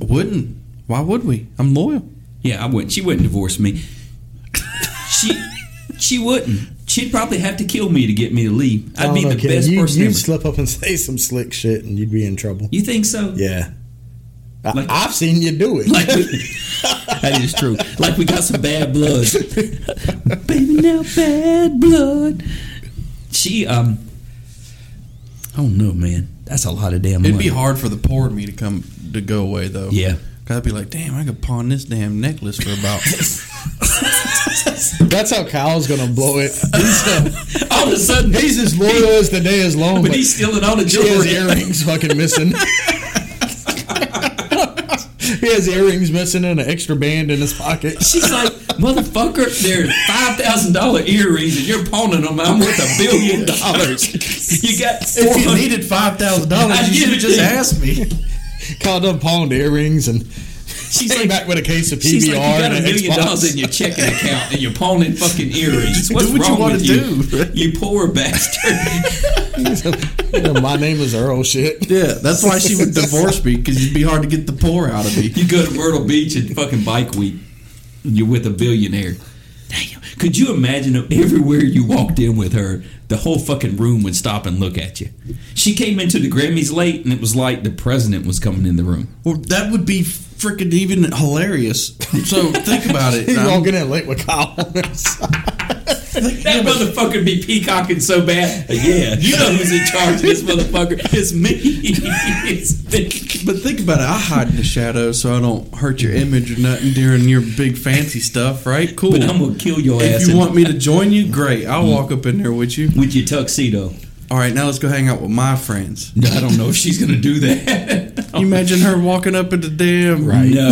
S1: I wouldn't. Why would we? I'm loyal.
S2: Yeah, I wouldn't. She wouldn't divorce me. She she wouldn't. She'd probably have to kill me to get me to leave. I'd
S3: Oh,
S2: be
S3: no
S2: the
S3: kidding.
S2: best
S3: you,
S2: person
S3: You'd
S2: ever.
S3: slip up and say some slick shit, and you'd be in trouble.
S2: you think so?
S3: Yeah, I,
S2: Like-
S3: I've seen you do it.
S2: Like we, that is true. Like we got some bad blood, baby. Now bad blood. She um. Oh no, man. That's a lot of damn
S1: It'd
S2: money.
S1: be hard for the poor of me to come to go away though.
S2: Yeah.
S1: i I'd be like, damn, I could pawn this damn necklace for about.
S3: That's how Kyle's gonna blow it. He's, uh,
S2: All of a sudden,
S3: he's as loyal as the day is long,
S2: but
S3: but
S2: he's stealing all the
S3: he has
S2: jewelry.
S3: earrings fucking missing. he has earrings missing and an extra band in his pocket.
S2: She's like, motherfucker, they're five thousand dollar earrings, and you're pawning them. I'm worth a billion dollars. You got four
S1: if you
S2: hundred.
S1: needed five thousand
S2: I
S1: dollars, you
S2: get
S1: should
S2: it.
S1: have just asked me.
S3: Kyle done pawned earrings and
S2: She's
S3: came
S2: like,
S3: back with a case of PBR
S2: she's like, you got
S3: and
S2: a
S3: an
S2: million
S3: Xbox.
S2: dollars in your checking account, and you're pawning fucking earrings.
S1: Do
S2: What's
S1: what you
S2: wrong
S1: wanna
S2: with
S1: do.
S2: you? You poor bastard.
S3: My name is Earl. Shit.
S1: Yeah, that's why she would divorce me because it'd be hard to get the poor out of me.
S2: You go to Myrtle Beach and fucking bike week. and You're with a billionaire. Damn. Could you imagine if everywhere you walked in with her, the whole fucking room would stop and look at you? She came into the Grammys late and it was like the president was coming in the room.
S1: Well, that would be freaking even hilarious. So think about it.
S3: He's
S1: Now,
S3: walking in late with Kyle. on his side.
S2: That motherfucker be peacocking so bad. Yeah, you know who's in charge of this motherfucker. It's me. It's me.
S1: but think about it. I hide in the shadows so I don't hurt your image or nothing during your big fancy stuff, right? Cool.
S2: But I'm going to kill your ass Mm-hmm.
S1: If you
S2: in-
S1: want me to join you, great. I'll walk up in there with you.
S2: with your tuxedo.
S1: All right, now let's go hang out with my friends.
S2: No, I don't know if she's going to do that.
S1: You imagine her walking up in the damn
S3: Right.
S2: No,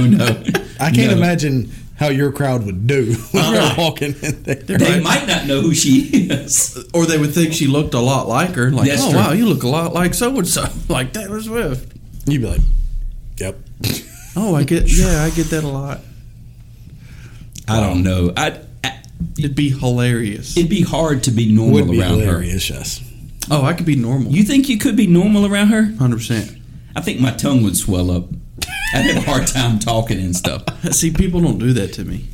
S2: no, no, no, no.
S3: I can't
S2: No.
S3: imagine how your crowd would do when you're
S2: Uh-huh.
S3: walking in there.
S2: They
S1: Right.
S2: might not know who she is.
S1: or they would think she looked a lot like her. Like,
S2: That's
S1: oh
S2: true.
S1: wow, you look a lot like so and so, like Taylor Swift.
S3: You'd be like, "Yep."
S1: Oh, I get. Yeah, I get that a lot.
S2: I don't know. I, I
S1: It'd be hilarious.
S2: it'd be hard to be normal
S3: Would be
S2: around
S3: hilarious, yes.
S1: Oh, I could be normal.
S2: her. You think you could be normal around her?
S1: Hundred percent.
S2: I think my tongue would swell up. I'd have a hard time talking and stuff.
S1: See, people don't do that to me.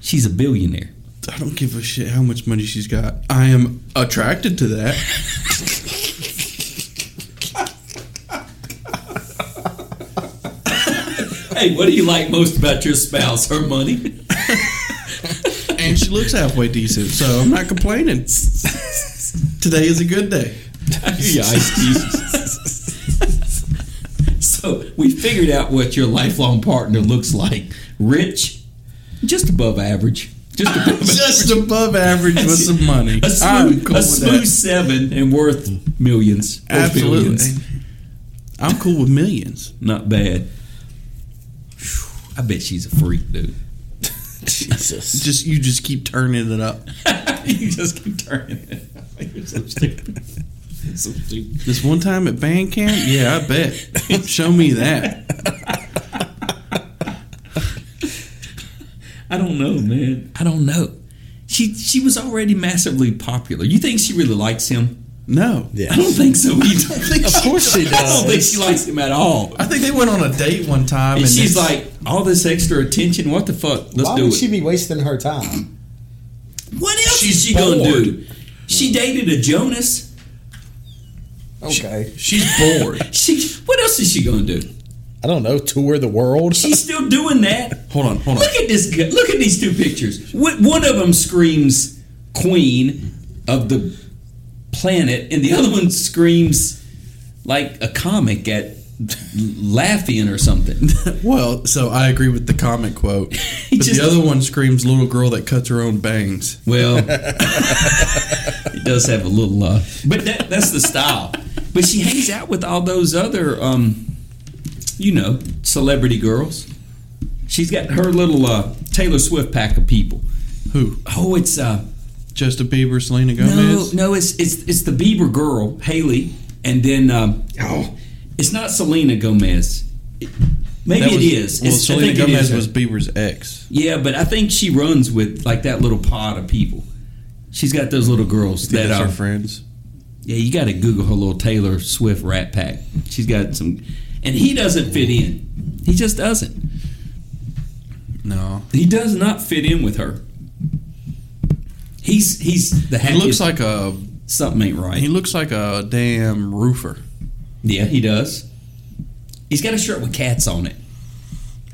S2: She's a billionaire.
S1: I don't give a shit how much money she's got. I am attracted to that.
S2: Hey, what do you like most about your spouse? Her money?
S1: and she looks halfway decent, so I'm not complaining. Today is a good day.
S2: yeah, so we figured out what your lifelong partner looks like. Rich, just above average. Just above
S1: Just above average with some money.
S2: A smooth,
S1: I'm cool
S2: a
S1: with
S2: smooth
S1: that.
S2: seven and worth millions. or
S1: Absolutely.
S2: billions.
S1: I'm cool with millions.
S2: Not bad. Whew, I bet she's a freak, dude.
S3: Jesus.
S1: Just you just keep turning it up.
S2: you just keep turning it. You're so stupid. so stupid.
S1: This one time at band camp, yeah, I bet. Show me that.
S2: I don't know, man. I don't know. She she was already massively popular. You think she really likes him?
S1: No.
S2: I don't
S3: Yes.
S2: think so. Either. I think
S3: Of course she
S2: I don't think
S3: does.
S2: she likes him at all.
S1: I think they went on a date one time,
S2: And
S1: and
S2: she's
S1: this-
S2: like, all this extra attention. What the fuck? Let's
S5: Why
S2: do
S5: would
S2: it.
S5: she be wasting her time?
S2: what else is
S1: She's
S2: she gonna
S1: bored.
S2: do? She dated a Jonas.
S5: Okay.
S1: she's bored.
S2: She. What else is she gonna do?
S3: I don't know. Tour the world.
S2: She's still doing that.
S1: hold on, hold on.
S2: Look at this. gu- Look at these two pictures. Wh- One of them screams queen of the planet, and the other one screams like a comic at Laughing or something.
S1: Well, so I agree with the comic quote, but
S2: just-
S1: the other one screams "little girl that cuts her own bangs."
S2: Well, it does have a little, uh, but that, that's the style. But she hangs out with all those other, um, you know, celebrity girls. She's got her little uh, Taylor Swift pack of people.
S1: Who?
S2: Oh, it's uh,
S1: Justin Bieber, Selena
S2: No,
S1: Gomez.
S2: no, it's it's it's the Bieber girl, Haley, and then um, oh, it's not Selena Gomez. It- Maybe
S1: That was-
S2: it is.
S1: Well,
S2: It's- I
S1: Selena
S2: think it
S1: Gomez
S2: is.
S1: was Bieber's ex.
S2: Yeah, but I think she runs with like that little pod of people. She's got those little girls that um,
S1: That's
S2: are.
S1: her friends.
S2: Yeah, you got to Google her little Taylor Swift Rat Pack. She's got some, and he doesn't fit in. He just doesn't.
S1: No,
S2: He does not fit in with her. He's he's the
S1: he looks
S2: happiest.
S1: like a
S2: something ain't right.
S1: he looks like a damn roofer.
S2: Yeah, he does. He's got a shirt with cats on it.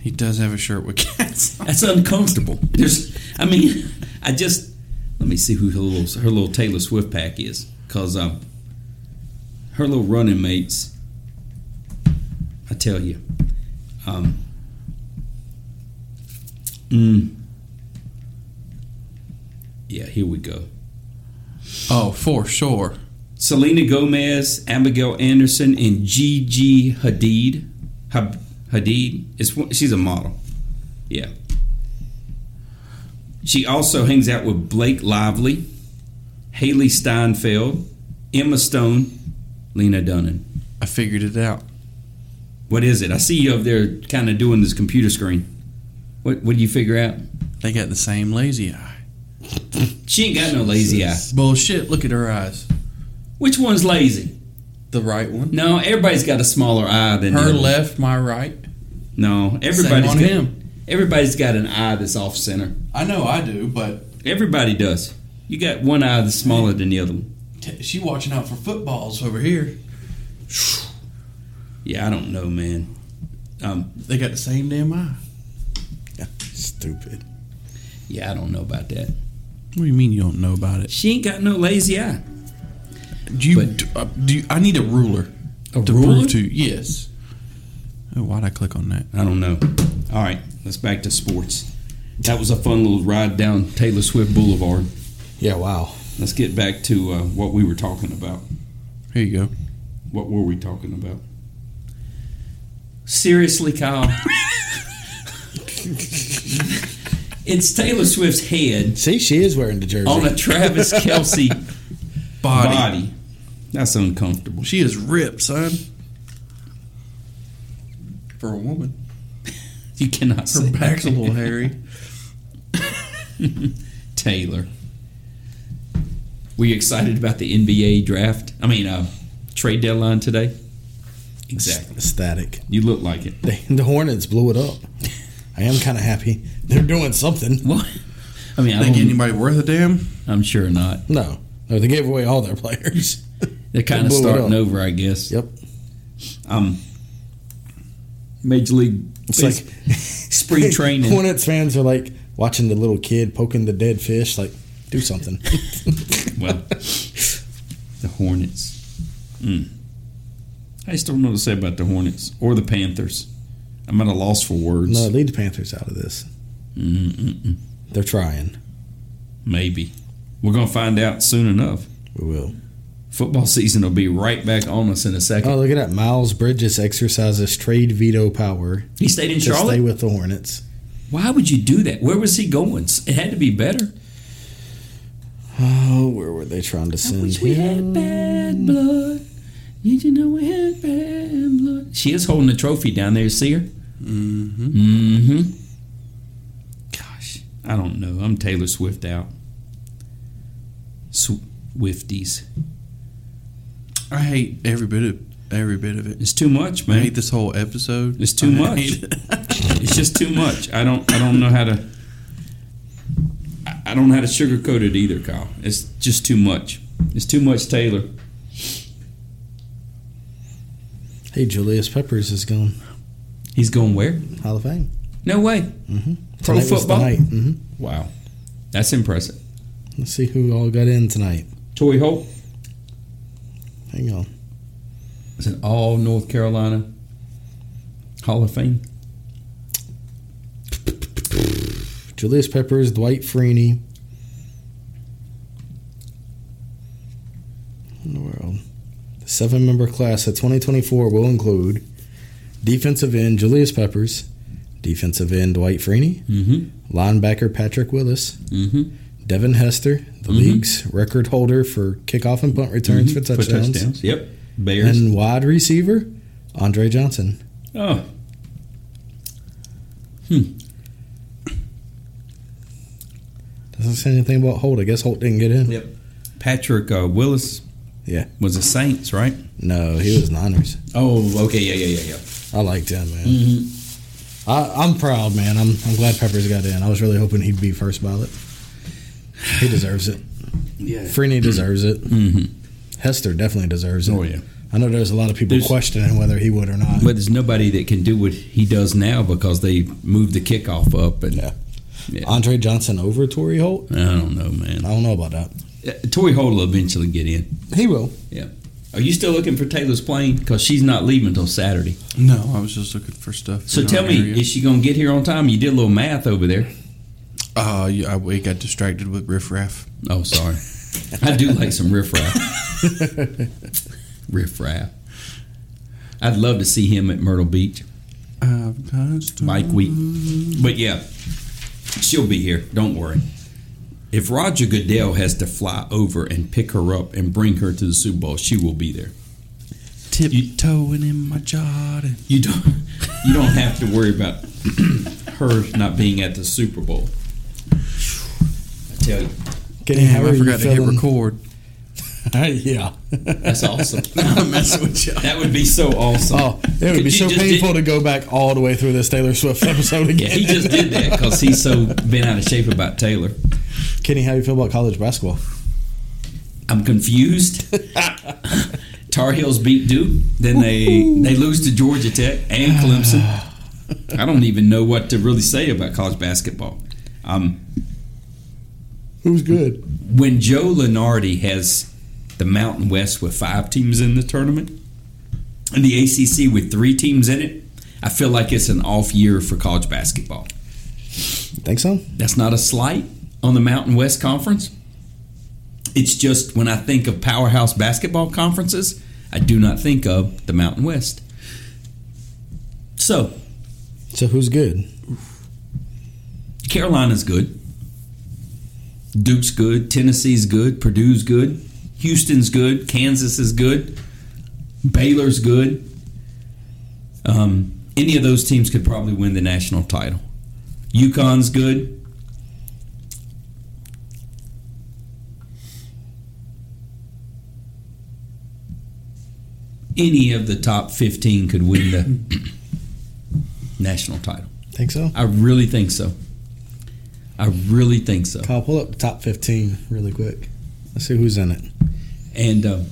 S1: He does have a shirt with cats.
S2: That's uncomfortable. There's, I mean, I just let me see who her little, her little Taylor Swift pack is, cause um, her little running mates. I tell you, um, mm, yeah, here we go.
S1: oh, for sure.
S2: Selena Gomez, Abigail Anderson, and Gigi Hadid. Hab- Hadid is one- she's a model. Yeah. She also hangs out with Blake Lively, Haley Steinfeld, Emma Stone, Lena Dunham.
S1: I figured it out.
S2: What is it? I see you over there kind of doing this computer screen. What what do you figure out?
S1: They got the same lazy eye.
S2: She ain't got no lazy eye.
S1: Bullshit. Look at her eyes.
S2: Which one's lazy?
S1: The right one.
S2: No, everybody's got a smaller eye than the
S1: Her
S2: other one.
S1: left, my right.
S2: No, everybody's
S1: on
S2: got,
S1: him.
S2: Everybody's got an eye that's off center.
S1: I know I do, but
S2: Everybody does. You got one eye that's smaller than the other one.
S1: t- she watching out for footballs over here.
S2: Yeah, I don't know, man. Um,
S1: They got the same damn eye.
S3: Stupid.
S2: yeah, I don't know about that.
S1: What do you mean you don't know about it?
S2: She ain't got no lazy eye.
S1: Do you?
S2: But-
S1: do, uh, do you, I need a ruler
S2: A
S1: to
S2: ruler?
S1: prove Oh, to? Yes. Oh, why'd I click on that?
S2: I don't know. All right, let's back to sports. That was a fun little ride down Taylor Swift Boulevard.
S3: Yeah, wow.
S2: Let's get back to uh, what we were talking about.
S1: Here you go.
S2: What were we talking about? Seriously, Kyle. it's Taylor Swift's head
S3: See, she is wearing the jersey.
S2: on a Travis Kelsey
S1: Body.
S2: body. That's uncomfortable.
S1: She is ripped, son. For a woman.
S2: You cannot say
S1: Her
S2: that.
S1: back's a little hairy.
S2: Taylor. Were you excited about the NBA draft? I mean, uh, trade deadline today? Exactly.
S3: Static.
S2: You look like it.
S3: The, the Hornets blew it up. I am kind of happy. They're doing something.
S2: Well, I mean, I
S1: Think
S2: don't-
S1: anybody worth a damn?
S2: I'm sure not.
S3: No. No, they gave away all their players.
S2: They're kind of
S3: blew it
S2: starting
S3: up.
S2: over, I guess.
S3: Yep.
S2: Um, Major League
S3: It's
S2: Base-
S3: like
S2: spring training.
S3: Hornets fans are like watching the little kid poking the dead fish. Like, do something.
S2: well, the Hornets. Mm. I just don't know what to say about the Hornets or the Panthers. I'm at a loss for words.
S3: no, lead the Panthers out of this.
S2: Mm-mm-mm.
S3: They're trying.
S2: Maybe. We're going to find out soon enough.
S3: We will.
S2: Football season will be right back on us in a second.
S3: Oh, look at that. Miles Bridges exercises trade veto power
S2: he stayed in
S3: to
S2: Charlotte.
S3: stay with the Hornets.
S2: Why would you do that? Where was he going? It had to be better.
S3: Oh, where were they trying to send
S2: Wish we had
S3: him?
S2: bad blood. Did you know we had bad blood? She is holding the trophy down there. See her? Mm-hmm. Mm-hmm. Gosh, I don't know. I'm Taylor Swift out. Swifties.
S1: I hate every bit of every bit of it.
S2: It's too much,
S1: I
S2: man.
S1: hate this whole episode.
S2: It's too
S1: I
S2: much.
S1: hate it.
S2: It's just too much. I don't. I don't know how to. I- I don't know how to sugarcoat it either, Kyle. It's just too much. It's too much, Taylor.
S3: Hey, Julius Peppers is going
S2: He's going where?
S3: Hall of Fame.
S2: No way. Pro
S3: Mm-hmm. Tonight was the
S2: football?
S3: night. Mhm.
S2: Wow, that's impressive.
S3: Let's see who all got in tonight.
S2: Toy Hope
S3: Hang on.
S2: is an all North Carolina Hall of Fame.
S3: Julius Peppers, Dwight Freeney. In the world. The seven member class of 2024 will include defensive end Julius Peppers, defensive end Dwight Freeney,
S2: Mm-hmm.
S3: linebacker Patrick Willis,
S2: Mm-hmm.
S3: Devin Hester, the league's record holder for kickoff and punt returns
S2: Mm-hmm.
S3: for touchdowns,
S2: Yep. Bears.
S3: and wide receiver Andre Johnson.
S2: oh. Hmm.
S3: Doesn't say anything about Holt. I guess Holt didn't get in.
S2: Yep. Patrick uh, Willis.
S3: Yeah.
S2: Was a Saints, right?
S3: No, he was Niners.
S2: Oh, okay. Yeah, yeah, yeah, yeah.
S3: I liked him, man.
S2: Mm-hmm.
S3: I, I'm proud, man. I'm, I'm glad Peppers got in. I was really hoping he'd be first ballot. He deserves it.
S2: Yeah.
S3: Freeney deserves it.
S2: Mm-hmm.
S3: Hester definitely deserves it.
S2: Oh, yeah.
S3: I know there's a lot of people
S2: There's-
S3: questioning whether he would or not.
S2: But there's nobody that can do what he does now because they moved the kickoff up, and
S3: Yeah. Andre Johnson over Tory Holt?
S2: I don't know,
S3: I
S2: man.
S3: don't know about that.
S2: Uh, Tory Holt will eventually get in.
S3: He will.
S2: Are you still looking for Taylor's plane? Because she's not leaving until Saturday.
S1: No, I was just looking for stuff.
S2: So
S1: in
S2: tell
S1: our
S2: me,
S1: area.
S2: is she gonna get here on time? You did a little math over there.
S1: Uh, yeah, I, we got distracted with riffraff.
S2: Oh, sorry. I do like some riffraff. riffraff. I'd love to see him at Myrtle Beach
S1: I've touched
S2: bike week, but yeah, she'll be here. Don't worry. If Roger Goodell has to fly over and pick her up and bring her to the Super Bowl, she will be there.
S1: tiptoeing in my Jordan.
S2: You don't you don't have to worry about her not being at the Super Bowl. I tell you,
S3: Kenny,
S1: Damn,
S3: how are
S1: I
S3: you
S1: forgot to hit
S3: feeling?
S1: record.
S3: yeah.
S2: that's awesome.
S1: I'm messing with you.
S2: That would be so awesome.
S3: Oh, it would be
S2: You
S3: so
S2: just
S3: painful
S2: did-
S3: to go back all the way through this Taylor Swift episode
S2: yeah,
S3: again.
S2: he just did that because he's so been out of shape about Taylor.
S3: Kenny, how you feel about college basketball?
S2: I'm confused. Tar Heels beat Duke, then they they lose to Georgia Tech and Clemson. I don't even know what to really say about college basketball. Um,
S3: Who's good?
S2: when Joe Lenardi has the Mountain West with five teams in the tournament and the ACC with three teams in it, I feel like it's an off year for college basketball.
S3: Think so?
S2: That's not a slight on the Mountain West Conference. It's just when I think of powerhouse basketball conferences, I do not think of the Mountain West. So,
S3: So who's good?
S2: Carolina's good. Duke's good. Tennessee's good. Purdue's good. Houston's good. Kansas is good. Baylor's good. Um, any of those teams could probably win the national title. UConn's good. Any of the top 15 could win the national title.
S3: Think so?
S2: I really think so. I really think so.
S3: Kyle, pull up the top 15 really quick. Let's see who's in it.
S2: And um,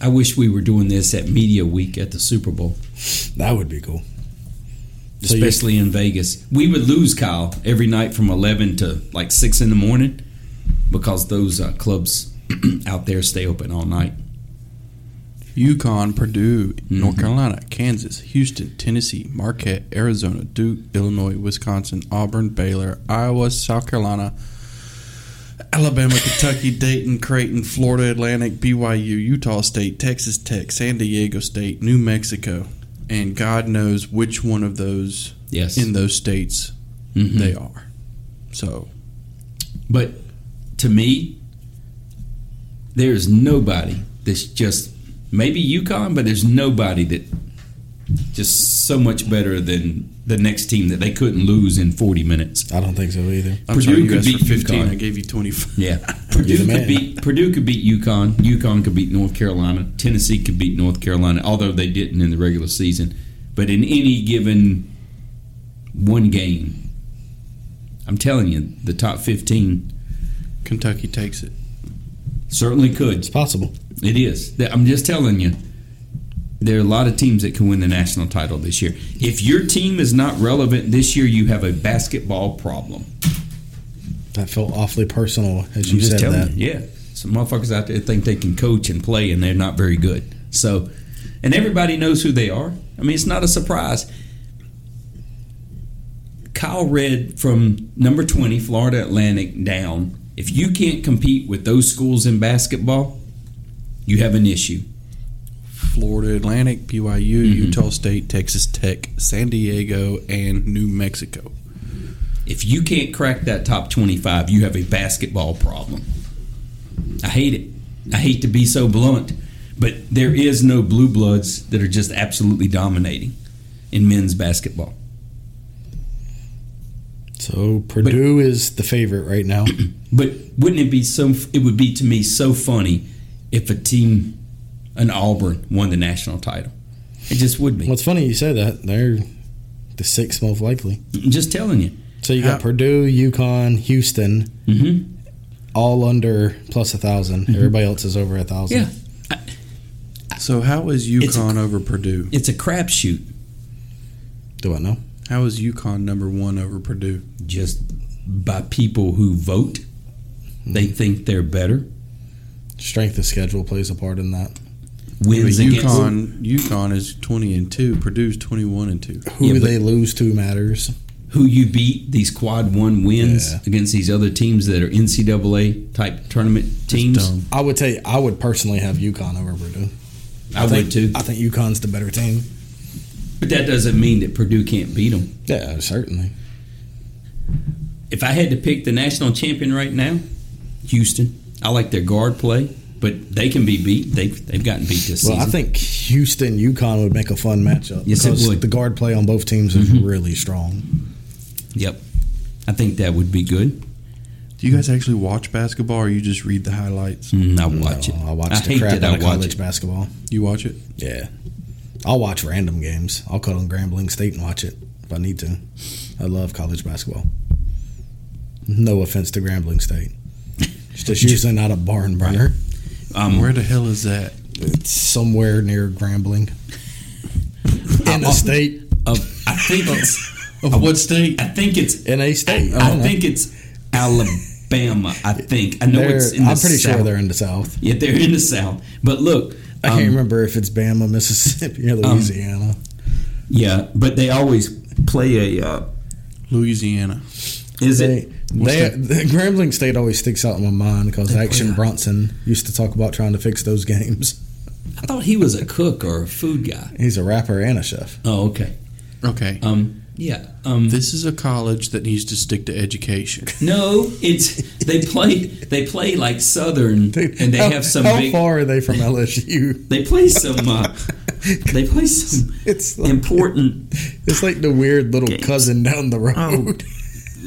S2: I wish we were doing this at Media Week at the Super Bowl,
S3: That would be cool. So you-
S2: especially in Vegas. We would lose Kyle every night from 11 to like 6 in the morning because those uh, clubs out there stay open all night.
S1: Yukon, Purdue,
S2: Mm-hmm.
S1: North Carolina, Kansas, Houston, Tennessee, Marquette, Arizona, Duke, Illinois, Wisconsin, Auburn, Baylor, Iowa, South Carolina, Alabama, Kentucky, Dayton, Creighton, Florida Atlantic, BYU, Utah State, Texas Tech, San Diego State, New Mexico, and God knows which one of those
S2: Yes.
S1: in those states
S2: Mhm.
S1: they are. So
S2: But to me, there's nobody that's just maybe UConn, but there's nobody that just so much better than the next team that they couldn't lose in 40 minutes.
S3: I don't think so either.
S1: I'm
S2: Purdue
S1: sorry, you
S2: could
S1: asked for
S2: beat
S1: 15.
S2: UConn.
S1: I gave you 25.
S2: Yeah,
S3: You're the
S2: Purdue
S3: man.
S2: could beat Purdue could beat UConn. UConn could beat North Carolina. Tennessee could beat North Carolina, although they didn't in the regular season. But in any given one game, I'm telling you, the top 15
S1: Kentucky takes it.
S2: certainly could.
S3: It's possible.
S2: It is. That- I'm just telling you. There are a lot of teams that can win the national title this year. If your team is not relevant this year, you have a basketball problem.
S3: That felt awfully personal as
S2: I'm
S3: you
S2: just
S3: said
S2: telling
S3: that.
S2: you. Yeah. Some motherfuckers out there think they can coach and play and they're not very good. So, and everybody knows who they are. I mean, it's not a surprise. Kyle read from number 20, Florida Atlantic, down. If you can't compete with those schools in basketball, you have an issue.
S1: Florida Atlantic, BYU,
S2: Mm-hmm.
S1: Utah State, Texas Tech, San Diego, and New Mexico.
S2: If you can't crack that top 25, you have a basketball problem. I hate it. I hate to be so blunt, but there is no blue bloods that are just absolutely dominating in men's basketball.
S3: So Purdue is the favorite right now.
S2: But wouldn't it be so it would be to me so funny if a team an Auburn won the national title. It just would be.
S3: What's funny you say that they're the sixth most likely.
S2: I'm just telling you.
S3: So you got
S1: How-
S3: Purdue, Yukon, Houston,
S1: Mm-hmm.
S2: Mhm.
S3: all under plus a 1000 Everybody else is over a thousand.
S2: Yeah.
S1: So how is
S2: It's a-
S1: UConn over Purdue?
S2: It's a crapshoot.
S3: Do I know?
S1: How is UConn number one over Purdue?
S2: just by people who vote. They
S1: Mm-hmm.
S2: think they're better.
S3: Strength of schedule plays a part in that.
S1: But
S2: Wins against
S1: UConn, UConn is twenty and two. Purdue's twenty one and two.
S3: Who
S2: Yeah, but-
S3: they lose to matters.
S2: who you beat. These quad one wins
S3: Yeah.
S2: against these other teams that are NCAA type tournament teams.
S1: Dumb.
S3: I would tell you, I would personally have UConn over Purdue.
S2: I,
S3: think,
S2: would too,
S3: I think UConn's the better team.
S2: but that doesn't mean that Purdue can't beat them.
S3: Yeah, certainly.
S2: If I had to pick the national champion right now, Houston. I like their guard play, but they can be beat. They've they've gotten beat this
S3: Well,
S2: season.
S3: I think Houston UConn would make a fun matchup.
S2: Yes, it would. Mm-hmm.
S3: The guard play on both teams is really strong.
S2: yep, I think that would be good.
S1: Do you guys actually watch basketball, or you just read the highlights?
S2: Mm, I watch
S3: No,
S2: it.
S3: Uh, I watch the
S2: hate
S3: crap
S2: that
S3: out
S2: I
S3: of
S2: watch
S3: college
S2: it.
S3: basketball.
S1: You watch it?
S3: Yeah, I'll watch random games. I'll cut on Grambling State and watch it if I need to. I love college basketball. No offense to Grambling State. It's just usually not a barn burner.
S2: Um,
S1: Where the hell is that?
S3: It's somewhere near Grambling. In a state.
S2: of- uh, I think it's
S1: Of what state?
S2: I think it's
S3: In a state. Uh-huh.
S2: I,
S3: don't know.
S2: think it's Alabama. I think I know
S3: They're-
S2: it's in the
S3: I'm pretty
S2: south.
S3: sure they're in the south.
S2: Yeah, they're in the south. But look,
S3: I can't
S2: um,
S3: remember if it's Bama, Mississippi, or Louisiana.
S2: Yeah, but they always play a. Uh,
S1: Louisiana.
S2: is
S3: they,
S2: it?
S3: they, the Grambling State always sticks out in my mind because Action Bronson used to talk about trying to fix those games.
S2: I thought he was a cook or a food guy.
S3: He's a rapper and a chef.
S2: Oh, okay.
S1: Okay.
S2: Um, yeah. Um,
S1: This is a college that needs to stick to education.
S2: no, it's they play. They play like Southern, and they
S3: how,
S2: have some
S3: How
S2: big.
S3: far are they from LSU?
S2: They play some. Uh, They play some
S3: It's like,
S2: important.
S3: it's like the weird little cousin down the road.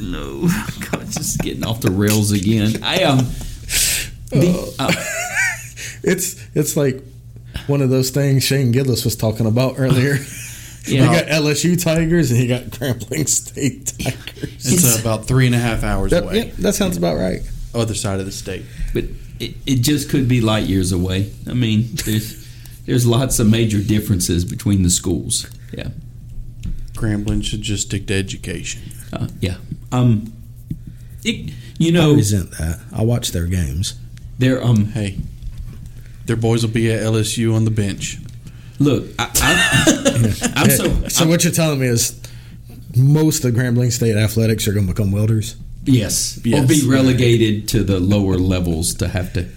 S2: Oh. No, God, just getting off the rails again. I um, am. the, uh,
S3: It's it's like one of those things Shane Gillis was talking about earlier.
S2: yeah.
S3: You got LSU Tigers and you got Grambling State Tigers.
S1: It's uh, about three and a half hours
S3: That,
S1: away,
S3: yeah, that sounds about right.
S1: other side of the state.
S2: but it, it just could be light years away. I mean, there's there's lots of major differences between the schools. Yeah,
S1: Grambling should just stick to education.
S2: uh, yeah. Um, it, you know,
S5: resent that. I watch their games.
S2: there. Um,
S1: Hey, their boys will be at LSU on the bench.
S2: look, I, I, I'm so.
S3: So
S2: I'm-
S3: what you're telling me is most of Grambling State athletics are going to become welders.
S2: yes, or
S1: Yes.
S2: be relegated to the lower levels to have to.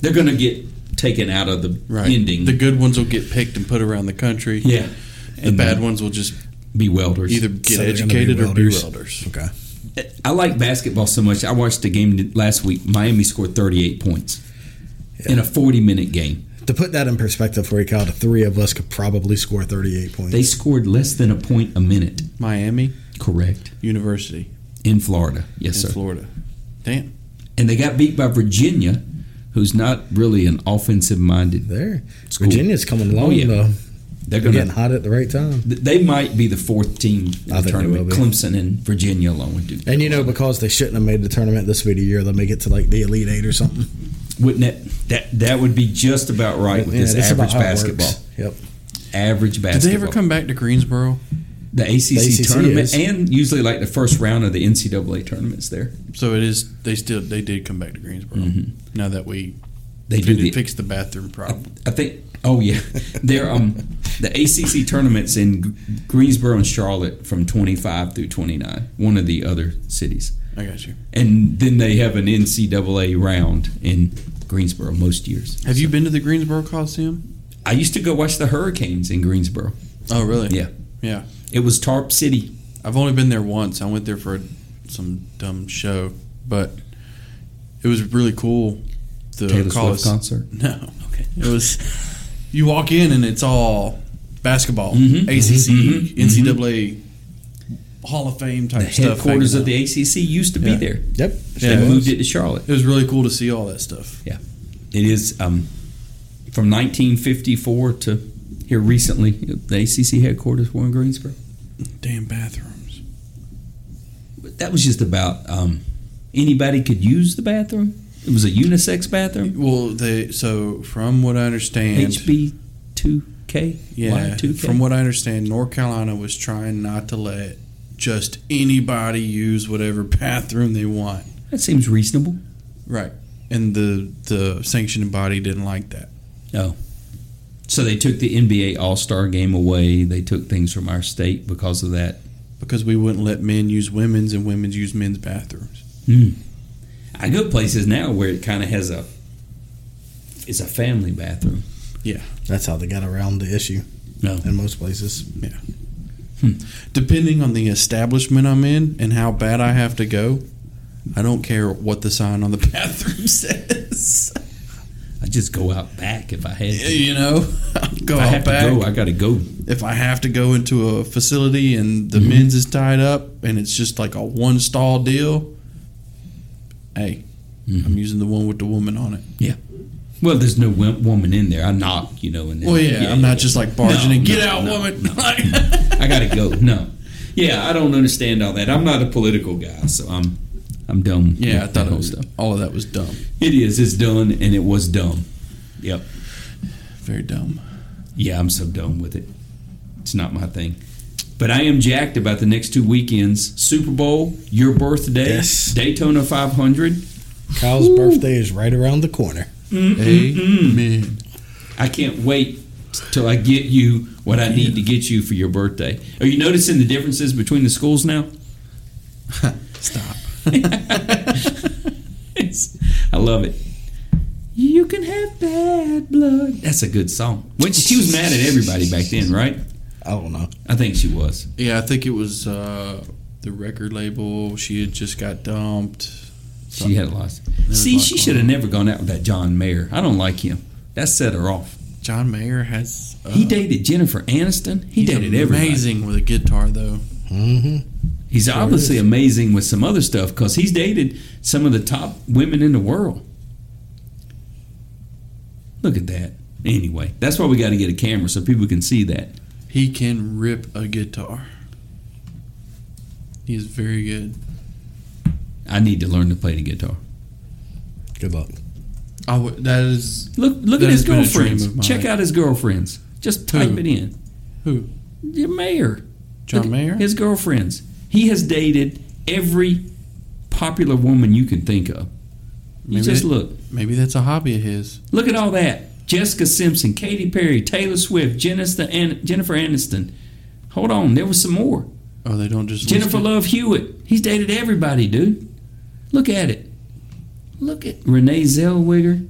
S2: They're going to get taken out of the
S1: Right.
S2: ending.
S1: The good ones will get picked and put around the country.
S2: yeah,
S1: The bad ones will just
S2: be welders.
S1: either get
S3: So they're gonna be
S1: educated or be
S3: welders.
S1: welders.
S3: Okay.
S2: I like basketball so much. I watched a game last week. Miami scored 38 points in a 40 minute game.
S3: To put that in perspective for you, Kyle, the three of us could probably score 38 points.
S2: They scored less than a point a minute.
S1: Miami
S2: Correct.
S1: University
S2: In Florida. Yes,
S1: in
S2: sir.
S1: Florida. Damn.
S2: And they got beat by Virginia, who's not really an offensive minded.
S3: there.
S2: School.
S3: Virginia's coming along,
S2: Oh, yeah.
S3: though.
S2: They're
S3: They're
S2: going
S3: getting
S2: to.
S3: hot at the right time.
S2: They might be the fourth team in
S3: I think
S2: the
S3: they
S2: tournament.
S3: will be.
S2: Clemson and Virginia alone would do.
S3: And you know, because they shouldn't have made the tournament this would be the year, they may get to like the Elite Eight or something.
S2: wouldn't that that that would be just about right with this
S3: that's about
S2: average
S3: how it works.
S2: basketball.
S3: Yep.
S2: Average basketball.
S1: Did they ever come back to Greensboro?
S2: the ACC,
S3: The ACC
S2: tournament
S3: is.
S2: and usually like the first round of the NCAA tournaments there.
S1: So it is. They still. They did come back to Greensboro. Now that we
S2: Mm-hmm. They do
S1: fixed
S2: the,
S1: fix the bathroom problem.
S2: I think oh yeah. They're um the ACC tournaments in G- Greensboro and Charlotte from 25 through 29, one of the other cities.
S1: I got you.
S2: And then they have an NCAA round in Greensboro most years.
S1: Have you been to the Greensboro Coliseum?
S2: I used to go watch the Hurricanes in Greensboro.
S1: Oh, really?
S2: Yeah.
S1: Yeah.
S2: It was Tarp City.
S1: I've only been there once. I went there for some dumb show, but it was really cool. The
S2: Taylor Swift
S1: Colise-
S2: concert.
S1: No.
S2: Okay.
S1: It was. You walk in and it's all basketball,
S2: Mhm,
S1: ACC,
S2: mhm, mhm,
S1: mm-hmm. NCAA, Hall of Fame type
S2: The
S1: stuff.
S2: headquarters
S1: hanging
S2: of the ACC used to be
S1: Yeah.
S2: there.
S3: Yep.
S1: Yeah,
S2: they
S1: it
S2: moved
S1: was.
S2: it to Charlotte.
S1: out. It was really cool to see all that stuff.
S2: Yeah, it is um, from 1954 to here recently. The ACC headquarters were in Greensboro.
S1: Damn bathrooms.
S2: But that was just about um, anybody could use the bathroom. It was a unisex bathroom.
S1: Well, they so from what I understand,
S2: HB2K.
S1: Yeah,
S2: Y2K.
S1: from what I understand, North Carolina was trying not to let just anybody use whatever bathroom they want.
S2: that seems reasonable.
S1: Right. And the the sanctioning body didn't like that.
S2: So they took the NBA All Star Game away. They took things from our state because of that.
S1: Because we wouldn't let men use women's and women's use men's bathrooms.
S2: Hmm. I go places now where it kind of has a it's a family bathroom.
S3: That's how they got around the issue
S2: No,
S3: in most places.
S1: Depending on the establishment I'm in and how bad I have to go, I don't care what the sign on the bathroom says.
S2: I just go out back if I had to.
S1: you know, I'll go
S2: If I have
S1: out back.
S2: to go, I Mm-hmm. got to go.
S1: if I have to go into a facility and the men's is tied up and it's just like a one stall deal, hey,
S2: Mm-hmm.
S1: I'm using the one with the woman on it.
S2: Well, there's no wo- woman in there. I knock, you know. And then,
S1: Well, yeah, I'm not just like barging
S2: No,
S1: in. Get
S2: no,
S1: out,
S2: no,
S1: woman.
S2: no.
S1: Like-
S2: I got to go. No. Yeah, I don't understand all that. I'm not a political guy, so I'm I'm dumb.
S1: yeah, I thought
S2: with that
S1: it
S2: whole
S1: was
S2: stuff.
S1: all of that was dumb,
S2: It is. It's done, and it was dumb. Yep.
S1: very dumb.
S2: Yeah, I'm so done with it. It's not my thing. But I am jacked about the next two weekends: Super Bowl, your birthday,
S3: Yes.
S2: Daytona 500.
S3: Kyle's birthday is right around the corner.
S2: Mm-hmm.
S1: Amen.
S2: I can't wait till I get you what I need to get you for your birthday. Are you noticing the differences between the schools now?
S1: Stop.
S2: It's- I love it. You can have bad blood. That's a good song. Which she was mad at everybody back then, right?
S3: I don't know.
S2: I think she was.
S1: Yeah, I think it was uh, the record label. She had just got dumped.
S2: She had a lot. See, she should have never gone out with that John Mayer. I don't like him. That set her off.
S1: John Mayer has. uh,
S2: He dated Jennifer Aniston. He
S1: he's
S2: dated everybody.
S1: Amazing with a guitar though.
S2: He's obviously amazing with some other stuff because he's dated some of the top women in the world. Look at that. Anyway, that's why we got to get a camera so people can see that.
S1: He can rip a guitar. He is very good.
S2: I need to learn to play the guitar.
S3: Good luck.
S1: I w- Oh, that is
S2: Look, look
S1: That
S2: at
S1: has
S2: his
S1: been a dream of mine.
S2: girlfriends. Check out his girlfriends. Just type
S1: Who?
S2: it in.
S1: who
S2: Your mayor,
S1: John
S2: Look at
S1: Mayer.
S2: his girlfriends. He has dated every popular woman you can think of. You
S1: Maybe
S2: just
S1: that-
S2: look.
S1: Maybe that's a hobby of his.
S2: Look at all that: Jessica Simpson, Katy Perry, Taylor Swift, Jennifer An- Jennifer Aniston. Hold on, there was some more.
S1: Oh, they don't just list
S2: Jennifer
S1: it?
S2: Love Hewitt. He's dated everybody, dude. Look at it. Look at Renee Zellweger,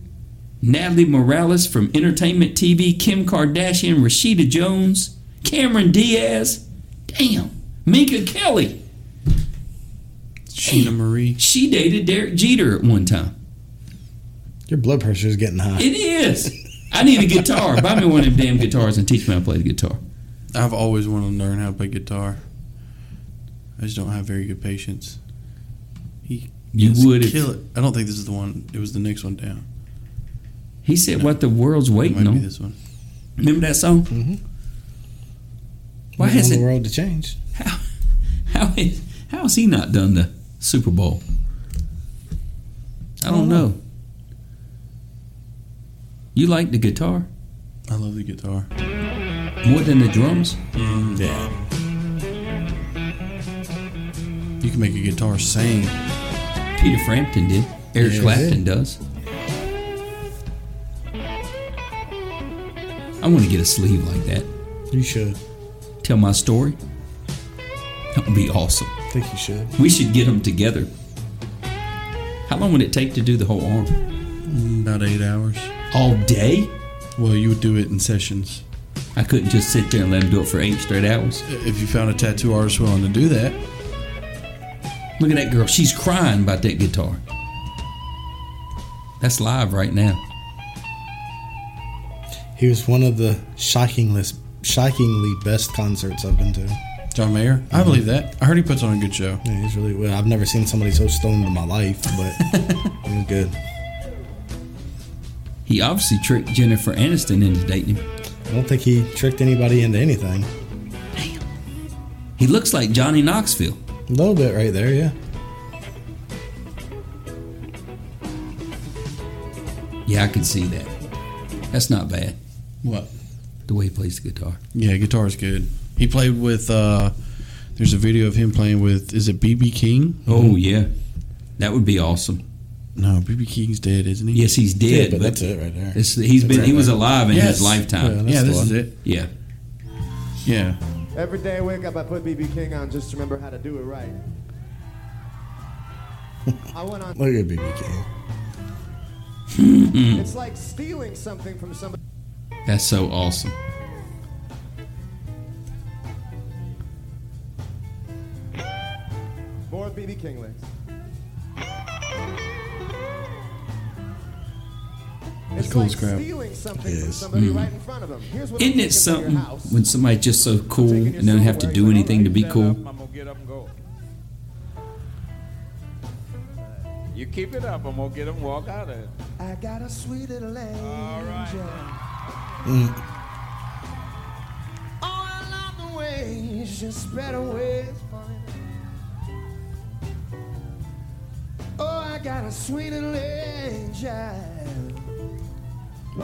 S2: Natalie Morales from Entertainment TV, Kim Kardashian, Rashida Jones, Cameron Diaz. Damn. Minka Kelly.
S1: Sheena Marie.
S2: She dated Derek Jeter at one time.
S3: Your blood pressure is getting high.
S2: It is. I need a guitar. Buy me one of them damn guitars and teach me how to play the guitar.
S1: I've always wanted to learn how to play guitar. I just don't have very good patience. He
S2: You
S1: just
S2: would if-
S1: kill it. I don't think this is the one. It was the next one down.
S2: He said, What the world's
S1: It might
S2: waiting
S1: be
S2: on.
S1: this one.
S2: Remember that song? Mm-hmm. Why
S3: Why has
S2: has it
S3: the world to change?
S2: How is how has he not done the Super Bowl?
S1: Oh,
S2: I don't know. You like the guitar
S1: I love the guitar.
S2: more than the drums?
S3: Yeah.
S1: You can make a guitar sing.
S2: Peter Frampton did. Eric
S3: Yeah, he
S2: Clapton does. I want to get a sleeve like that.
S3: You should.
S2: Tell my story. That would be awesome.
S3: I think you should.
S2: We should get them together. How long would it take to do the whole arm?
S1: About eight hours.
S2: All day?
S1: Well, you would do it in sessions.
S2: I couldn't just sit there and let him do it for eight straight hours.
S1: If you found a tattoo artist willing to do that,
S2: Look at that girl. She's crying about that guitar. That's live right now.
S3: He was one of the shockingly, shockingly best concerts I've been to. Yeah,
S1: John Mayer. I believe that. I heard he puts on a good show.
S3: he's really well. I've never seen somebody so stoned in my life, but he was good.
S2: He obviously tricked Jennifer Aniston into dating him.
S3: I don't think he tricked anybody into anything.
S2: He looks like Johnny Knoxville.
S3: A little bit right there, yeah.
S2: Yeah, I can see that. That's not bad.
S1: What?
S2: The way he plays the guitar.
S1: Yeah, guitar's good. He played with. uh There's a video of him playing with. Is it BB King?
S2: Oh yeah, that would be awesome.
S1: No, BB King's dead, isn't he?
S2: Yes, he's dead,
S3: but
S2: but
S3: that's it right there.
S2: It's, he's been he was alive in
S1: Yes.
S2: his lifetime.
S1: Yeah, this
S3: That's the
S1: is
S3: one.
S1: it.
S2: Yeah.
S1: Yeah.
S6: Every day I wake up, I put BB King on just to remember how to do it right. I went on.
S3: Look at BB King.
S6: It's like stealing something from somebody.
S2: that's so awesome.
S6: More BB King licks. It's
S1: cool
S6: like
S1: as crap.
S6: stealing something
S3: It
S6: from
S3: is.
S6: somebody right in front of them. Here's what I'm
S2: Isn't
S6: taking
S2: it
S6: to
S2: something
S6: your house.
S2: when somebody's just so cool
S6: Taking your
S2: and don't have to
S6: silverware,
S2: do
S6: you're
S2: anything to be
S4: Stand up,
S2: cool?
S4: I'm gonna get up and go. You keep it up, I'm gonna get up and walk out of it.
S6: I got a sweet little angel. Oh, I love the way she spread her wings for me. Oh, I got a sweet little angel.
S1: A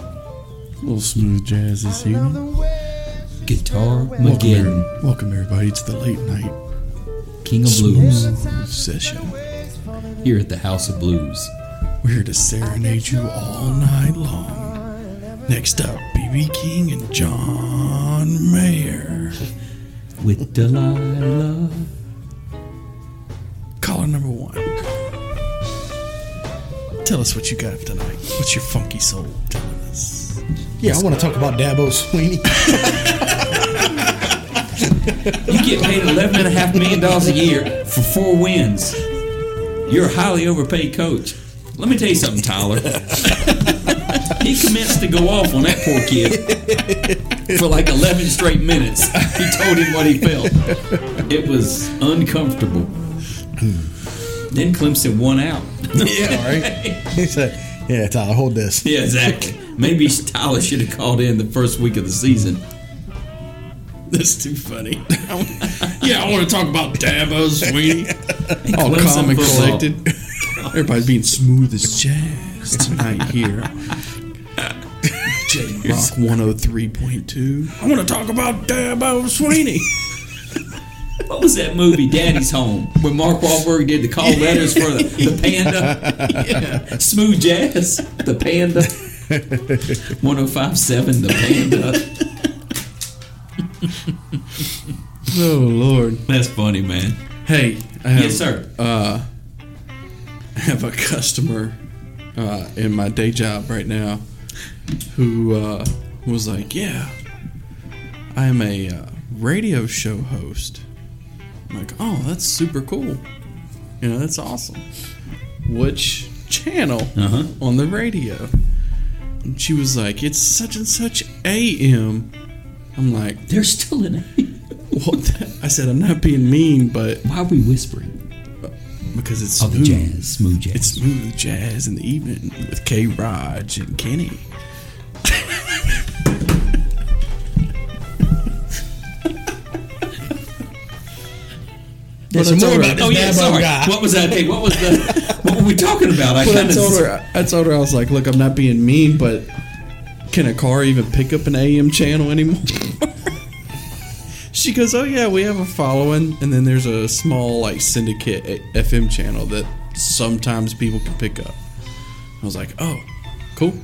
S1: little smooth jazz
S6: I
S1: this
S6: love
S1: evening.
S6: the way she
S2: Guitar
S6: spread her wings.
S2: McGinn.
S1: Welcome everybody. It's the late night.
S2: King of Blues.
S6: Sometimes she
S1: Session.
S6: spread her wings for me.
S2: Here at the House of Blues.
S1: We're here to serenade you all night long. Next up, BB King and John Mayer.
S2: With Delilah.
S1: Caller number one. Tell us what you got tonight. What's your funky soul telling us?
S3: Yeah, I want to talk about Dabo Sweeney.
S2: You get paid eleven and a half million dollars a year for four wins. You're a highly overpaid coach. Let me tell you something, Tyler. He commenced to go off on that poor kid for like 11 straight minutes. He told him what he felt. It was uncomfortable. Then Clemson won out.
S3: Yeah, right. He said, "Yeah, Tyler, hold this."
S2: Yeah, exactly. Maybe Tyler should have called in the first week of the season.
S1: That's too funny. yeah, I want to talk about Dabo Sweeney. All
S2: Clemson
S1: calm and
S2: football.
S1: collected. Everybody's being smooth as jazz tonight here. J Rock 103.2. I want to talk about Dabo Sweeney.
S2: What was that movie, Daddy's Home, where Mark Wahlberg did the call letters for the, the panda? Smooth jazz, the panda. 1057, the panda.
S1: Oh, Lord.
S2: That's funny, man. Uh,
S1: Hey, I have,
S2: Yes, sir.
S1: I have a customer uh, in my day job right now who uh, was like, "Yeah, I am a uh, radio show host." I'm like, "Oh, that's super cool. You know, that's awesome." Which channel
S2: Uh-huh.
S1: on the radio? And she was like, "It's such and such AM." I'm like,
S2: They're still in it.
S1: "What?" I said, "I'm not being mean, but
S2: Why are we whispering?
S1: because it's
S2: Oh, the
S1: smooth."
S2: jazz, smooth jazz.
S1: It's smooth jazz in the evening with K. Raj and Kenny.
S3: But some more about this
S2: oh, yeah,
S3: Dabo
S2: sorry.
S3: guy.
S2: What was that thing? What was the. What were we talking about? I
S1: But I
S2: kind
S1: told
S2: of.
S1: her, I told her, I was like, "Look, I'm not being mean, but can a car even pick up an AM channel anymore?" she goes, "Oh yeah, we have a following, and then there's a small like syndicate a- FM channel that sometimes people can pick up." I was like, "Oh, cool."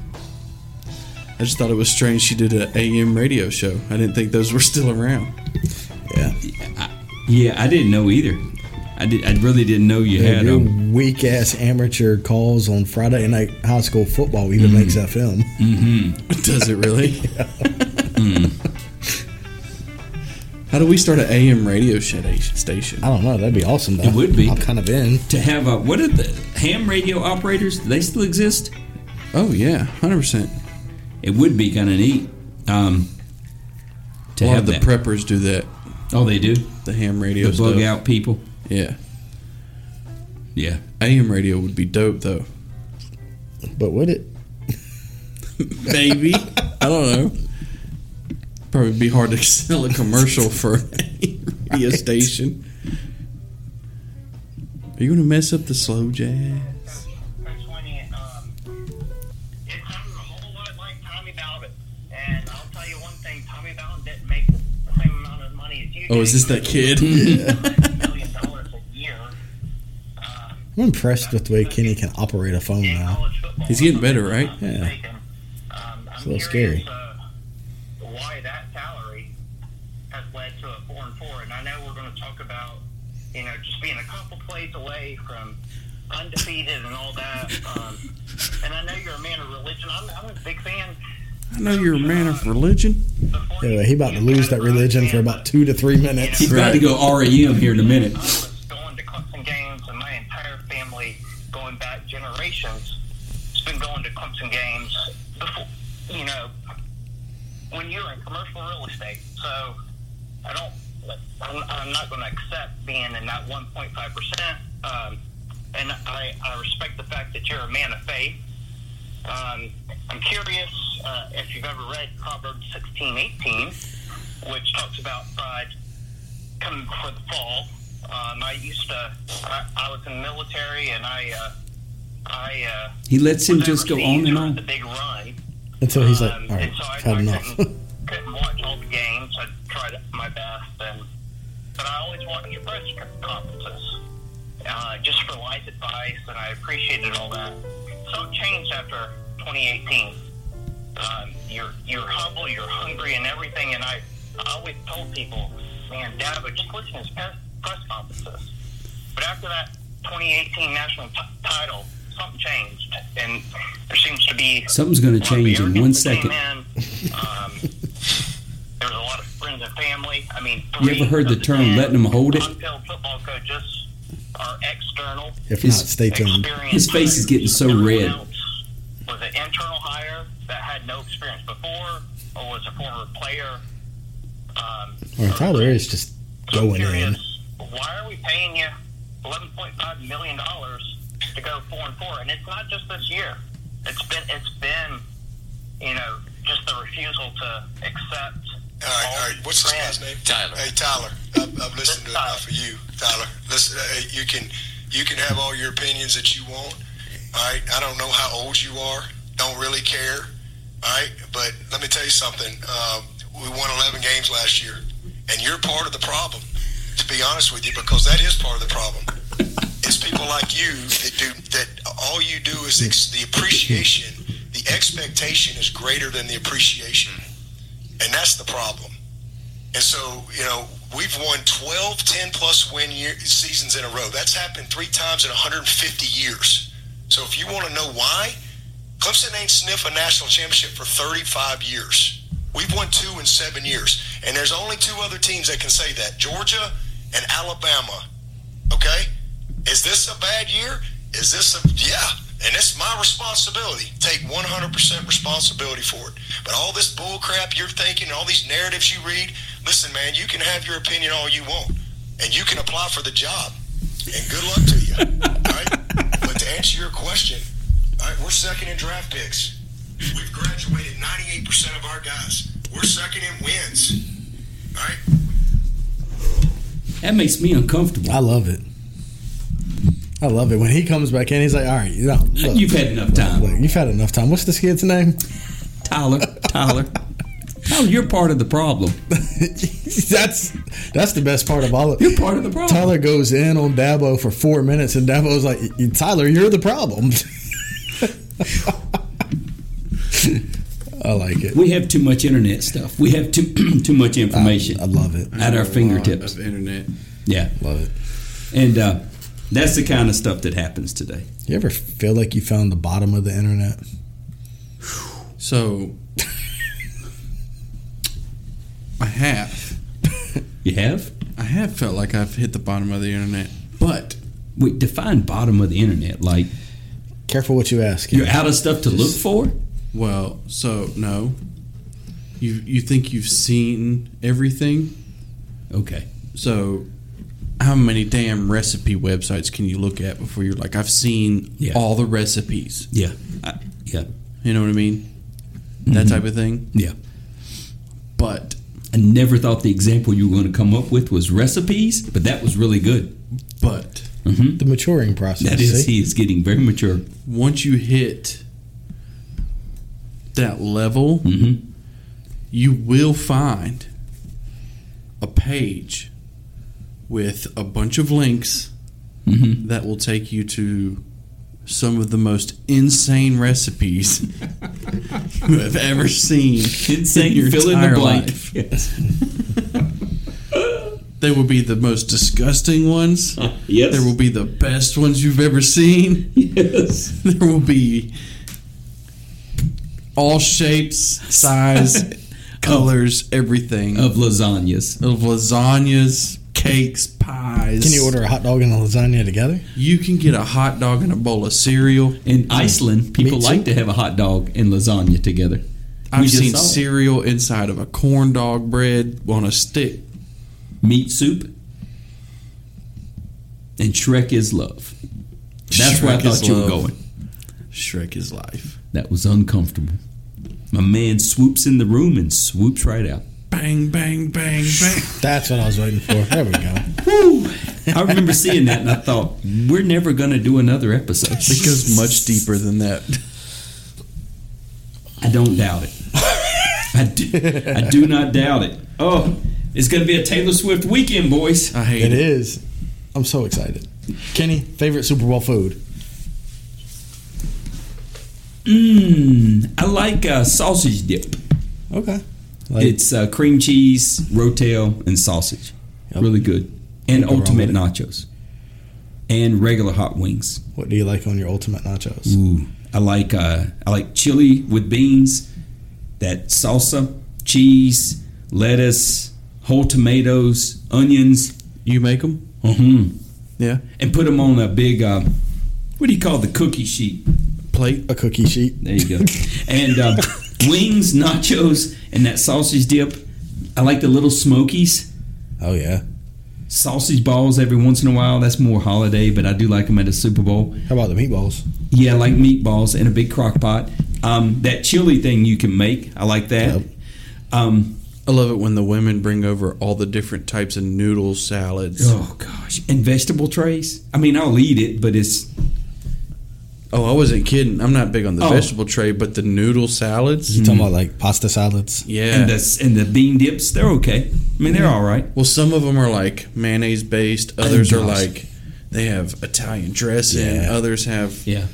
S1: I just thought it was strange she did an AM radio show. I didn't think those were still around.
S3: Yeah,
S2: Yeah, I didn't know either. I, did, I really didn't know you
S3: Dude,
S2: had
S3: your
S2: them.
S3: weak ass amateur calls on Friday night high school football
S2: Mm.
S3: even makes FM.
S1: Does it really? Hmm. How do we start an AM radio shit- station?
S3: I don't know. That'd be awesome. Though.
S2: It would be.
S3: I'm kind of in.
S2: To have a. What are the. Ham radio operators? Do they still exist?
S1: Oh yeah, hundred percent.
S2: It would be kind of neat um,
S1: A
S2: to
S1: lot
S2: have
S1: of the
S2: that.
S1: preppers do that.
S2: oh, they do.
S1: The ham radio
S2: The bug
S1: stuff.
S2: out people.
S1: Yeah,
S2: Yeah.
S1: AM radio would be dope though.
S3: But would it?
S1: Maybe I don't know. Probably be hard to sell a commercial for a radio station. Are you gonna mess up the slow jazz?
S7: Prince Winnie, um, it sounded a whole lot like Tommy Ballard. And I'll tell you one thing, Tommy Ballard didn't make the same amount of money as you
S1: Oh,
S7: did.
S1: is this that kid?
S7: $1 million dollars a year Um,
S3: I'm impressed with the way Kenny can operate a phone
S7: in
S3: now.
S7: college football.
S1: He's getting better, right?
S3: Yeah.
S7: Um, I'm
S3: a little
S7: curious,
S3: scary.
S7: Uh, why that salary has led to a four and four, and I know we're going to talk about you know just being a couple plays away from undefeated and all that. Um, and I know you're a man of religion. I'm, I'm a big fan.
S1: I know you're a man of religion.
S7: Before
S3: Anyway,
S7: you-
S3: he about to lose that religion for about two to three minutes.
S2: He's about to go REM here in a minute.
S7: I was going to Clemson games, and my entire family, going back generations, has been going to Clemson games. Before, you know, when you're in commercial real estate, so I don't. I'm, I'm not going to accept being in that 1.5 percent. Um, and I, I respect the fact that you're a man of faith. Um, I'm curious uh, if you've ever read Proverbs 16:18, which talks about pride coming for the fall. Um, I used to, I, I was in the military, and I, uh, I uh,
S2: He lets him
S7: was
S2: just go
S7: overseas
S2: on and
S7: during The
S2: on.
S7: big run.
S3: Until he's like,
S7: Um,
S3: all right,
S7: and so I,
S3: had
S7: I
S3: enough.
S7: Couldn't, couldn't watch all the games. I tried my best, and but I always watched your press conferences uh, just for life advice, and I appreciated all that. So it changed after 2018. Um, you're you're humble, you're hungry, and everything. And I, I always told people, man, Dad, but just listen to his press, press conferences. But after that 2018 national t- title, something changed, and there seems to be
S2: Something's going to change in one second.
S7: um, there's a lot of friends and family. I mean,
S2: You ever heard the term letting them hold it?
S7: Unfilled football coaches are external.
S3: If
S2: His-
S3: not, stay tuned.
S7: Experience.
S2: his face is getting so
S7: Everyone
S2: red.
S7: else Was an internal hire that no experience before or was a former player. Um,
S5: Well, Tyler is just
S7: so I'm
S5: going in.
S7: curious, Why are we paying you eleven point five million dollars to go four and four? And it's not just this year. It's been it's been you know just the refusal to accept.
S6: All right, all right. What's this guy's name?
S8: Tyler.
S6: Hey, Tyler. I've, I've listened to enough of you, Tyler. Listen, uh, you can you can have all your opinions that you want. All right. I don't know how old you are. Don't really care. All right. But let me tell you something. Um, we won 11 games last year, and you're part of the problem. To be honest with you, because that is part of the problem. It's people like you that do that. All you do is ex- the appreciation. The expectation is greater than the appreciation, and that's the problem. And so, you know, we've won 12 10 plus win year, seasons in a row. That's happened three times in 150 years. So if you want to know why, Clemson ain't sniff a national championship for 35 years. We've won two in seven years. And there's only two other teams that can say that Georgia and Alabama. Okay? Is this a bad year? Is this a, yeah. And it's my responsibility. Take 100% responsibility for it. But all this bull crap you're thinking, all these narratives you read, listen, man, you can have your opinion all you want, and you can apply for the job. And good luck to you. all right? But to answer your question, all right, we're second in draft picks. We've graduated 98% of our guys. We're second in wins. All right?
S2: That makes me uncomfortable.
S3: I love it. I love it when he comes back in. He's like, "All right, no, look,
S2: You've had enough time,
S3: look, you've had enough time. What's this kid's name?
S2: Tyler. Tyler. Tyler, you're part of the problem.
S3: that's that's the best part of all of
S2: You're
S3: it.
S2: part of the problem.
S3: Tyler goes in on Dabo for four minutes, and Dabo's like, "Y- "Tyler, you're the problem." I like it.
S2: We have too much internet stuff. We have too too much information
S3: I love it.
S2: at our fingertips.
S1: Of internet.
S2: Yeah,
S3: Love it.
S2: and uh, that's the kind of stuff that happens today.
S3: You ever feel like you found the bottom of the internet?
S1: So I have.
S2: You have
S1: I have felt like I've hit the bottom of the internet. But
S2: we define bottom of the internet like
S3: Careful what you ask.
S2: you're out of stuff to look for.
S1: well, so no. You you think you've seen everything?
S2: Okay,
S1: So how many damn recipe websites can you look at before you're like, I've seen
S2: Yeah.
S1: all the recipes.
S2: yeah, I, yeah,
S1: You know what I mean? That type of thing.
S2: yeah.
S1: But
S2: I never thought the example you were going to come up with was recipes, but that was really good.
S1: but
S3: The maturing process.
S2: That is,
S3: see?
S2: he is getting very mature.
S1: once you hit that level, you will find a page with a bunch of links that will take you to some of the most insane recipes you have ever seen.
S2: Insane,
S1: your
S2: fill in the
S1: entire
S2: blank.
S1: life.
S2: Yes.
S1: They will be the most disgusting ones.
S2: Yes.
S1: There will be the best ones you've ever seen.
S2: yes.
S1: there will be all shapes, size, colors, everything of,
S2: Of lasagnas.
S1: lasagnas, cakes, pies.
S3: Can you order a hot dog and a lasagna together?
S1: You can get a hot dog and a bowl of cereal.
S2: In Iceland, people
S3: Me too.
S2: like to have a hot dog and lasagna together. We
S1: I've
S2: just
S1: seen
S2: saw it.
S1: cereal inside of a corn dog bread on a stick.
S2: meat soup, and Shrek is love. That's where I
S1: Shrek is
S2: thought you were
S1: love.
S2: going.
S1: Shrek is life.
S2: That was uncomfortable. My man swoops in the room and swoops right out.
S1: Bang, bang, bang, bang.
S3: That's what I was waiting for. There we go.
S2: Woo! I remember seeing that and I thought, we're never going to do another episode.
S1: It goes much deeper than that.
S2: I don't doubt it. I do, I do not doubt it. Oh, it's going to be a Taylor Swift weekend, boys.
S1: I hate
S3: It
S1: it.
S3: is. I'm so excited. Kenny, favorite Super Bowl food?
S2: Mmm, I like uh, sausage dip.
S3: Okay. Like,
S2: It's uh, cream cheese, rotel, and sausage.
S3: Yep.
S2: Really good. And
S3: go wrong
S2: ultimate
S3: with it.
S2: nachos. And regular hot wings.
S3: what do you like on your ultimate nachos?
S2: Ooh, I like uh, I like chili with beans, that salsa, cheese, lettuce, whole tomatoes, onions,
S1: You make them?
S2: mhm,
S1: Yeah.
S2: and put them on a big uh, what do you call the cookie sheet?
S1: Plate?
S3: A cookie sheet.
S2: There you go. and uh, wings, nachos, and that sausage dip. I like the little smokies.
S5: Oh yeah.
S2: Sausage balls every once in a while. That's more holiday, but I do like them at the Super Bowl.
S5: How about the meatballs?
S2: Yeah, I like meatballs in a big crock pot. Um, that chili thing you can make. I like that.
S5: Yep.
S2: Um,
S1: I love it when the women bring over all the different types of noodle salads.
S2: oh, gosh. And vegetable trays. I mean, I'll eat it, but it's
S1: Oh, I wasn't kidding. I'm not big on the
S2: Oh.
S1: vegetable tray, but the noodle salads.
S5: You talking about like pasta salads?
S1: Yeah.
S2: Mm-hmm. and the and the bean dips, they're okay. I mean, they're all right.
S1: well, some of them are like mayonnaise based. Others are
S5: gosh.
S1: like they have Italian dressing.
S5: Yeah.
S1: Others have
S2: Yeah.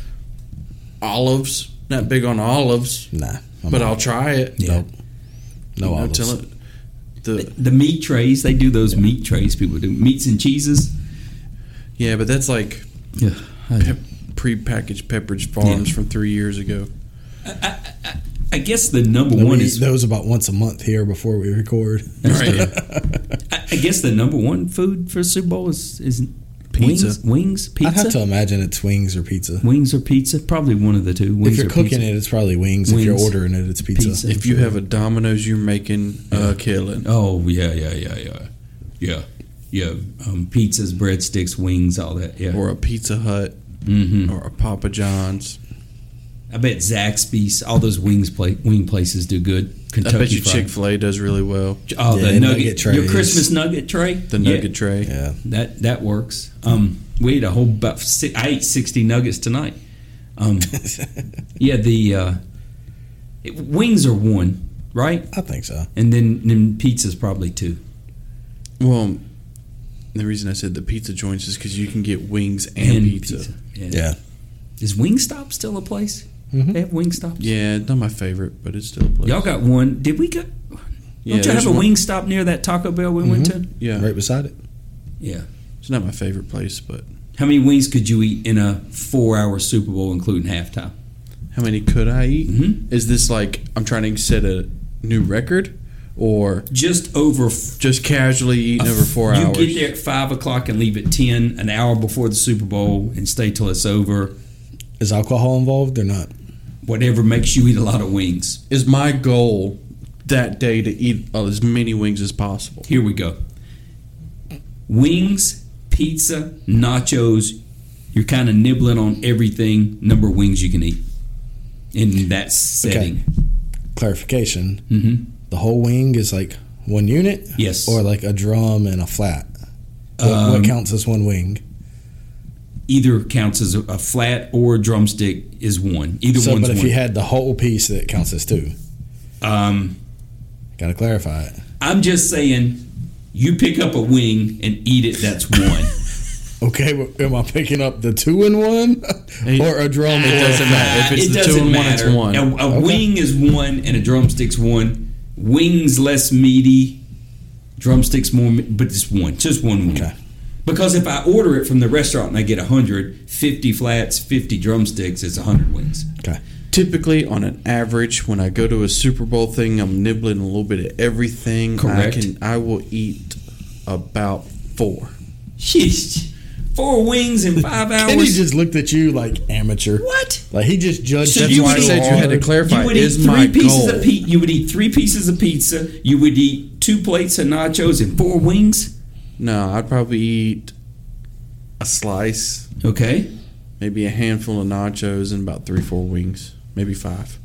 S1: olives. Not big on olives,
S5: Nah. I'm
S1: but
S5: not.
S1: I'll try it.
S5: nope. uh, No
S1: You know,
S5: olives.
S1: till it- the
S2: The meat trays, they do those meat trays. People do meats and cheeses.
S1: yeah, but that's like
S2: Yeah.
S1: pep, pre-packaged Pepperidge Farms
S2: Yeah.
S1: from three years ago.
S2: I guess the number
S5: Then
S2: one
S5: we
S2: is
S5: eat those about once a month here before we record.
S2: I, I guess the number one food for Super Bowl is is
S1: Pizza.
S2: Wings, wings
S5: I'd have to
S2: pizza,
S5: imagine it's wings or pizza.
S2: wings or pizza. Probably one of the two. Wings
S5: if you're
S2: or
S5: cooking
S2: pizza.
S5: it, it's probably wings. If you're
S2: Wings.
S5: ordering it, it's pizza.
S2: Pizza.
S1: If you have a Domino's, you're making a killing.
S2: oh yeah, yeah, yeah, yeah, yeah, yeah. Um, pizzas, breadsticks, wings, all that. Yeah.
S1: Or a Pizza Hut,
S2: hmm
S1: or a Papa John's.
S2: I bet Zaxby's, all those wings pla wing places do good.
S1: I
S2: Kentucky
S1: bet you
S2: Fried-
S1: Chick Fil A does really well.
S2: Oh,
S5: Yeah,
S2: the
S5: nugget
S2: nugget, your
S5: trays.
S2: Christmas nugget tray,
S1: The
S2: Yeah.
S1: nugget tray.
S5: yeah.
S2: That that works. Um, we ate a whole buff. si- I ate sixty nuggets tonight. Um, yeah, the uh, it- wings are one, right?
S5: I think so.
S2: And then then pizza's probably two.
S1: Well, the reason I said the pizza joints is because you can get wings and, pizza.
S2: Yeah.
S5: Yeah.
S2: Is Wingstop still a place? They have Wingstop.
S1: Yeah, not my favorite, but it's still a place.
S2: Y'all got one. Did we get?
S1: yeah,
S2: don't you have
S1: there's
S2: a
S1: one- Mm-hmm.
S2: Wingstop near that Taco Bell we went to?
S1: Yeah,
S5: Right beside it.
S2: Yeah.
S1: it's not my favorite place, but
S2: How many wings could you eat in a four-hour Super Bowl, including halftime?
S1: how many could I eat?
S5: Mm-hmm.
S2: Mhm.
S1: Is this like I'm trying to set a new record, or
S2: Just over f-
S1: just casually eating over four
S2: you
S1: hours?
S2: get there at five o'clock and leave at ten, an hour before the Super Bowl, and stay till it's over.
S5: Is alcohol involved or not?
S2: Whatever makes you eat a lot of wings.
S1: Is my goal that day to eat uh, as many wings as possible?
S2: Here we go. Wings, pizza, nachos. You're kind of nibbling on everything. Number of wings you can eat in that setting.
S5: Clarification.
S2: hmm
S5: The whole wing is like one unit
S2: Yes.
S5: or like a drum and a flat. What,
S2: Um,
S5: what counts as one wing?
S2: Either counts as a, a flat or a drumstick is one. Either
S5: So,
S2: one's
S5: but if
S2: one.
S5: you had the whole piece, that counts as two.
S2: um,
S5: Got to clarify it.
S2: I'm just saying, you pick up a wing and eat it. That's one.
S5: Okay, but am I picking up the two in one or a drum?
S1: It
S5: and
S1: doesn't matter if it's
S2: it
S1: the
S2: doesn't
S1: two and one. It's
S2: matter.
S1: one.
S2: A, a wing is one, and a drumstick's one. Wings less meaty, drumsticks more, me- but it's one, just one wing.
S5: Okay.
S2: Because if I order it from the restaurant and I get 100, 50 flats, 50 drumsticks, it's 100 wings.
S5: Okay.
S1: Typically, on an average, when I go to a Super Bowl thing, I'm nibbling a little bit of everything.
S2: Correct.
S1: I can. I will eat about four.
S2: Sheesh. Four wings in five hours.
S5: And he just looked at you like amateur.
S2: what?
S5: Like he just judged.
S2: So
S5: you
S1: That's
S2: you
S1: why I
S2: would eat-
S1: said you had to
S5: hard.
S1: clarify.
S2: You would eat
S1: is
S2: three
S1: my
S2: pieces
S1: goal?
S2: of pe- You would eat three pieces of pizza. You would eat two plates of nachos and four wings.
S1: no, I'd probably eat a slice,
S2: Okay.
S1: maybe a handful of nachos, and about three, four wings, maybe five.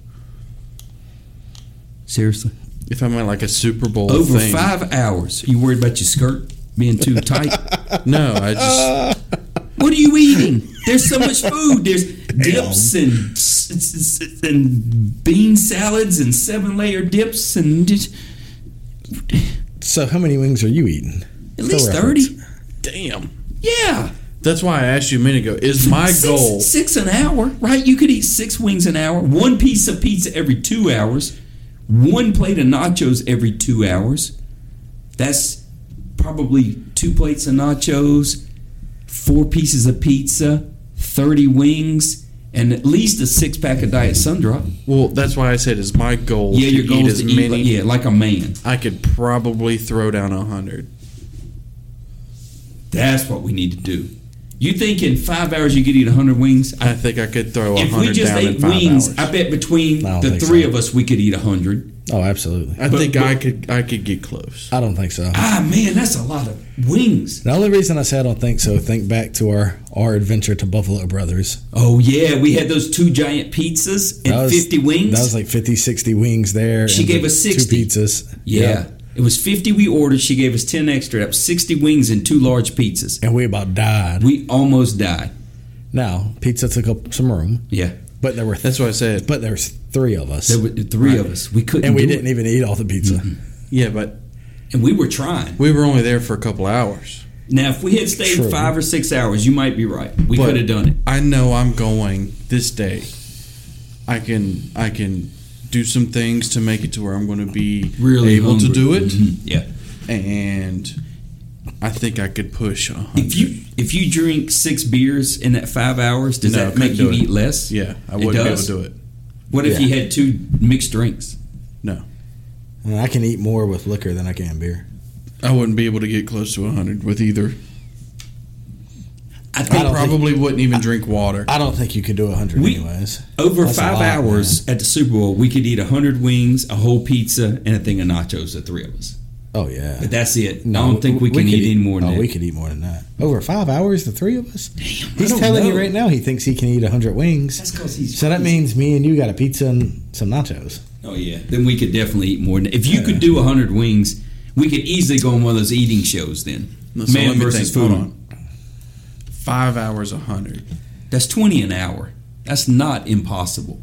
S2: Seriously.
S1: If I'm at like a Super Bowl
S2: Over
S1: thing.
S2: five hours. You worried about your skirt being too tight?
S1: No, I just
S2: what are you eating? There's so much food. There's dips and s- s- s- and bean salads and seven layer dips and just,
S5: So how many wings are you eating?
S2: at least
S5: reference.
S2: thirty.
S1: damn.
S2: Yeah,
S1: That's why I asked you a minute ago. Is my
S2: six,
S1: goal?
S2: six an hour, right? You could eat six wings an hour, one piece of pizza every two hours, one plate of nachos every two hours. That's probably two plates of nachos, four pieces of pizza, thirty wings, and at least a six pack of diet sun drop.
S1: Well, that's why I said is my goal.
S2: Yeah,
S1: to
S2: your
S1: eat
S2: goal is
S1: as
S2: to eat
S1: many.
S2: like, yeah, like a man.
S1: I could probably throw down a hundred.
S2: That's what we need to do. You think in five hours you could eat 100 wings?
S1: I think I could throw a
S2: if we
S1: hundred
S2: just
S1: down in
S2: ate
S1: five
S2: wings,
S1: hours.
S2: I bet between
S3: I don't
S2: the
S3: think
S2: three
S3: so.
S2: of us we could eat 100.
S3: Oh, absolutely.
S1: I
S2: but-
S1: think
S2: but-
S1: I could. I could get close.
S3: I don't think so.
S2: Ah, man, that's a lot of wings.
S3: The only reason I say I don't think so, think back to our, our adventure to Buffalo Brothers.
S2: Oh, yeah. We had those two giant pizzas and
S3: That was-
S2: 50 wings.
S3: That was like 50, 60 wings there.
S2: She
S3: and
S2: gave
S3: the
S2: us 60.
S3: Two pizzas.
S2: yeah. It was 50 we ordered. She gave us 10 extra. That was 60 wings and two large pizzas.
S3: And we about died.
S2: We almost died.
S3: Now, pizza took up some room,
S2: Yeah.
S3: but there were th-
S1: That's what I said.
S3: but there was three of us.
S2: There were three of us. We couldn't
S3: and we
S2: do
S3: didn't
S2: it.
S3: even eat all the pizza.
S1: Yeah, but
S2: And we were trying.
S1: we were only there for a couple hours.
S2: Now, if we had stayed
S3: True.
S2: five or six hours, you might be right. We
S1: But-
S2: could have done it.
S1: I know I'm going this day. I can. I can do some things to make it to where I'm going to be
S2: Really
S1: able
S2: hungry.
S1: to do it,
S2: Mhm. Yeah.
S1: and I think I could push a hundred.
S2: If you if you drink six beers in that five hours, does
S1: No,
S2: that
S1: couldn't
S2: make you
S1: do it.
S2: eat less?
S1: yeah, I
S2: It
S1: wouldn't be able
S2: does.
S1: to do it.
S2: What if you had two mixed drinks?
S1: No,
S3: And I can eat more with liquor than I can beer.
S1: I wouldn't be able to get close to a hundred with either.
S2: I think
S1: I, probably wouldn't even drink water.
S3: I don't think you could do a hundred
S2: We-
S3: anyways.
S2: over
S3: That's a
S2: five
S3: lot,
S2: hours at the Super Bowl, we could eat hundred wings, a whole pizza, and a thing of nachos. The three of us.
S3: Oh yeah.
S2: But that's it. I don't think we, can
S3: could
S2: eat, any more than
S3: oh,
S2: that.
S3: we could eat more than that. Over five hours, the three of us. He's
S2: don't
S3: telling
S2: know.
S3: you right now he thinks he can eat hundred wings.
S2: That's 'cause he's
S3: so that
S2: crazy.
S3: means me and you got a pizza and some nachos.
S2: Oh yeah, then we could definitely eat more. than If you could do hundred wings, we could easily go on one of those eating shows. Then
S1: So
S2: man
S1: let me
S2: versus
S1: think.
S2: food.
S1: Hold on. Five hours, a hundred.
S2: That's twenty an hour. That's not impossible.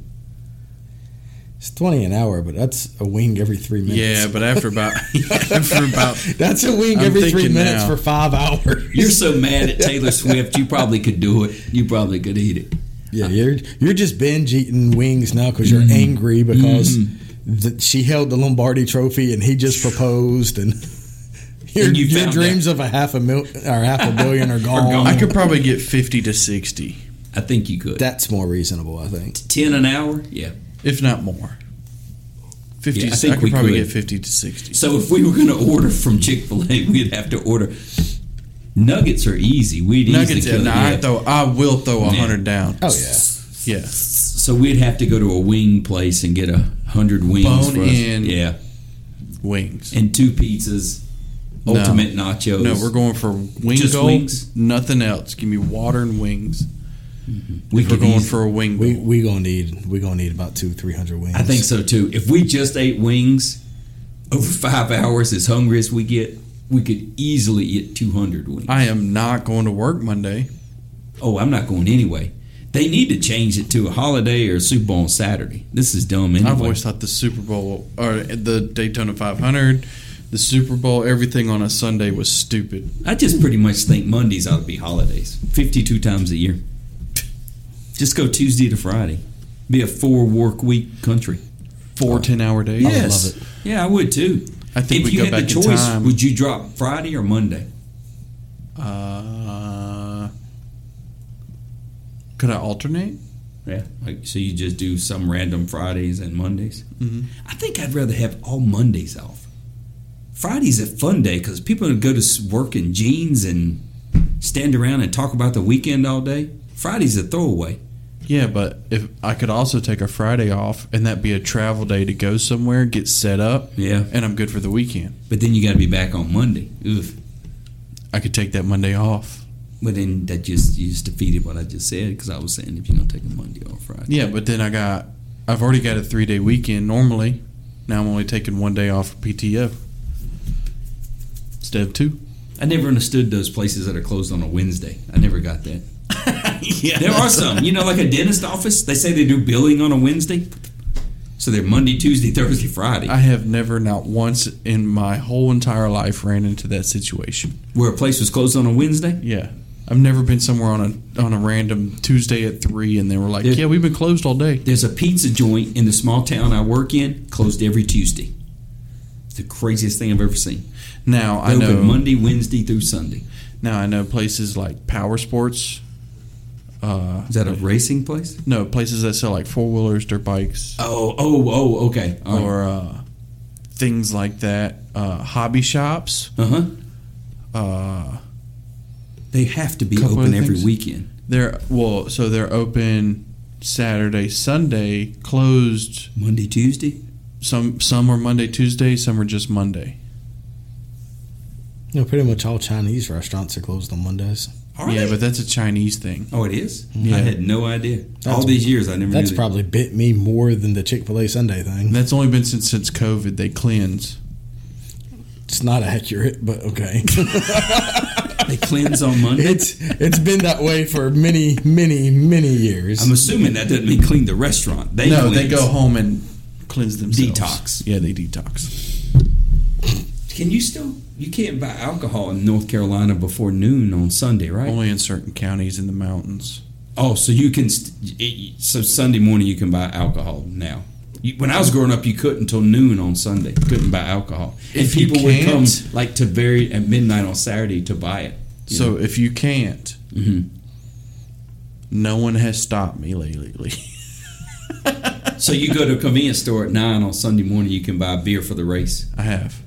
S3: It's twenty an hour, but that's a wing every three minutes.
S1: Yeah, but after about after about
S3: that's a wing
S1: I'm
S3: every three
S1: thinking
S3: minutes
S1: now.
S3: for five hours.
S2: You're so mad at Taylor Swift, you probably could do it. You probably could eat it.
S3: Yeah, you're you're just binge eating wings now because you're
S2: Mm-hmm.
S3: angry because the, she held the Lombardi Trophy and he just proposed and your,
S2: And you
S3: your
S2: found
S3: dreams of a half a mil or half a billion are gone.
S2: gone.
S1: I could probably get fifty to sixty,
S2: I think you could.
S3: That's more reasonable, I think.
S2: Ten an hour. Yeah.
S1: if not more. Fifty.
S2: Yeah,
S1: to-
S2: I
S1: I,
S2: think
S1: could
S2: we
S1: probably
S2: could.
S1: get fifty to sixty.
S2: So if we were going to order from Chick Fil A, we'd have to order. Nuggets are easy. We'd
S1: Nuggets.
S2: easily kill
S1: Now
S2: yeah.
S1: I throw. I will throw a
S2: Yeah.
S1: hundred down.
S3: Oh yeah,
S1: Yeah.
S2: So we'd have to go to a wing place and get a hundred wings
S1: Bone
S2: for us.
S1: in.
S2: Yeah,
S1: Wings.
S2: and two pizzas, ultimate nachos.
S1: No, we're going for wing
S2: Just
S1: goal,
S2: wings?
S1: Nothing else. Give me water and wings.
S2: we
S1: If we're
S2: could
S1: going
S2: easily-
S1: for a wing
S3: we
S1: goal.
S3: we gonna need we gonna need about two three hundred wings.
S2: I think so too. If we just ate wings over five hours, as hungry as we get, we could easily eat two hundred wings.
S1: I am not going to work Monday.
S2: oh, I'm not going anyway. They need to change it to a holiday or a Super Bowl on Saturday. This is dumb anyway.
S1: I've always thought the Super Bowl or the Daytona 500, the Super Bowl, everything on a Sunday was stupid.
S2: I just pretty much think Mondays ought to be holidays. Fifty-two times a year. Just go Tuesday to Friday. Be a four work week country. Oh.
S1: Four 10 hour days.
S2: Yes. Yeah, I would too.
S1: I think
S2: if
S1: we
S2: you
S1: go
S2: had
S1: back
S2: the
S1: in
S2: choice,
S1: time.
S2: would you drop Friday or Monday?
S1: Uh, could I alternate?
S2: Yeah. Like, so you just do some random Fridays and Mondays.
S1: Mm-hmm.
S2: I think I'd rather have all Mondays off. Friday's a fun day because people are gonna go to s- work in jeans and stand around and talk about the weekend all day. Friday's a throwaway.
S1: Yeah, but if I could also take a Friday off and that be a travel day to go somewhere, get set up,
S2: Yeah.
S1: and I'm good for the weekend.
S2: But then you got to be back on Monday. Oof.
S1: I could take that Monday off.
S2: But then that just you just defeated what I just said because I was saying if you're gonna take a Monday or Friday,
S1: Yeah, but then I got, I've already got a three day weekend normally. Now I'm only taking one day off for PTO instead of two.
S2: I never understood those places that are closed on a Wednesday. I never got that. yeah, there are some. You know, like a dentist office, they say they do billing on a Wednesday, so they're Monday, Tuesday, Thursday, Friday.
S1: I have never, not once in my whole entire life, ran into that situation.
S2: Where a place was closed on a Wednesday,
S1: Yeah. I've never been somewhere on a on a random Tuesday at three, and they were like,
S2: Yeah.
S1: "Yeah, we've been closed all day."
S2: there's a pizza joint in the small town I work in closed every Tuesday. It's the craziest thing I've ever seen.
S1: Now
S2: They
S1: I know.
S2: open Monday, Wednesday through Sunday.
S1: Now I know places like Power Sports. Uh,
S2: Is that a racing place?
S1: no, places that sell like four wheelers, dirt bikes,
S2: Oh, oh, oh, okay. All right.
S1: or uh, things like that. Uh, hobby shops.
S2: Uh huh.
S1: Uh,
S2: They Uh-huh. They have to be
S1: Couple
S2: open
S1: other
S2: every
S1: things.
S2: weekend.
S1: They're well, so they're open Saturday, Sunday, closed
S2: Monday, Tuesday.
S1: some some are Monday, Tuesday, some are just Monday.
S3: No, pretty much all Chinese restaurants are closed on Mondays.
S1: yeah, but that's a Chinese thing.
S2: oh, it is.
S1: Yeah.
S2: I had no idea. All these years, I never.
S3: That's
S2: knew that.
S3: probably bit me more than the Chick Fil A Sunday
S1: And
S3: thing.
S1: that's only been since since COVID. They cleanse.
S3: It's not accurate, but okay.
S2: They cleanse on Monday.
S3: it's it's been that way for many, many, many years.
S2: I'm assuming that doesn't mean clean the restaurant. They
S1: no, they
S2: cleanse.
S1: go home and cleanse themselves.
S2: Detox.
S1: Yeah, they detox.
S2: Can you still? You can't buy alcohol in North Carolina before noon on Sunday, right?
S1: Only in certain counties in the mounons.
S2: Oh, so you can. st- it- So Sunday morning you can buy alcohol now. You, when I was growing up, you couldn't until noon on Sunday. Couldn't buy alcohol, and
S1: If you
S2: people would come
S1: can't-
S2: like to very at midnight on Saturday to buy it. you
S1: So
S2: know?
S1: if you can't,
S3: Mm-hmm.
S1: no one has stopped me lately.
S2: so you go to a convenience store at nine on Sunday morning, you can buy beer for the race.
S1: I have.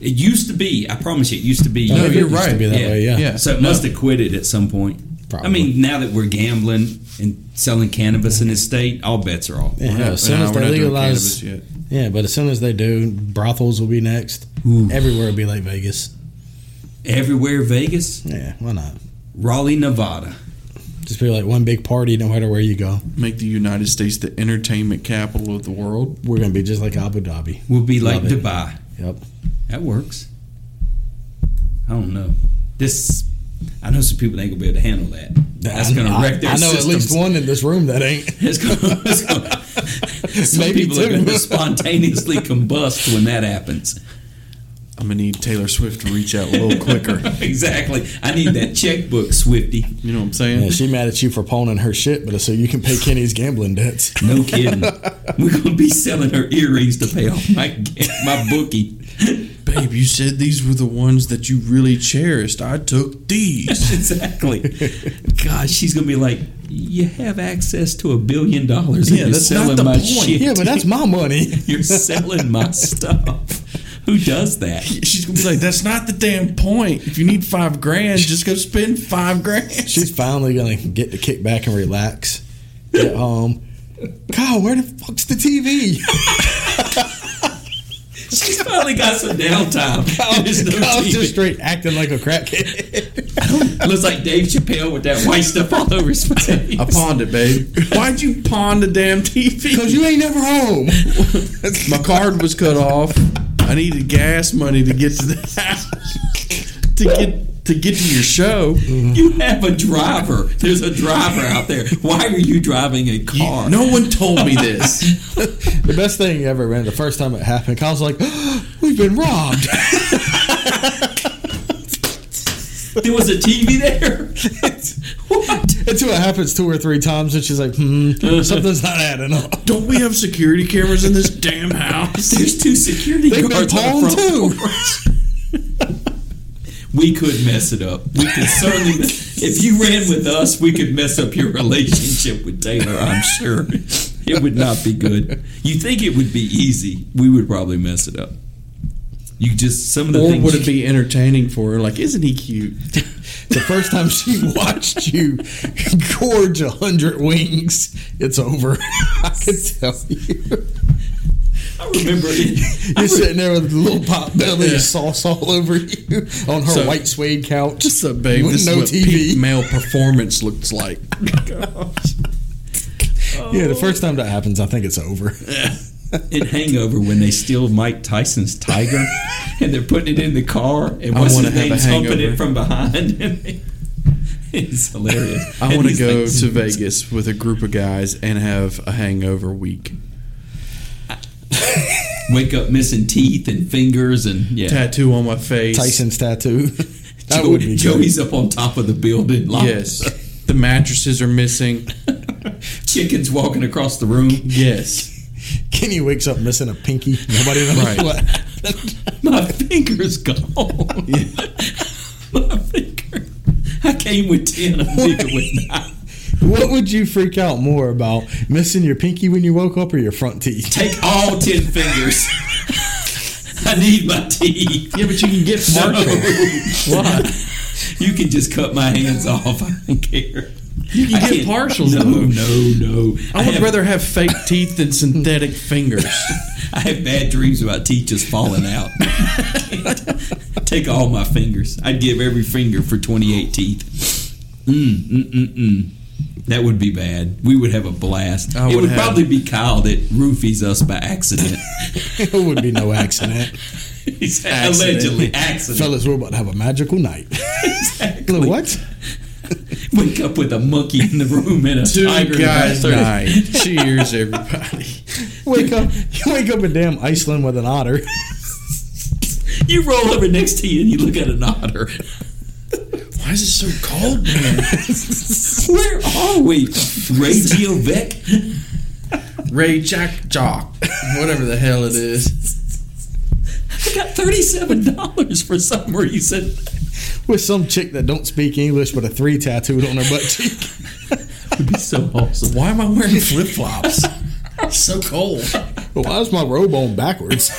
S2: It used to be. I promise you, it used to be.
S1: No, you're
S3: it used
S1: right.
S3: to be that
S2: Yeah.
S3: way, yeah.
S1: Yeah.
S2: So it must have quit it at some point.
S3: Probably.
S2: I mean, now that we're gambling and selling cannabis in this state, all bets are off.
S3: Yeah, as soon
S1: Nah, we're
S3: as they
S1: not doing
S3: legalize,
S1: cannabis yet.
S3: yeah, but as soon as they do, brothels will be next.
S2: Ooh.
S3: Everywhere will be like Vegas.
S2: Everywhere, Vegas,
S3: Yeah, why not?
S2: Raleigh, Nevada.
S3: Just be like one big party, no matter where you go.
S1: make the United States the entertainment capital of the world.
S3: We're gonna be just like Abu Dhabi.
S2: will be like
S3: Love it.
S2: Dubai.
S3: Yep.
S2: That works. I don't know. This, I know some people ain't gonna be able to handle that. That's gonna
S3: I-
S2: wreck their
S3: I know at least
S2: systems.
S3: one in this room that ain't.
S2: It's gonna, it's gonna, some
S3: Maybe
S2: people are
S3: two.
S2: gonna spontaneously combust when that happens.
S1: I'm gonna need Taylor Swift to reach out a little quicker.
S2: exactly. I need that checkbook, Swifty.
S1: You know what I'm saying?
S3: Yeah, she mad at you for pawning her shit, but it's so you can pay Kenny's gambling debts.
S2: No kidding. We're gonna be selling her earrings to pay off my my bookie.
S1: Babe, you said these were the ones that you really cherished. I took these.
S2: exactly. God, she's gonna be like, you have access to a billion dollars. and
S1: Yeah,
S2: you're
S1: that's not
S2: selling
S1: the
S2: my
S1: point.
S2: shit.
S3: Yeah, but that's my money.
S2: You're selling my stuff. Who does that?
S1: She's gonna be like, "That's not the damn point. If you need five grand, just go spend five grand."
S3: She's finally gonna get to kick back and relax. Get home. God, where the fuck's the TV?
S2: She's finally got some downtime. There's no
S3: Kyle's
S2: TV.
S3: just straight acting like a crackhead.
S2: Looks like Dave Chappelle with that white stuff all over his face.
S1: I pawned it, babe. Why'd you pawn the damn TV?
S3: Cause you ain't never home.
S1: My card was cut off. I needed gas money to get to the house to get to get to your show.
S2: You have a driver. There's a driver out there. Why are you driving a car?
S1: No one told me this.
S3: The best thing ever, man. The first time it happened, Kyle's like, "We've been robbed."
S2: There was a TV there. what?
S3: Until it happens two or three times, and she's like, "Hmm, something's not adding up."
S1: Don't we have security cameras in this damn house?
S2: There's two security
S3: They've been
S2: guards on
S3: pawned
S2: the front.
S3: too.
S2: We could mess it up. We could certainly. if you ran with us, we could mess up your relationship with Taylor. I'm sure it would not be good. You think it would be easy? We would probably mess it up. You just some of the
S1: Or
S2: things.
S1: would it be entertaining for her? Like, isn't he cute?
S3: The first time she watched you gorge a hundred wings, it's over. I can tell you.
S2: I remember. It, I re-
S3: You're sitting there with a little pot belly
S1: Yeah.
S3: sauce all over you on her
S1: So-
S3: white suede couch.
S1: What's up, babe?
S3: With
S1: This
S3: no
S1: is what
S3: TV.
S1: peak male performance looks like.
S3: Yeah, the first time that happens, I think it's over.
S2: in Hangover when they steal Mike Tyson's tiger and they're putting it in the car and
S1: I
S2: what's
S1: wanna
S2: his
S1: have a
S2: name's humping
S1: hangover.
S2: it from behind. it's hilarious.
S1: I
S2: And
S1: want to
S2: he's
S1: go
S2: like,
S1: to Vegas with a group of guys and have a hangover week.
S2: wake up missing teeth and fingers and yeah.
S1: Tattoo on my face.
S3: Tyson's tattoo. That
S2: Joey-
S3: would be good.
S2: Joey's up on top of the building. Locked.
S1: Yes. The mattresses are missing.
S2: Chickens walking across the room.
S1: Yes.
S3: Kenny wakes up missing a pinky. Nobody knows
S1: Right.
S3: what.
S2: My finger's gone. My finger. I came with 10. I'm leaving with 9.
S3: What would you freak out more about? Missing your pinky when you woke up or your front teeth?
S2: Take all 10 fingers. I need my teeth.
S1: Yeah, but you can get
S2: No.
S1: partial. Why?
S2: You can just cut my hands off. I don't care.
S1: You can
S2: I
S1: get
S2: can't-
S1: partials,
S2: No,
S1: though.
S2: no, no.
S1: I would
S2: have,
S1: rather have fake teeth than synthetic fingers.
S2: I have bad dreams about teeth just falling out. I can't. Take all my fingers. I'd give every finger for twenty-eight teeth. Mm, mm, mm, mm. That would be bad. We would have a blast.
S1: I
S2: it
S1: would
S2: would
S1: have-
S2: probably be Kyle that roofies us by accident.
S3: it would be no accident.
S2: He's allegedly accident.
S3: Fellas, we're about to have a magical night.
S2: Exactly.
S3: what?
S2: Wake up with a monkey in the room and a
S1: Two
S2: tiger. in the
S1: guys
S2: bathroom.
S1: night. Cheers, everybody.
S3: Wake up! You wake up in damn Iceland with an otter.
S2: You roll over next to you and you look at an otter.
S1: Why is it so cold, man?
S2: Where are we? Radio Vec?
S1: Ray Jack Jock, whatever the hell it is.
S2: I got $37 for some reason.
S3: with some chick that don't speak English with a three tattooed on her butt cheek.
S2: It'd be so awesome.
S1: Why am I wearing flip flops? so cold.
S3: Why is my robe on backwards?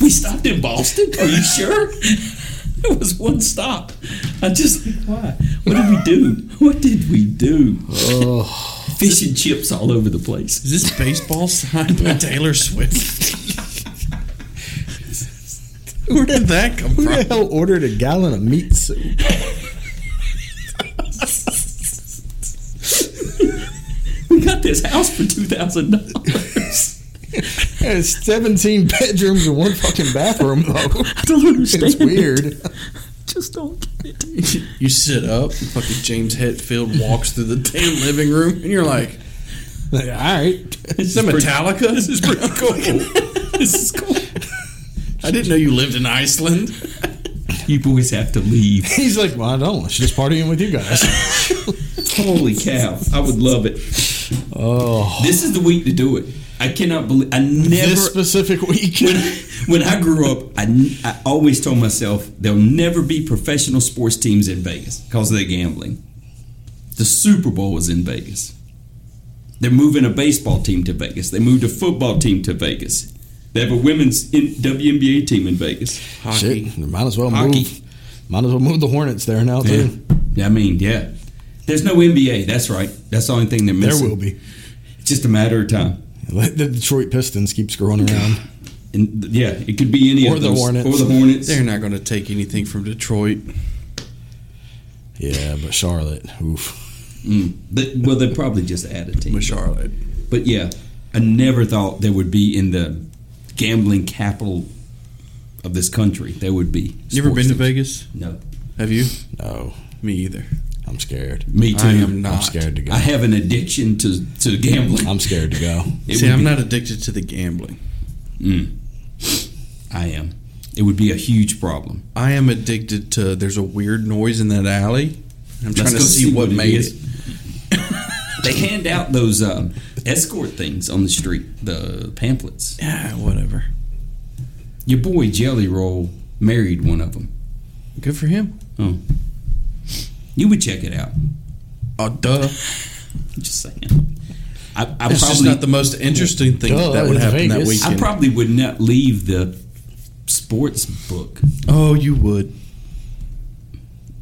S2: We stopped in Boston? Are you sure? It was one stop. I just, why? What did we do? What did we do? Fish and chips all over the place.
S1: Is this baseball signed by Taylor Swift? Where did that come
S3: Who the
S1: from?
S3: hell ordered a gallon of meat soup?
S2: We got this house for $2,000.
S3: It's 17 bedrooms and one fucking bathroom, though.
S2: I don't understand.
S3: It's
S2: it.
S3: weird.
S2: Just don't get it.
S1: You sit up, fucking James Hetfield walks through the damn living room, and you're like,
S3: Like, all right.
S1: is that Metallica? This is pretty cool.
S2: This is cool.
S1: I didn't know you lived in Iceland.
S2: You boys have to leave.
S3: He's like, well, I don't. I should just partying with you guys.
S2: Holy cow! I would love it.
S3: Oh,
S2: This is the week to do it. I cannot believe. I never.
S3: this specific week.
S2: when I grew up, I, I always told myself there'll never be professional sports teams in Vegas because of their gambling. The Super Bowl is in Vegas. They're moving a baseball team to Vegas. They moved a football team to Vegas. They have a women's in, WNBA team in Vegas.
S3: Shit, might as well
S2: Hockey.
S3: move. Might as well move the Hornets there now
S2: Yeah.
S3: too.
S2: I mean, yeah. There's no NBA. That's right. That's the only thing they're
S3: There
S2: missing.
S3: will be.
S2: It's just a matter of time.
S3: Let the Detroit Pistons keep screwing around.
S2: And th- yeah, it could be any
S3: Or
S2: of
S3: the
S2: those.
S3: Hornets.
S2: Or the Hornets.
S1: They're not going to take anything from Detroit.
S3: Yeah, but Charlotte. Oof.
S2: They- Mm. well, they probably just add a team.
S1: with Charlotte.
S2: But yeah, I never thought there would be in the gambling capital of this country. There would be.
S1: You ever been to
S2: sports teams.
S1: Vegas?
S2: No,
S1: Have you?
S3: No,
S1: Me either.
S3: I'm scared.
S2: me too.
S1: I am
S3: I'm
S1: not.
S3: scared to go.
S2: I have an addiction to to gambling.
S3: I'm scared to go.
S2: It
S1: See,
S2: would
S1: I'm
S2: be-
S1: not addicted to the gambling.
S2: Mm. I am. It would be a huge problem.
S1: I am addicted to. There's a weird noise in that alley. I'm trying to see, what, made it.
S2: they hand out those um, escort things on the street, the pamphlets.
S1: Yeah, whatever.
S2: Your boy Jelly Roll married one of them.
S1: Good for him.
S2: Oh, you would check it out.
S1: Oh, duh.
S2: I'm just saying. I, I
S1: It's just
S2: probably
S1: not the most interesting thing
S3: Duh,
S1: that would
S3: it's
S1: happen that
S3: Vegas.
S2: I
S1: weekend.
S2: probably would not leave the sports book.
S1: oh, you would.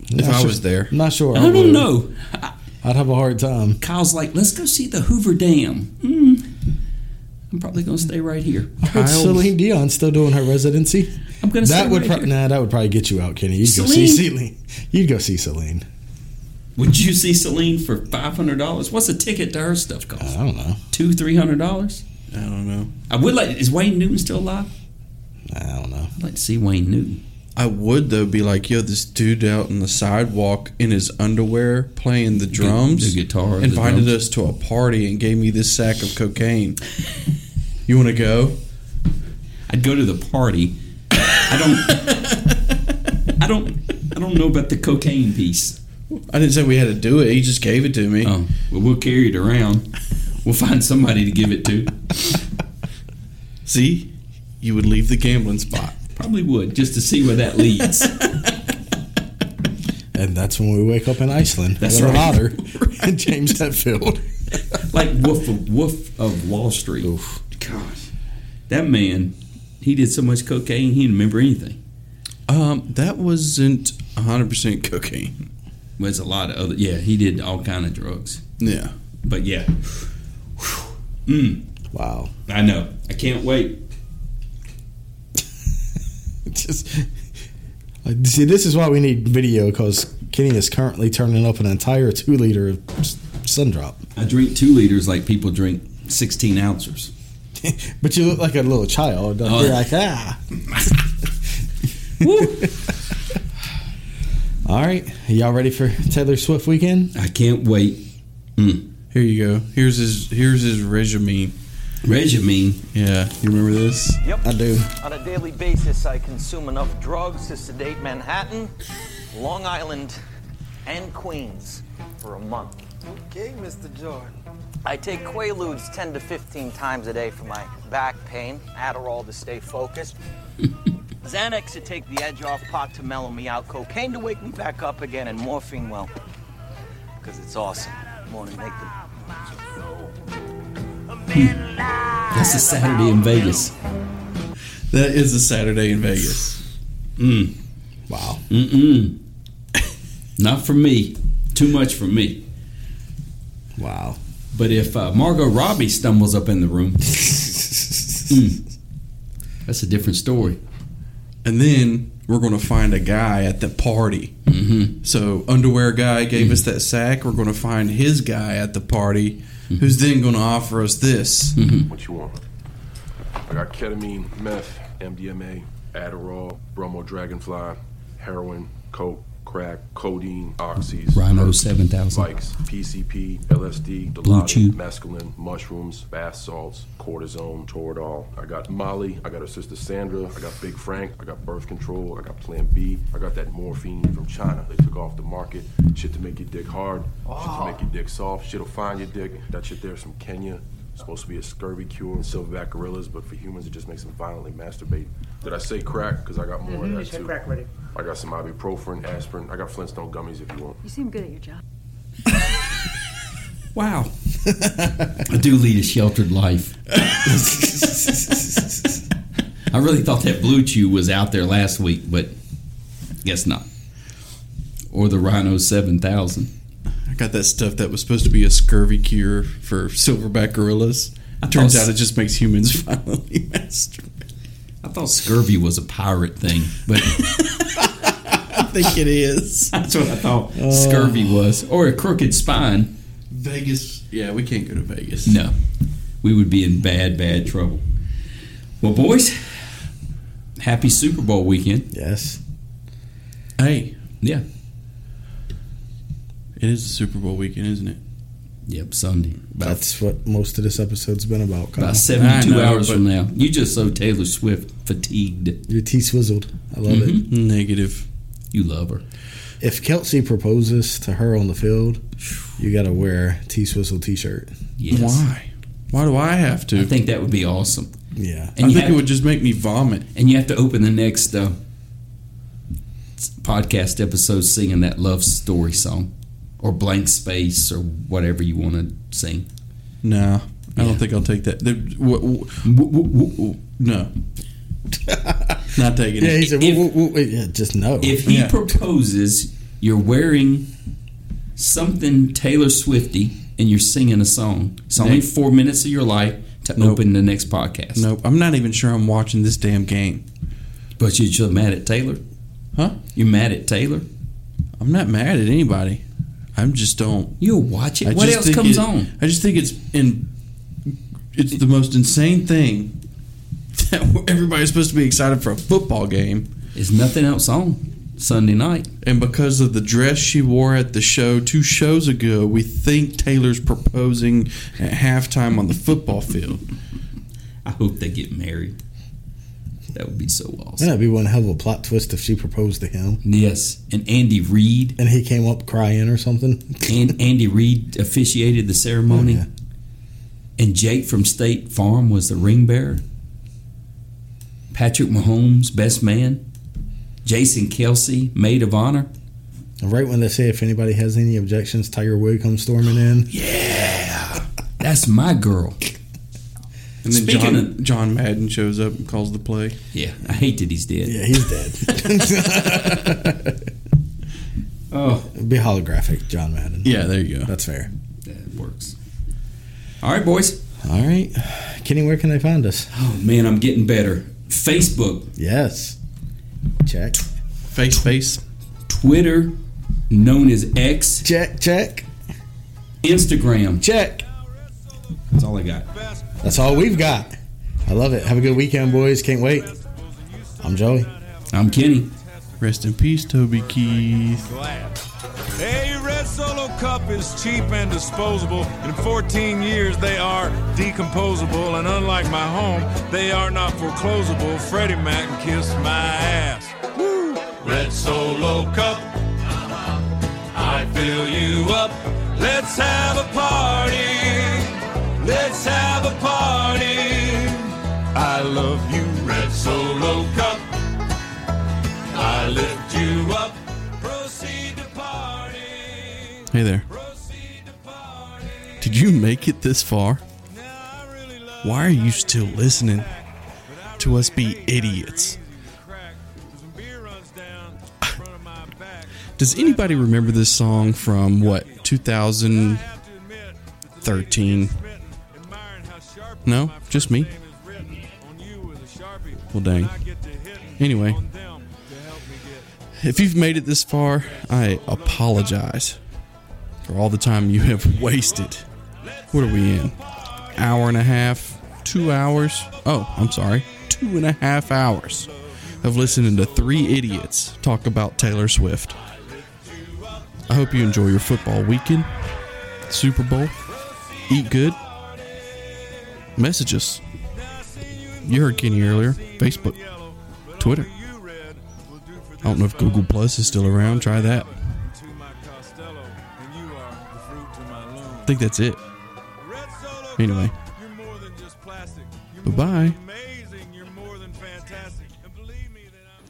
S1: If
S3: Not
S1: I
S3: sure-
S1: was there.
S3: I'm not sure.
S2: I
S3: would.
S2: don't know. I,
S3: I'd have a hard time.
S2: Kyle's like, let's go see the Hoover Dam. Mm, I'm probably gonna stay right here.
S3: I heard
S1: Kyle-
S3: Celine Dion's still doing her residency.
S2: I'm gonna stay
S3: That would
S2: right
S3: pro-
S2: here.
S3: nah, that would probably get you out, Kenny. You'd go see Celine. You'd go see Celine.
S2: Would you see Celine for five hundred dollars? What's a ticket to her stuff cost?
S3: I don't know.
S2: Two, three hundred dollars.
S1: I don't know.
S2: I would like. Is Wayne Newton still alive?
S3: I don't know.
S2: I'd like to see Wayne Newton.
S1: I would though be like, yo, this dude out on the sidewalk in his underwear playing the drums,
S2: the guitar, the
S1: invited
S2: drums.
S1: us to a party and gave me this sack of cocaine. you want to go?
S2: I'd go to the party. I don't. I don't. I don't know about the cocaine piece.
S1: I didn't say we had to do it. He just gave it to me.
S2: Oh, well, we'll carry it around. We'll find somebody to give it to.
S1: See, you would leave the gambling spot.
S2: Probably would, just to see where that leads.
S3: And that's when we wake up in Iceland.
S2: That's
S3: with an
S2: right.
S3: otter and James Hetfield.
S2: like Wolf of Wolf of Wall Street. Oof. Gosh, that man, he did so much cocaine, he didn't remember anything.
S1: Um, that wasn't hundred percent cocaine.
S2: Well, There's a lot of other. Yeah, he did all kind of drugs.
S1: Yeah.
S2: But yeah, mm,
S3: Wow.
S2: I know. I can't wait.
S3: Just like, see, this is why we need video because Kenny is currently turning up an entire two liter of s- sun drop.
S2: I drink two liters like people drink sixteen ounces.
S3: But you look like a little child.
S2: Oh.
S3: You're like ah.
S2: Woo.
S3: All right, y'all ready for Taylor Swift weekend?
S2: I can't wait. Mm.
S1: Here you go. Here's his here's his regimen.
S2: Regimine.
S1: Yeah. You remember this?
S3: I do.
S7: On a daily basis, I consume enough drugs to sedate Manhattan, Long Island, and Queens for a month.
S9: Okay, Mr. Jordan.
S7: I take Quaaludes 10 to 15 times a day for my back pain, Adderall to stay focused, Xanax to take the edge off, pot to mellow me out, cocaine to wake me back up again, and morphine, well, because it's awesome. Morning, make the
S2: That's a Saturday in Vegas.
S1: That is a Saturday in Vegas.
S3: Wow.
S2: Mm-mm. Not for me. Too much for me.
S3: Wow.
S2: But if uh, Margot Robbie stumbles up in the room, mm, that's a different story.
S1: And then we're gonna find a guy at the party. Mm-hmm. So underwear guy gave
S2: Mm-hmm.
S1: us that sack. We're gonna find his guy at the party, who's then gonna offer us this.
S2: Mm-hmm.
S10: What you want? I got ketamine, meth, MDMA, Adderall, bromo dragonfly, heroin, coke, crack, codeine, oxys,
S2: Rhino
S10: herpes,
S2: 7000.
S10: Vicks, PCP, LSD,
S2: Blue Chew.
S10: Dilaudid, mescaline, mushrooms, bath salts, cortisone, Toradol. I got Molly, I got her sister Sandra, I got Big Frank, I got birth control, I got Plan B, I got that morphine from China they took off the market. Shit to make your dick hard, shit to make your dick soft, shit'll find your dick. That shit there's from Kenya. It's supposed to be a scurvy cure in silverback gorillas, but for humans it just makes them violently masturbate. Did I say crack? Because I got more of that too. I got some ibuprofen, aspirin. I got Flintstone gummies if you want.
S11: You seem good at your job.
S2: Wow. I do lead a sheltered life. I really thought that Blue Chew was out there last week, but guess not. Or the Rhino 7000.
S1: I got that stuff that was supposed to be a scurvy cure for silverback gorillas. Turns
S2: thought-
S1: out it just makes humans finally masturbate.
S2: I thought scurvy was a pirate thing, but
S1: I think it is.
S2: that's what I thought
S1: Oh.
S2: scurvy was. Or a crooked spine.
S1: Vegas. Yeah, we can't go to Vegas.
S2: No, we would be in bad, bad trouble. Well, boys, happy Super Bowl weekend.
S3: Yes.
S1: Hey,
S2: Yeah.
S1: it is the Super Bowl weekend, isn't it?
S2: Yep, Sunday. About,
S3: That's what most of this episode's been about. Kyle.
S2: about 72
S1: I know,
S2: hours
S1: but-
S2: from now. You just so Taylor Swift fatigued.
S3: Your tea swizzled. I love
S2: Mm-hmm.
S3: it.
S1: Negative.
S2: You love her.
S3: If Kelsey proposes to her on the field, you got to wear tea swizzle t shirt.
S2: Yes.
S1: Why? Why do I have to?
S2: I think that would be awesome.
S3: Yeah.
S1: I
S2: And you,
S1: think
S2: have,
S1: it would just make me vomit.
S2: and you have to open the next uh, podcast episode singing that love story song or blank space or whatever you want to sing.
S1: No, I
S2: Yeah.
S1: don't think I'll take that. There- w- w- No, not taking
S3: Yeah,
S1: it.
S3: he said,
S2: If-
S3: "Woo, woo, woo," yeah, just no.
S2: If he
S1: Yeah.
S2: proposes, you're wearing something Taylor Swifty and you're singing a song. It's only
S1: Nope.
S2: four minutes of your life to
S1: Nope.
S2: open the next podcast.
S1: Nope, I'm not even sure I'm watching this damn game.
S2: But you're just mad at Taylor?
S1: Huh?
S2: You're mad at Taylor?
S1: I'm not mad at anybody. I'm just don't.
S2: You'll watch it.
S1: I
S2: what
S1: just
S2: else
S1: think
S2: comes
S1: it-
S2: on?
S1: I just think it's in. It's the most insane thing that everybody's supposed to be excited for a football game,
S2: There's nothing else on Sunday night.
S1: and because of the dress she wore at the show two shows ago, we think Taylor's proposing at halftime on the football field.
S2: I hope they get married. That would be so awesome.
S3: That'd be one hell of a plot twist if she proposed to him
S2: Yes. And Andy Reid.
S3: and he came up crying or something.
S2: And Andy Reid officiated the ceremony.
S3: Yeah.
S2: And Jake from State Farm was the ring bearer. Patrick Mahomes, best man. Jason Kelsey, maid of honor.
S3: And right when they say if anybody has any objections, Tiger Woods comes storming in.
S2: That's my girl.
S1: And then
S2: Speaking
S1: John,
S2: of-
S1: John Madden shows up and calls the play.
S2: Yeah, I hate that he's dead.
S3: Yeah, he's dead.
S2: Oh,
S5: It'd be holographic, John Madden.
S1: Yeah, there you go.
S5: That's fair.
S2: that works. All right, boys.
S5: All right. Kenny, where can they find us?
S2: Oh man, I'm getting better. Facebook,
S5: Yes. Check.
S1: Face, face.
S2: Twitter, known as X,
S5: Check, check,
S2: Instagram.
S5: check.
S2: That's all I got.
S5: That's all we've got. I love it. Have a good weekend, boys. Can't wait. I'm Joey.
S2: I'm Kenny.
S1: Rest in peace, Toby Keith.
S4: glass. A red solo cup is cheap and disposable. In 14 years, they are decomposable, and unlike my home, they are not foreclosable. Freddie Mac kissed my ass. Woo! Red solo cup, I fill you up. Let's have a party. Let's have a party. I love you, red solo cup. I lift you up. Proceed to party.
S1: Hey there.
S4: Proceed to party.
S1: Did you make it this far?
S4: Now I really love
S1: Why are you still listening to us be idiots?
S4: crack. 'cause when beer runs down in front of my back.
S1: Does anybody remember this song from what 2013?
S4: I have to admit, that the smitten, admiring how sharp
S1: No,
S4: my
S1: just
S4: first
S1: me.
S4: name is written on you with a Sharpie.
S1: Well, dang.
S4: And I get to hit
S1: Anyway.
S4: on them to help me get-
S1: If you've made it this far, I apologize for all the time you have wasted. What are we in? Hour and a half? Two hours? Oh, I'm sorry. Two and a half hours of listening to three idiots talk about Taylor Swift. I hope you enjoy your football weekend, Super Bowl, eat good. Message us. You heard Kenny earlier. Facebook, Twitter.
S4: you read. Will do for
S1: I don't know if Google Plus is still around. Try that.
S4: to my Costello, and you are the fruit to my loom.
S1: I think that's it.
S4: Red Solo
S1: Anyway.
S4: Cup, you're more than just plastic. You're
S1: Bye bye.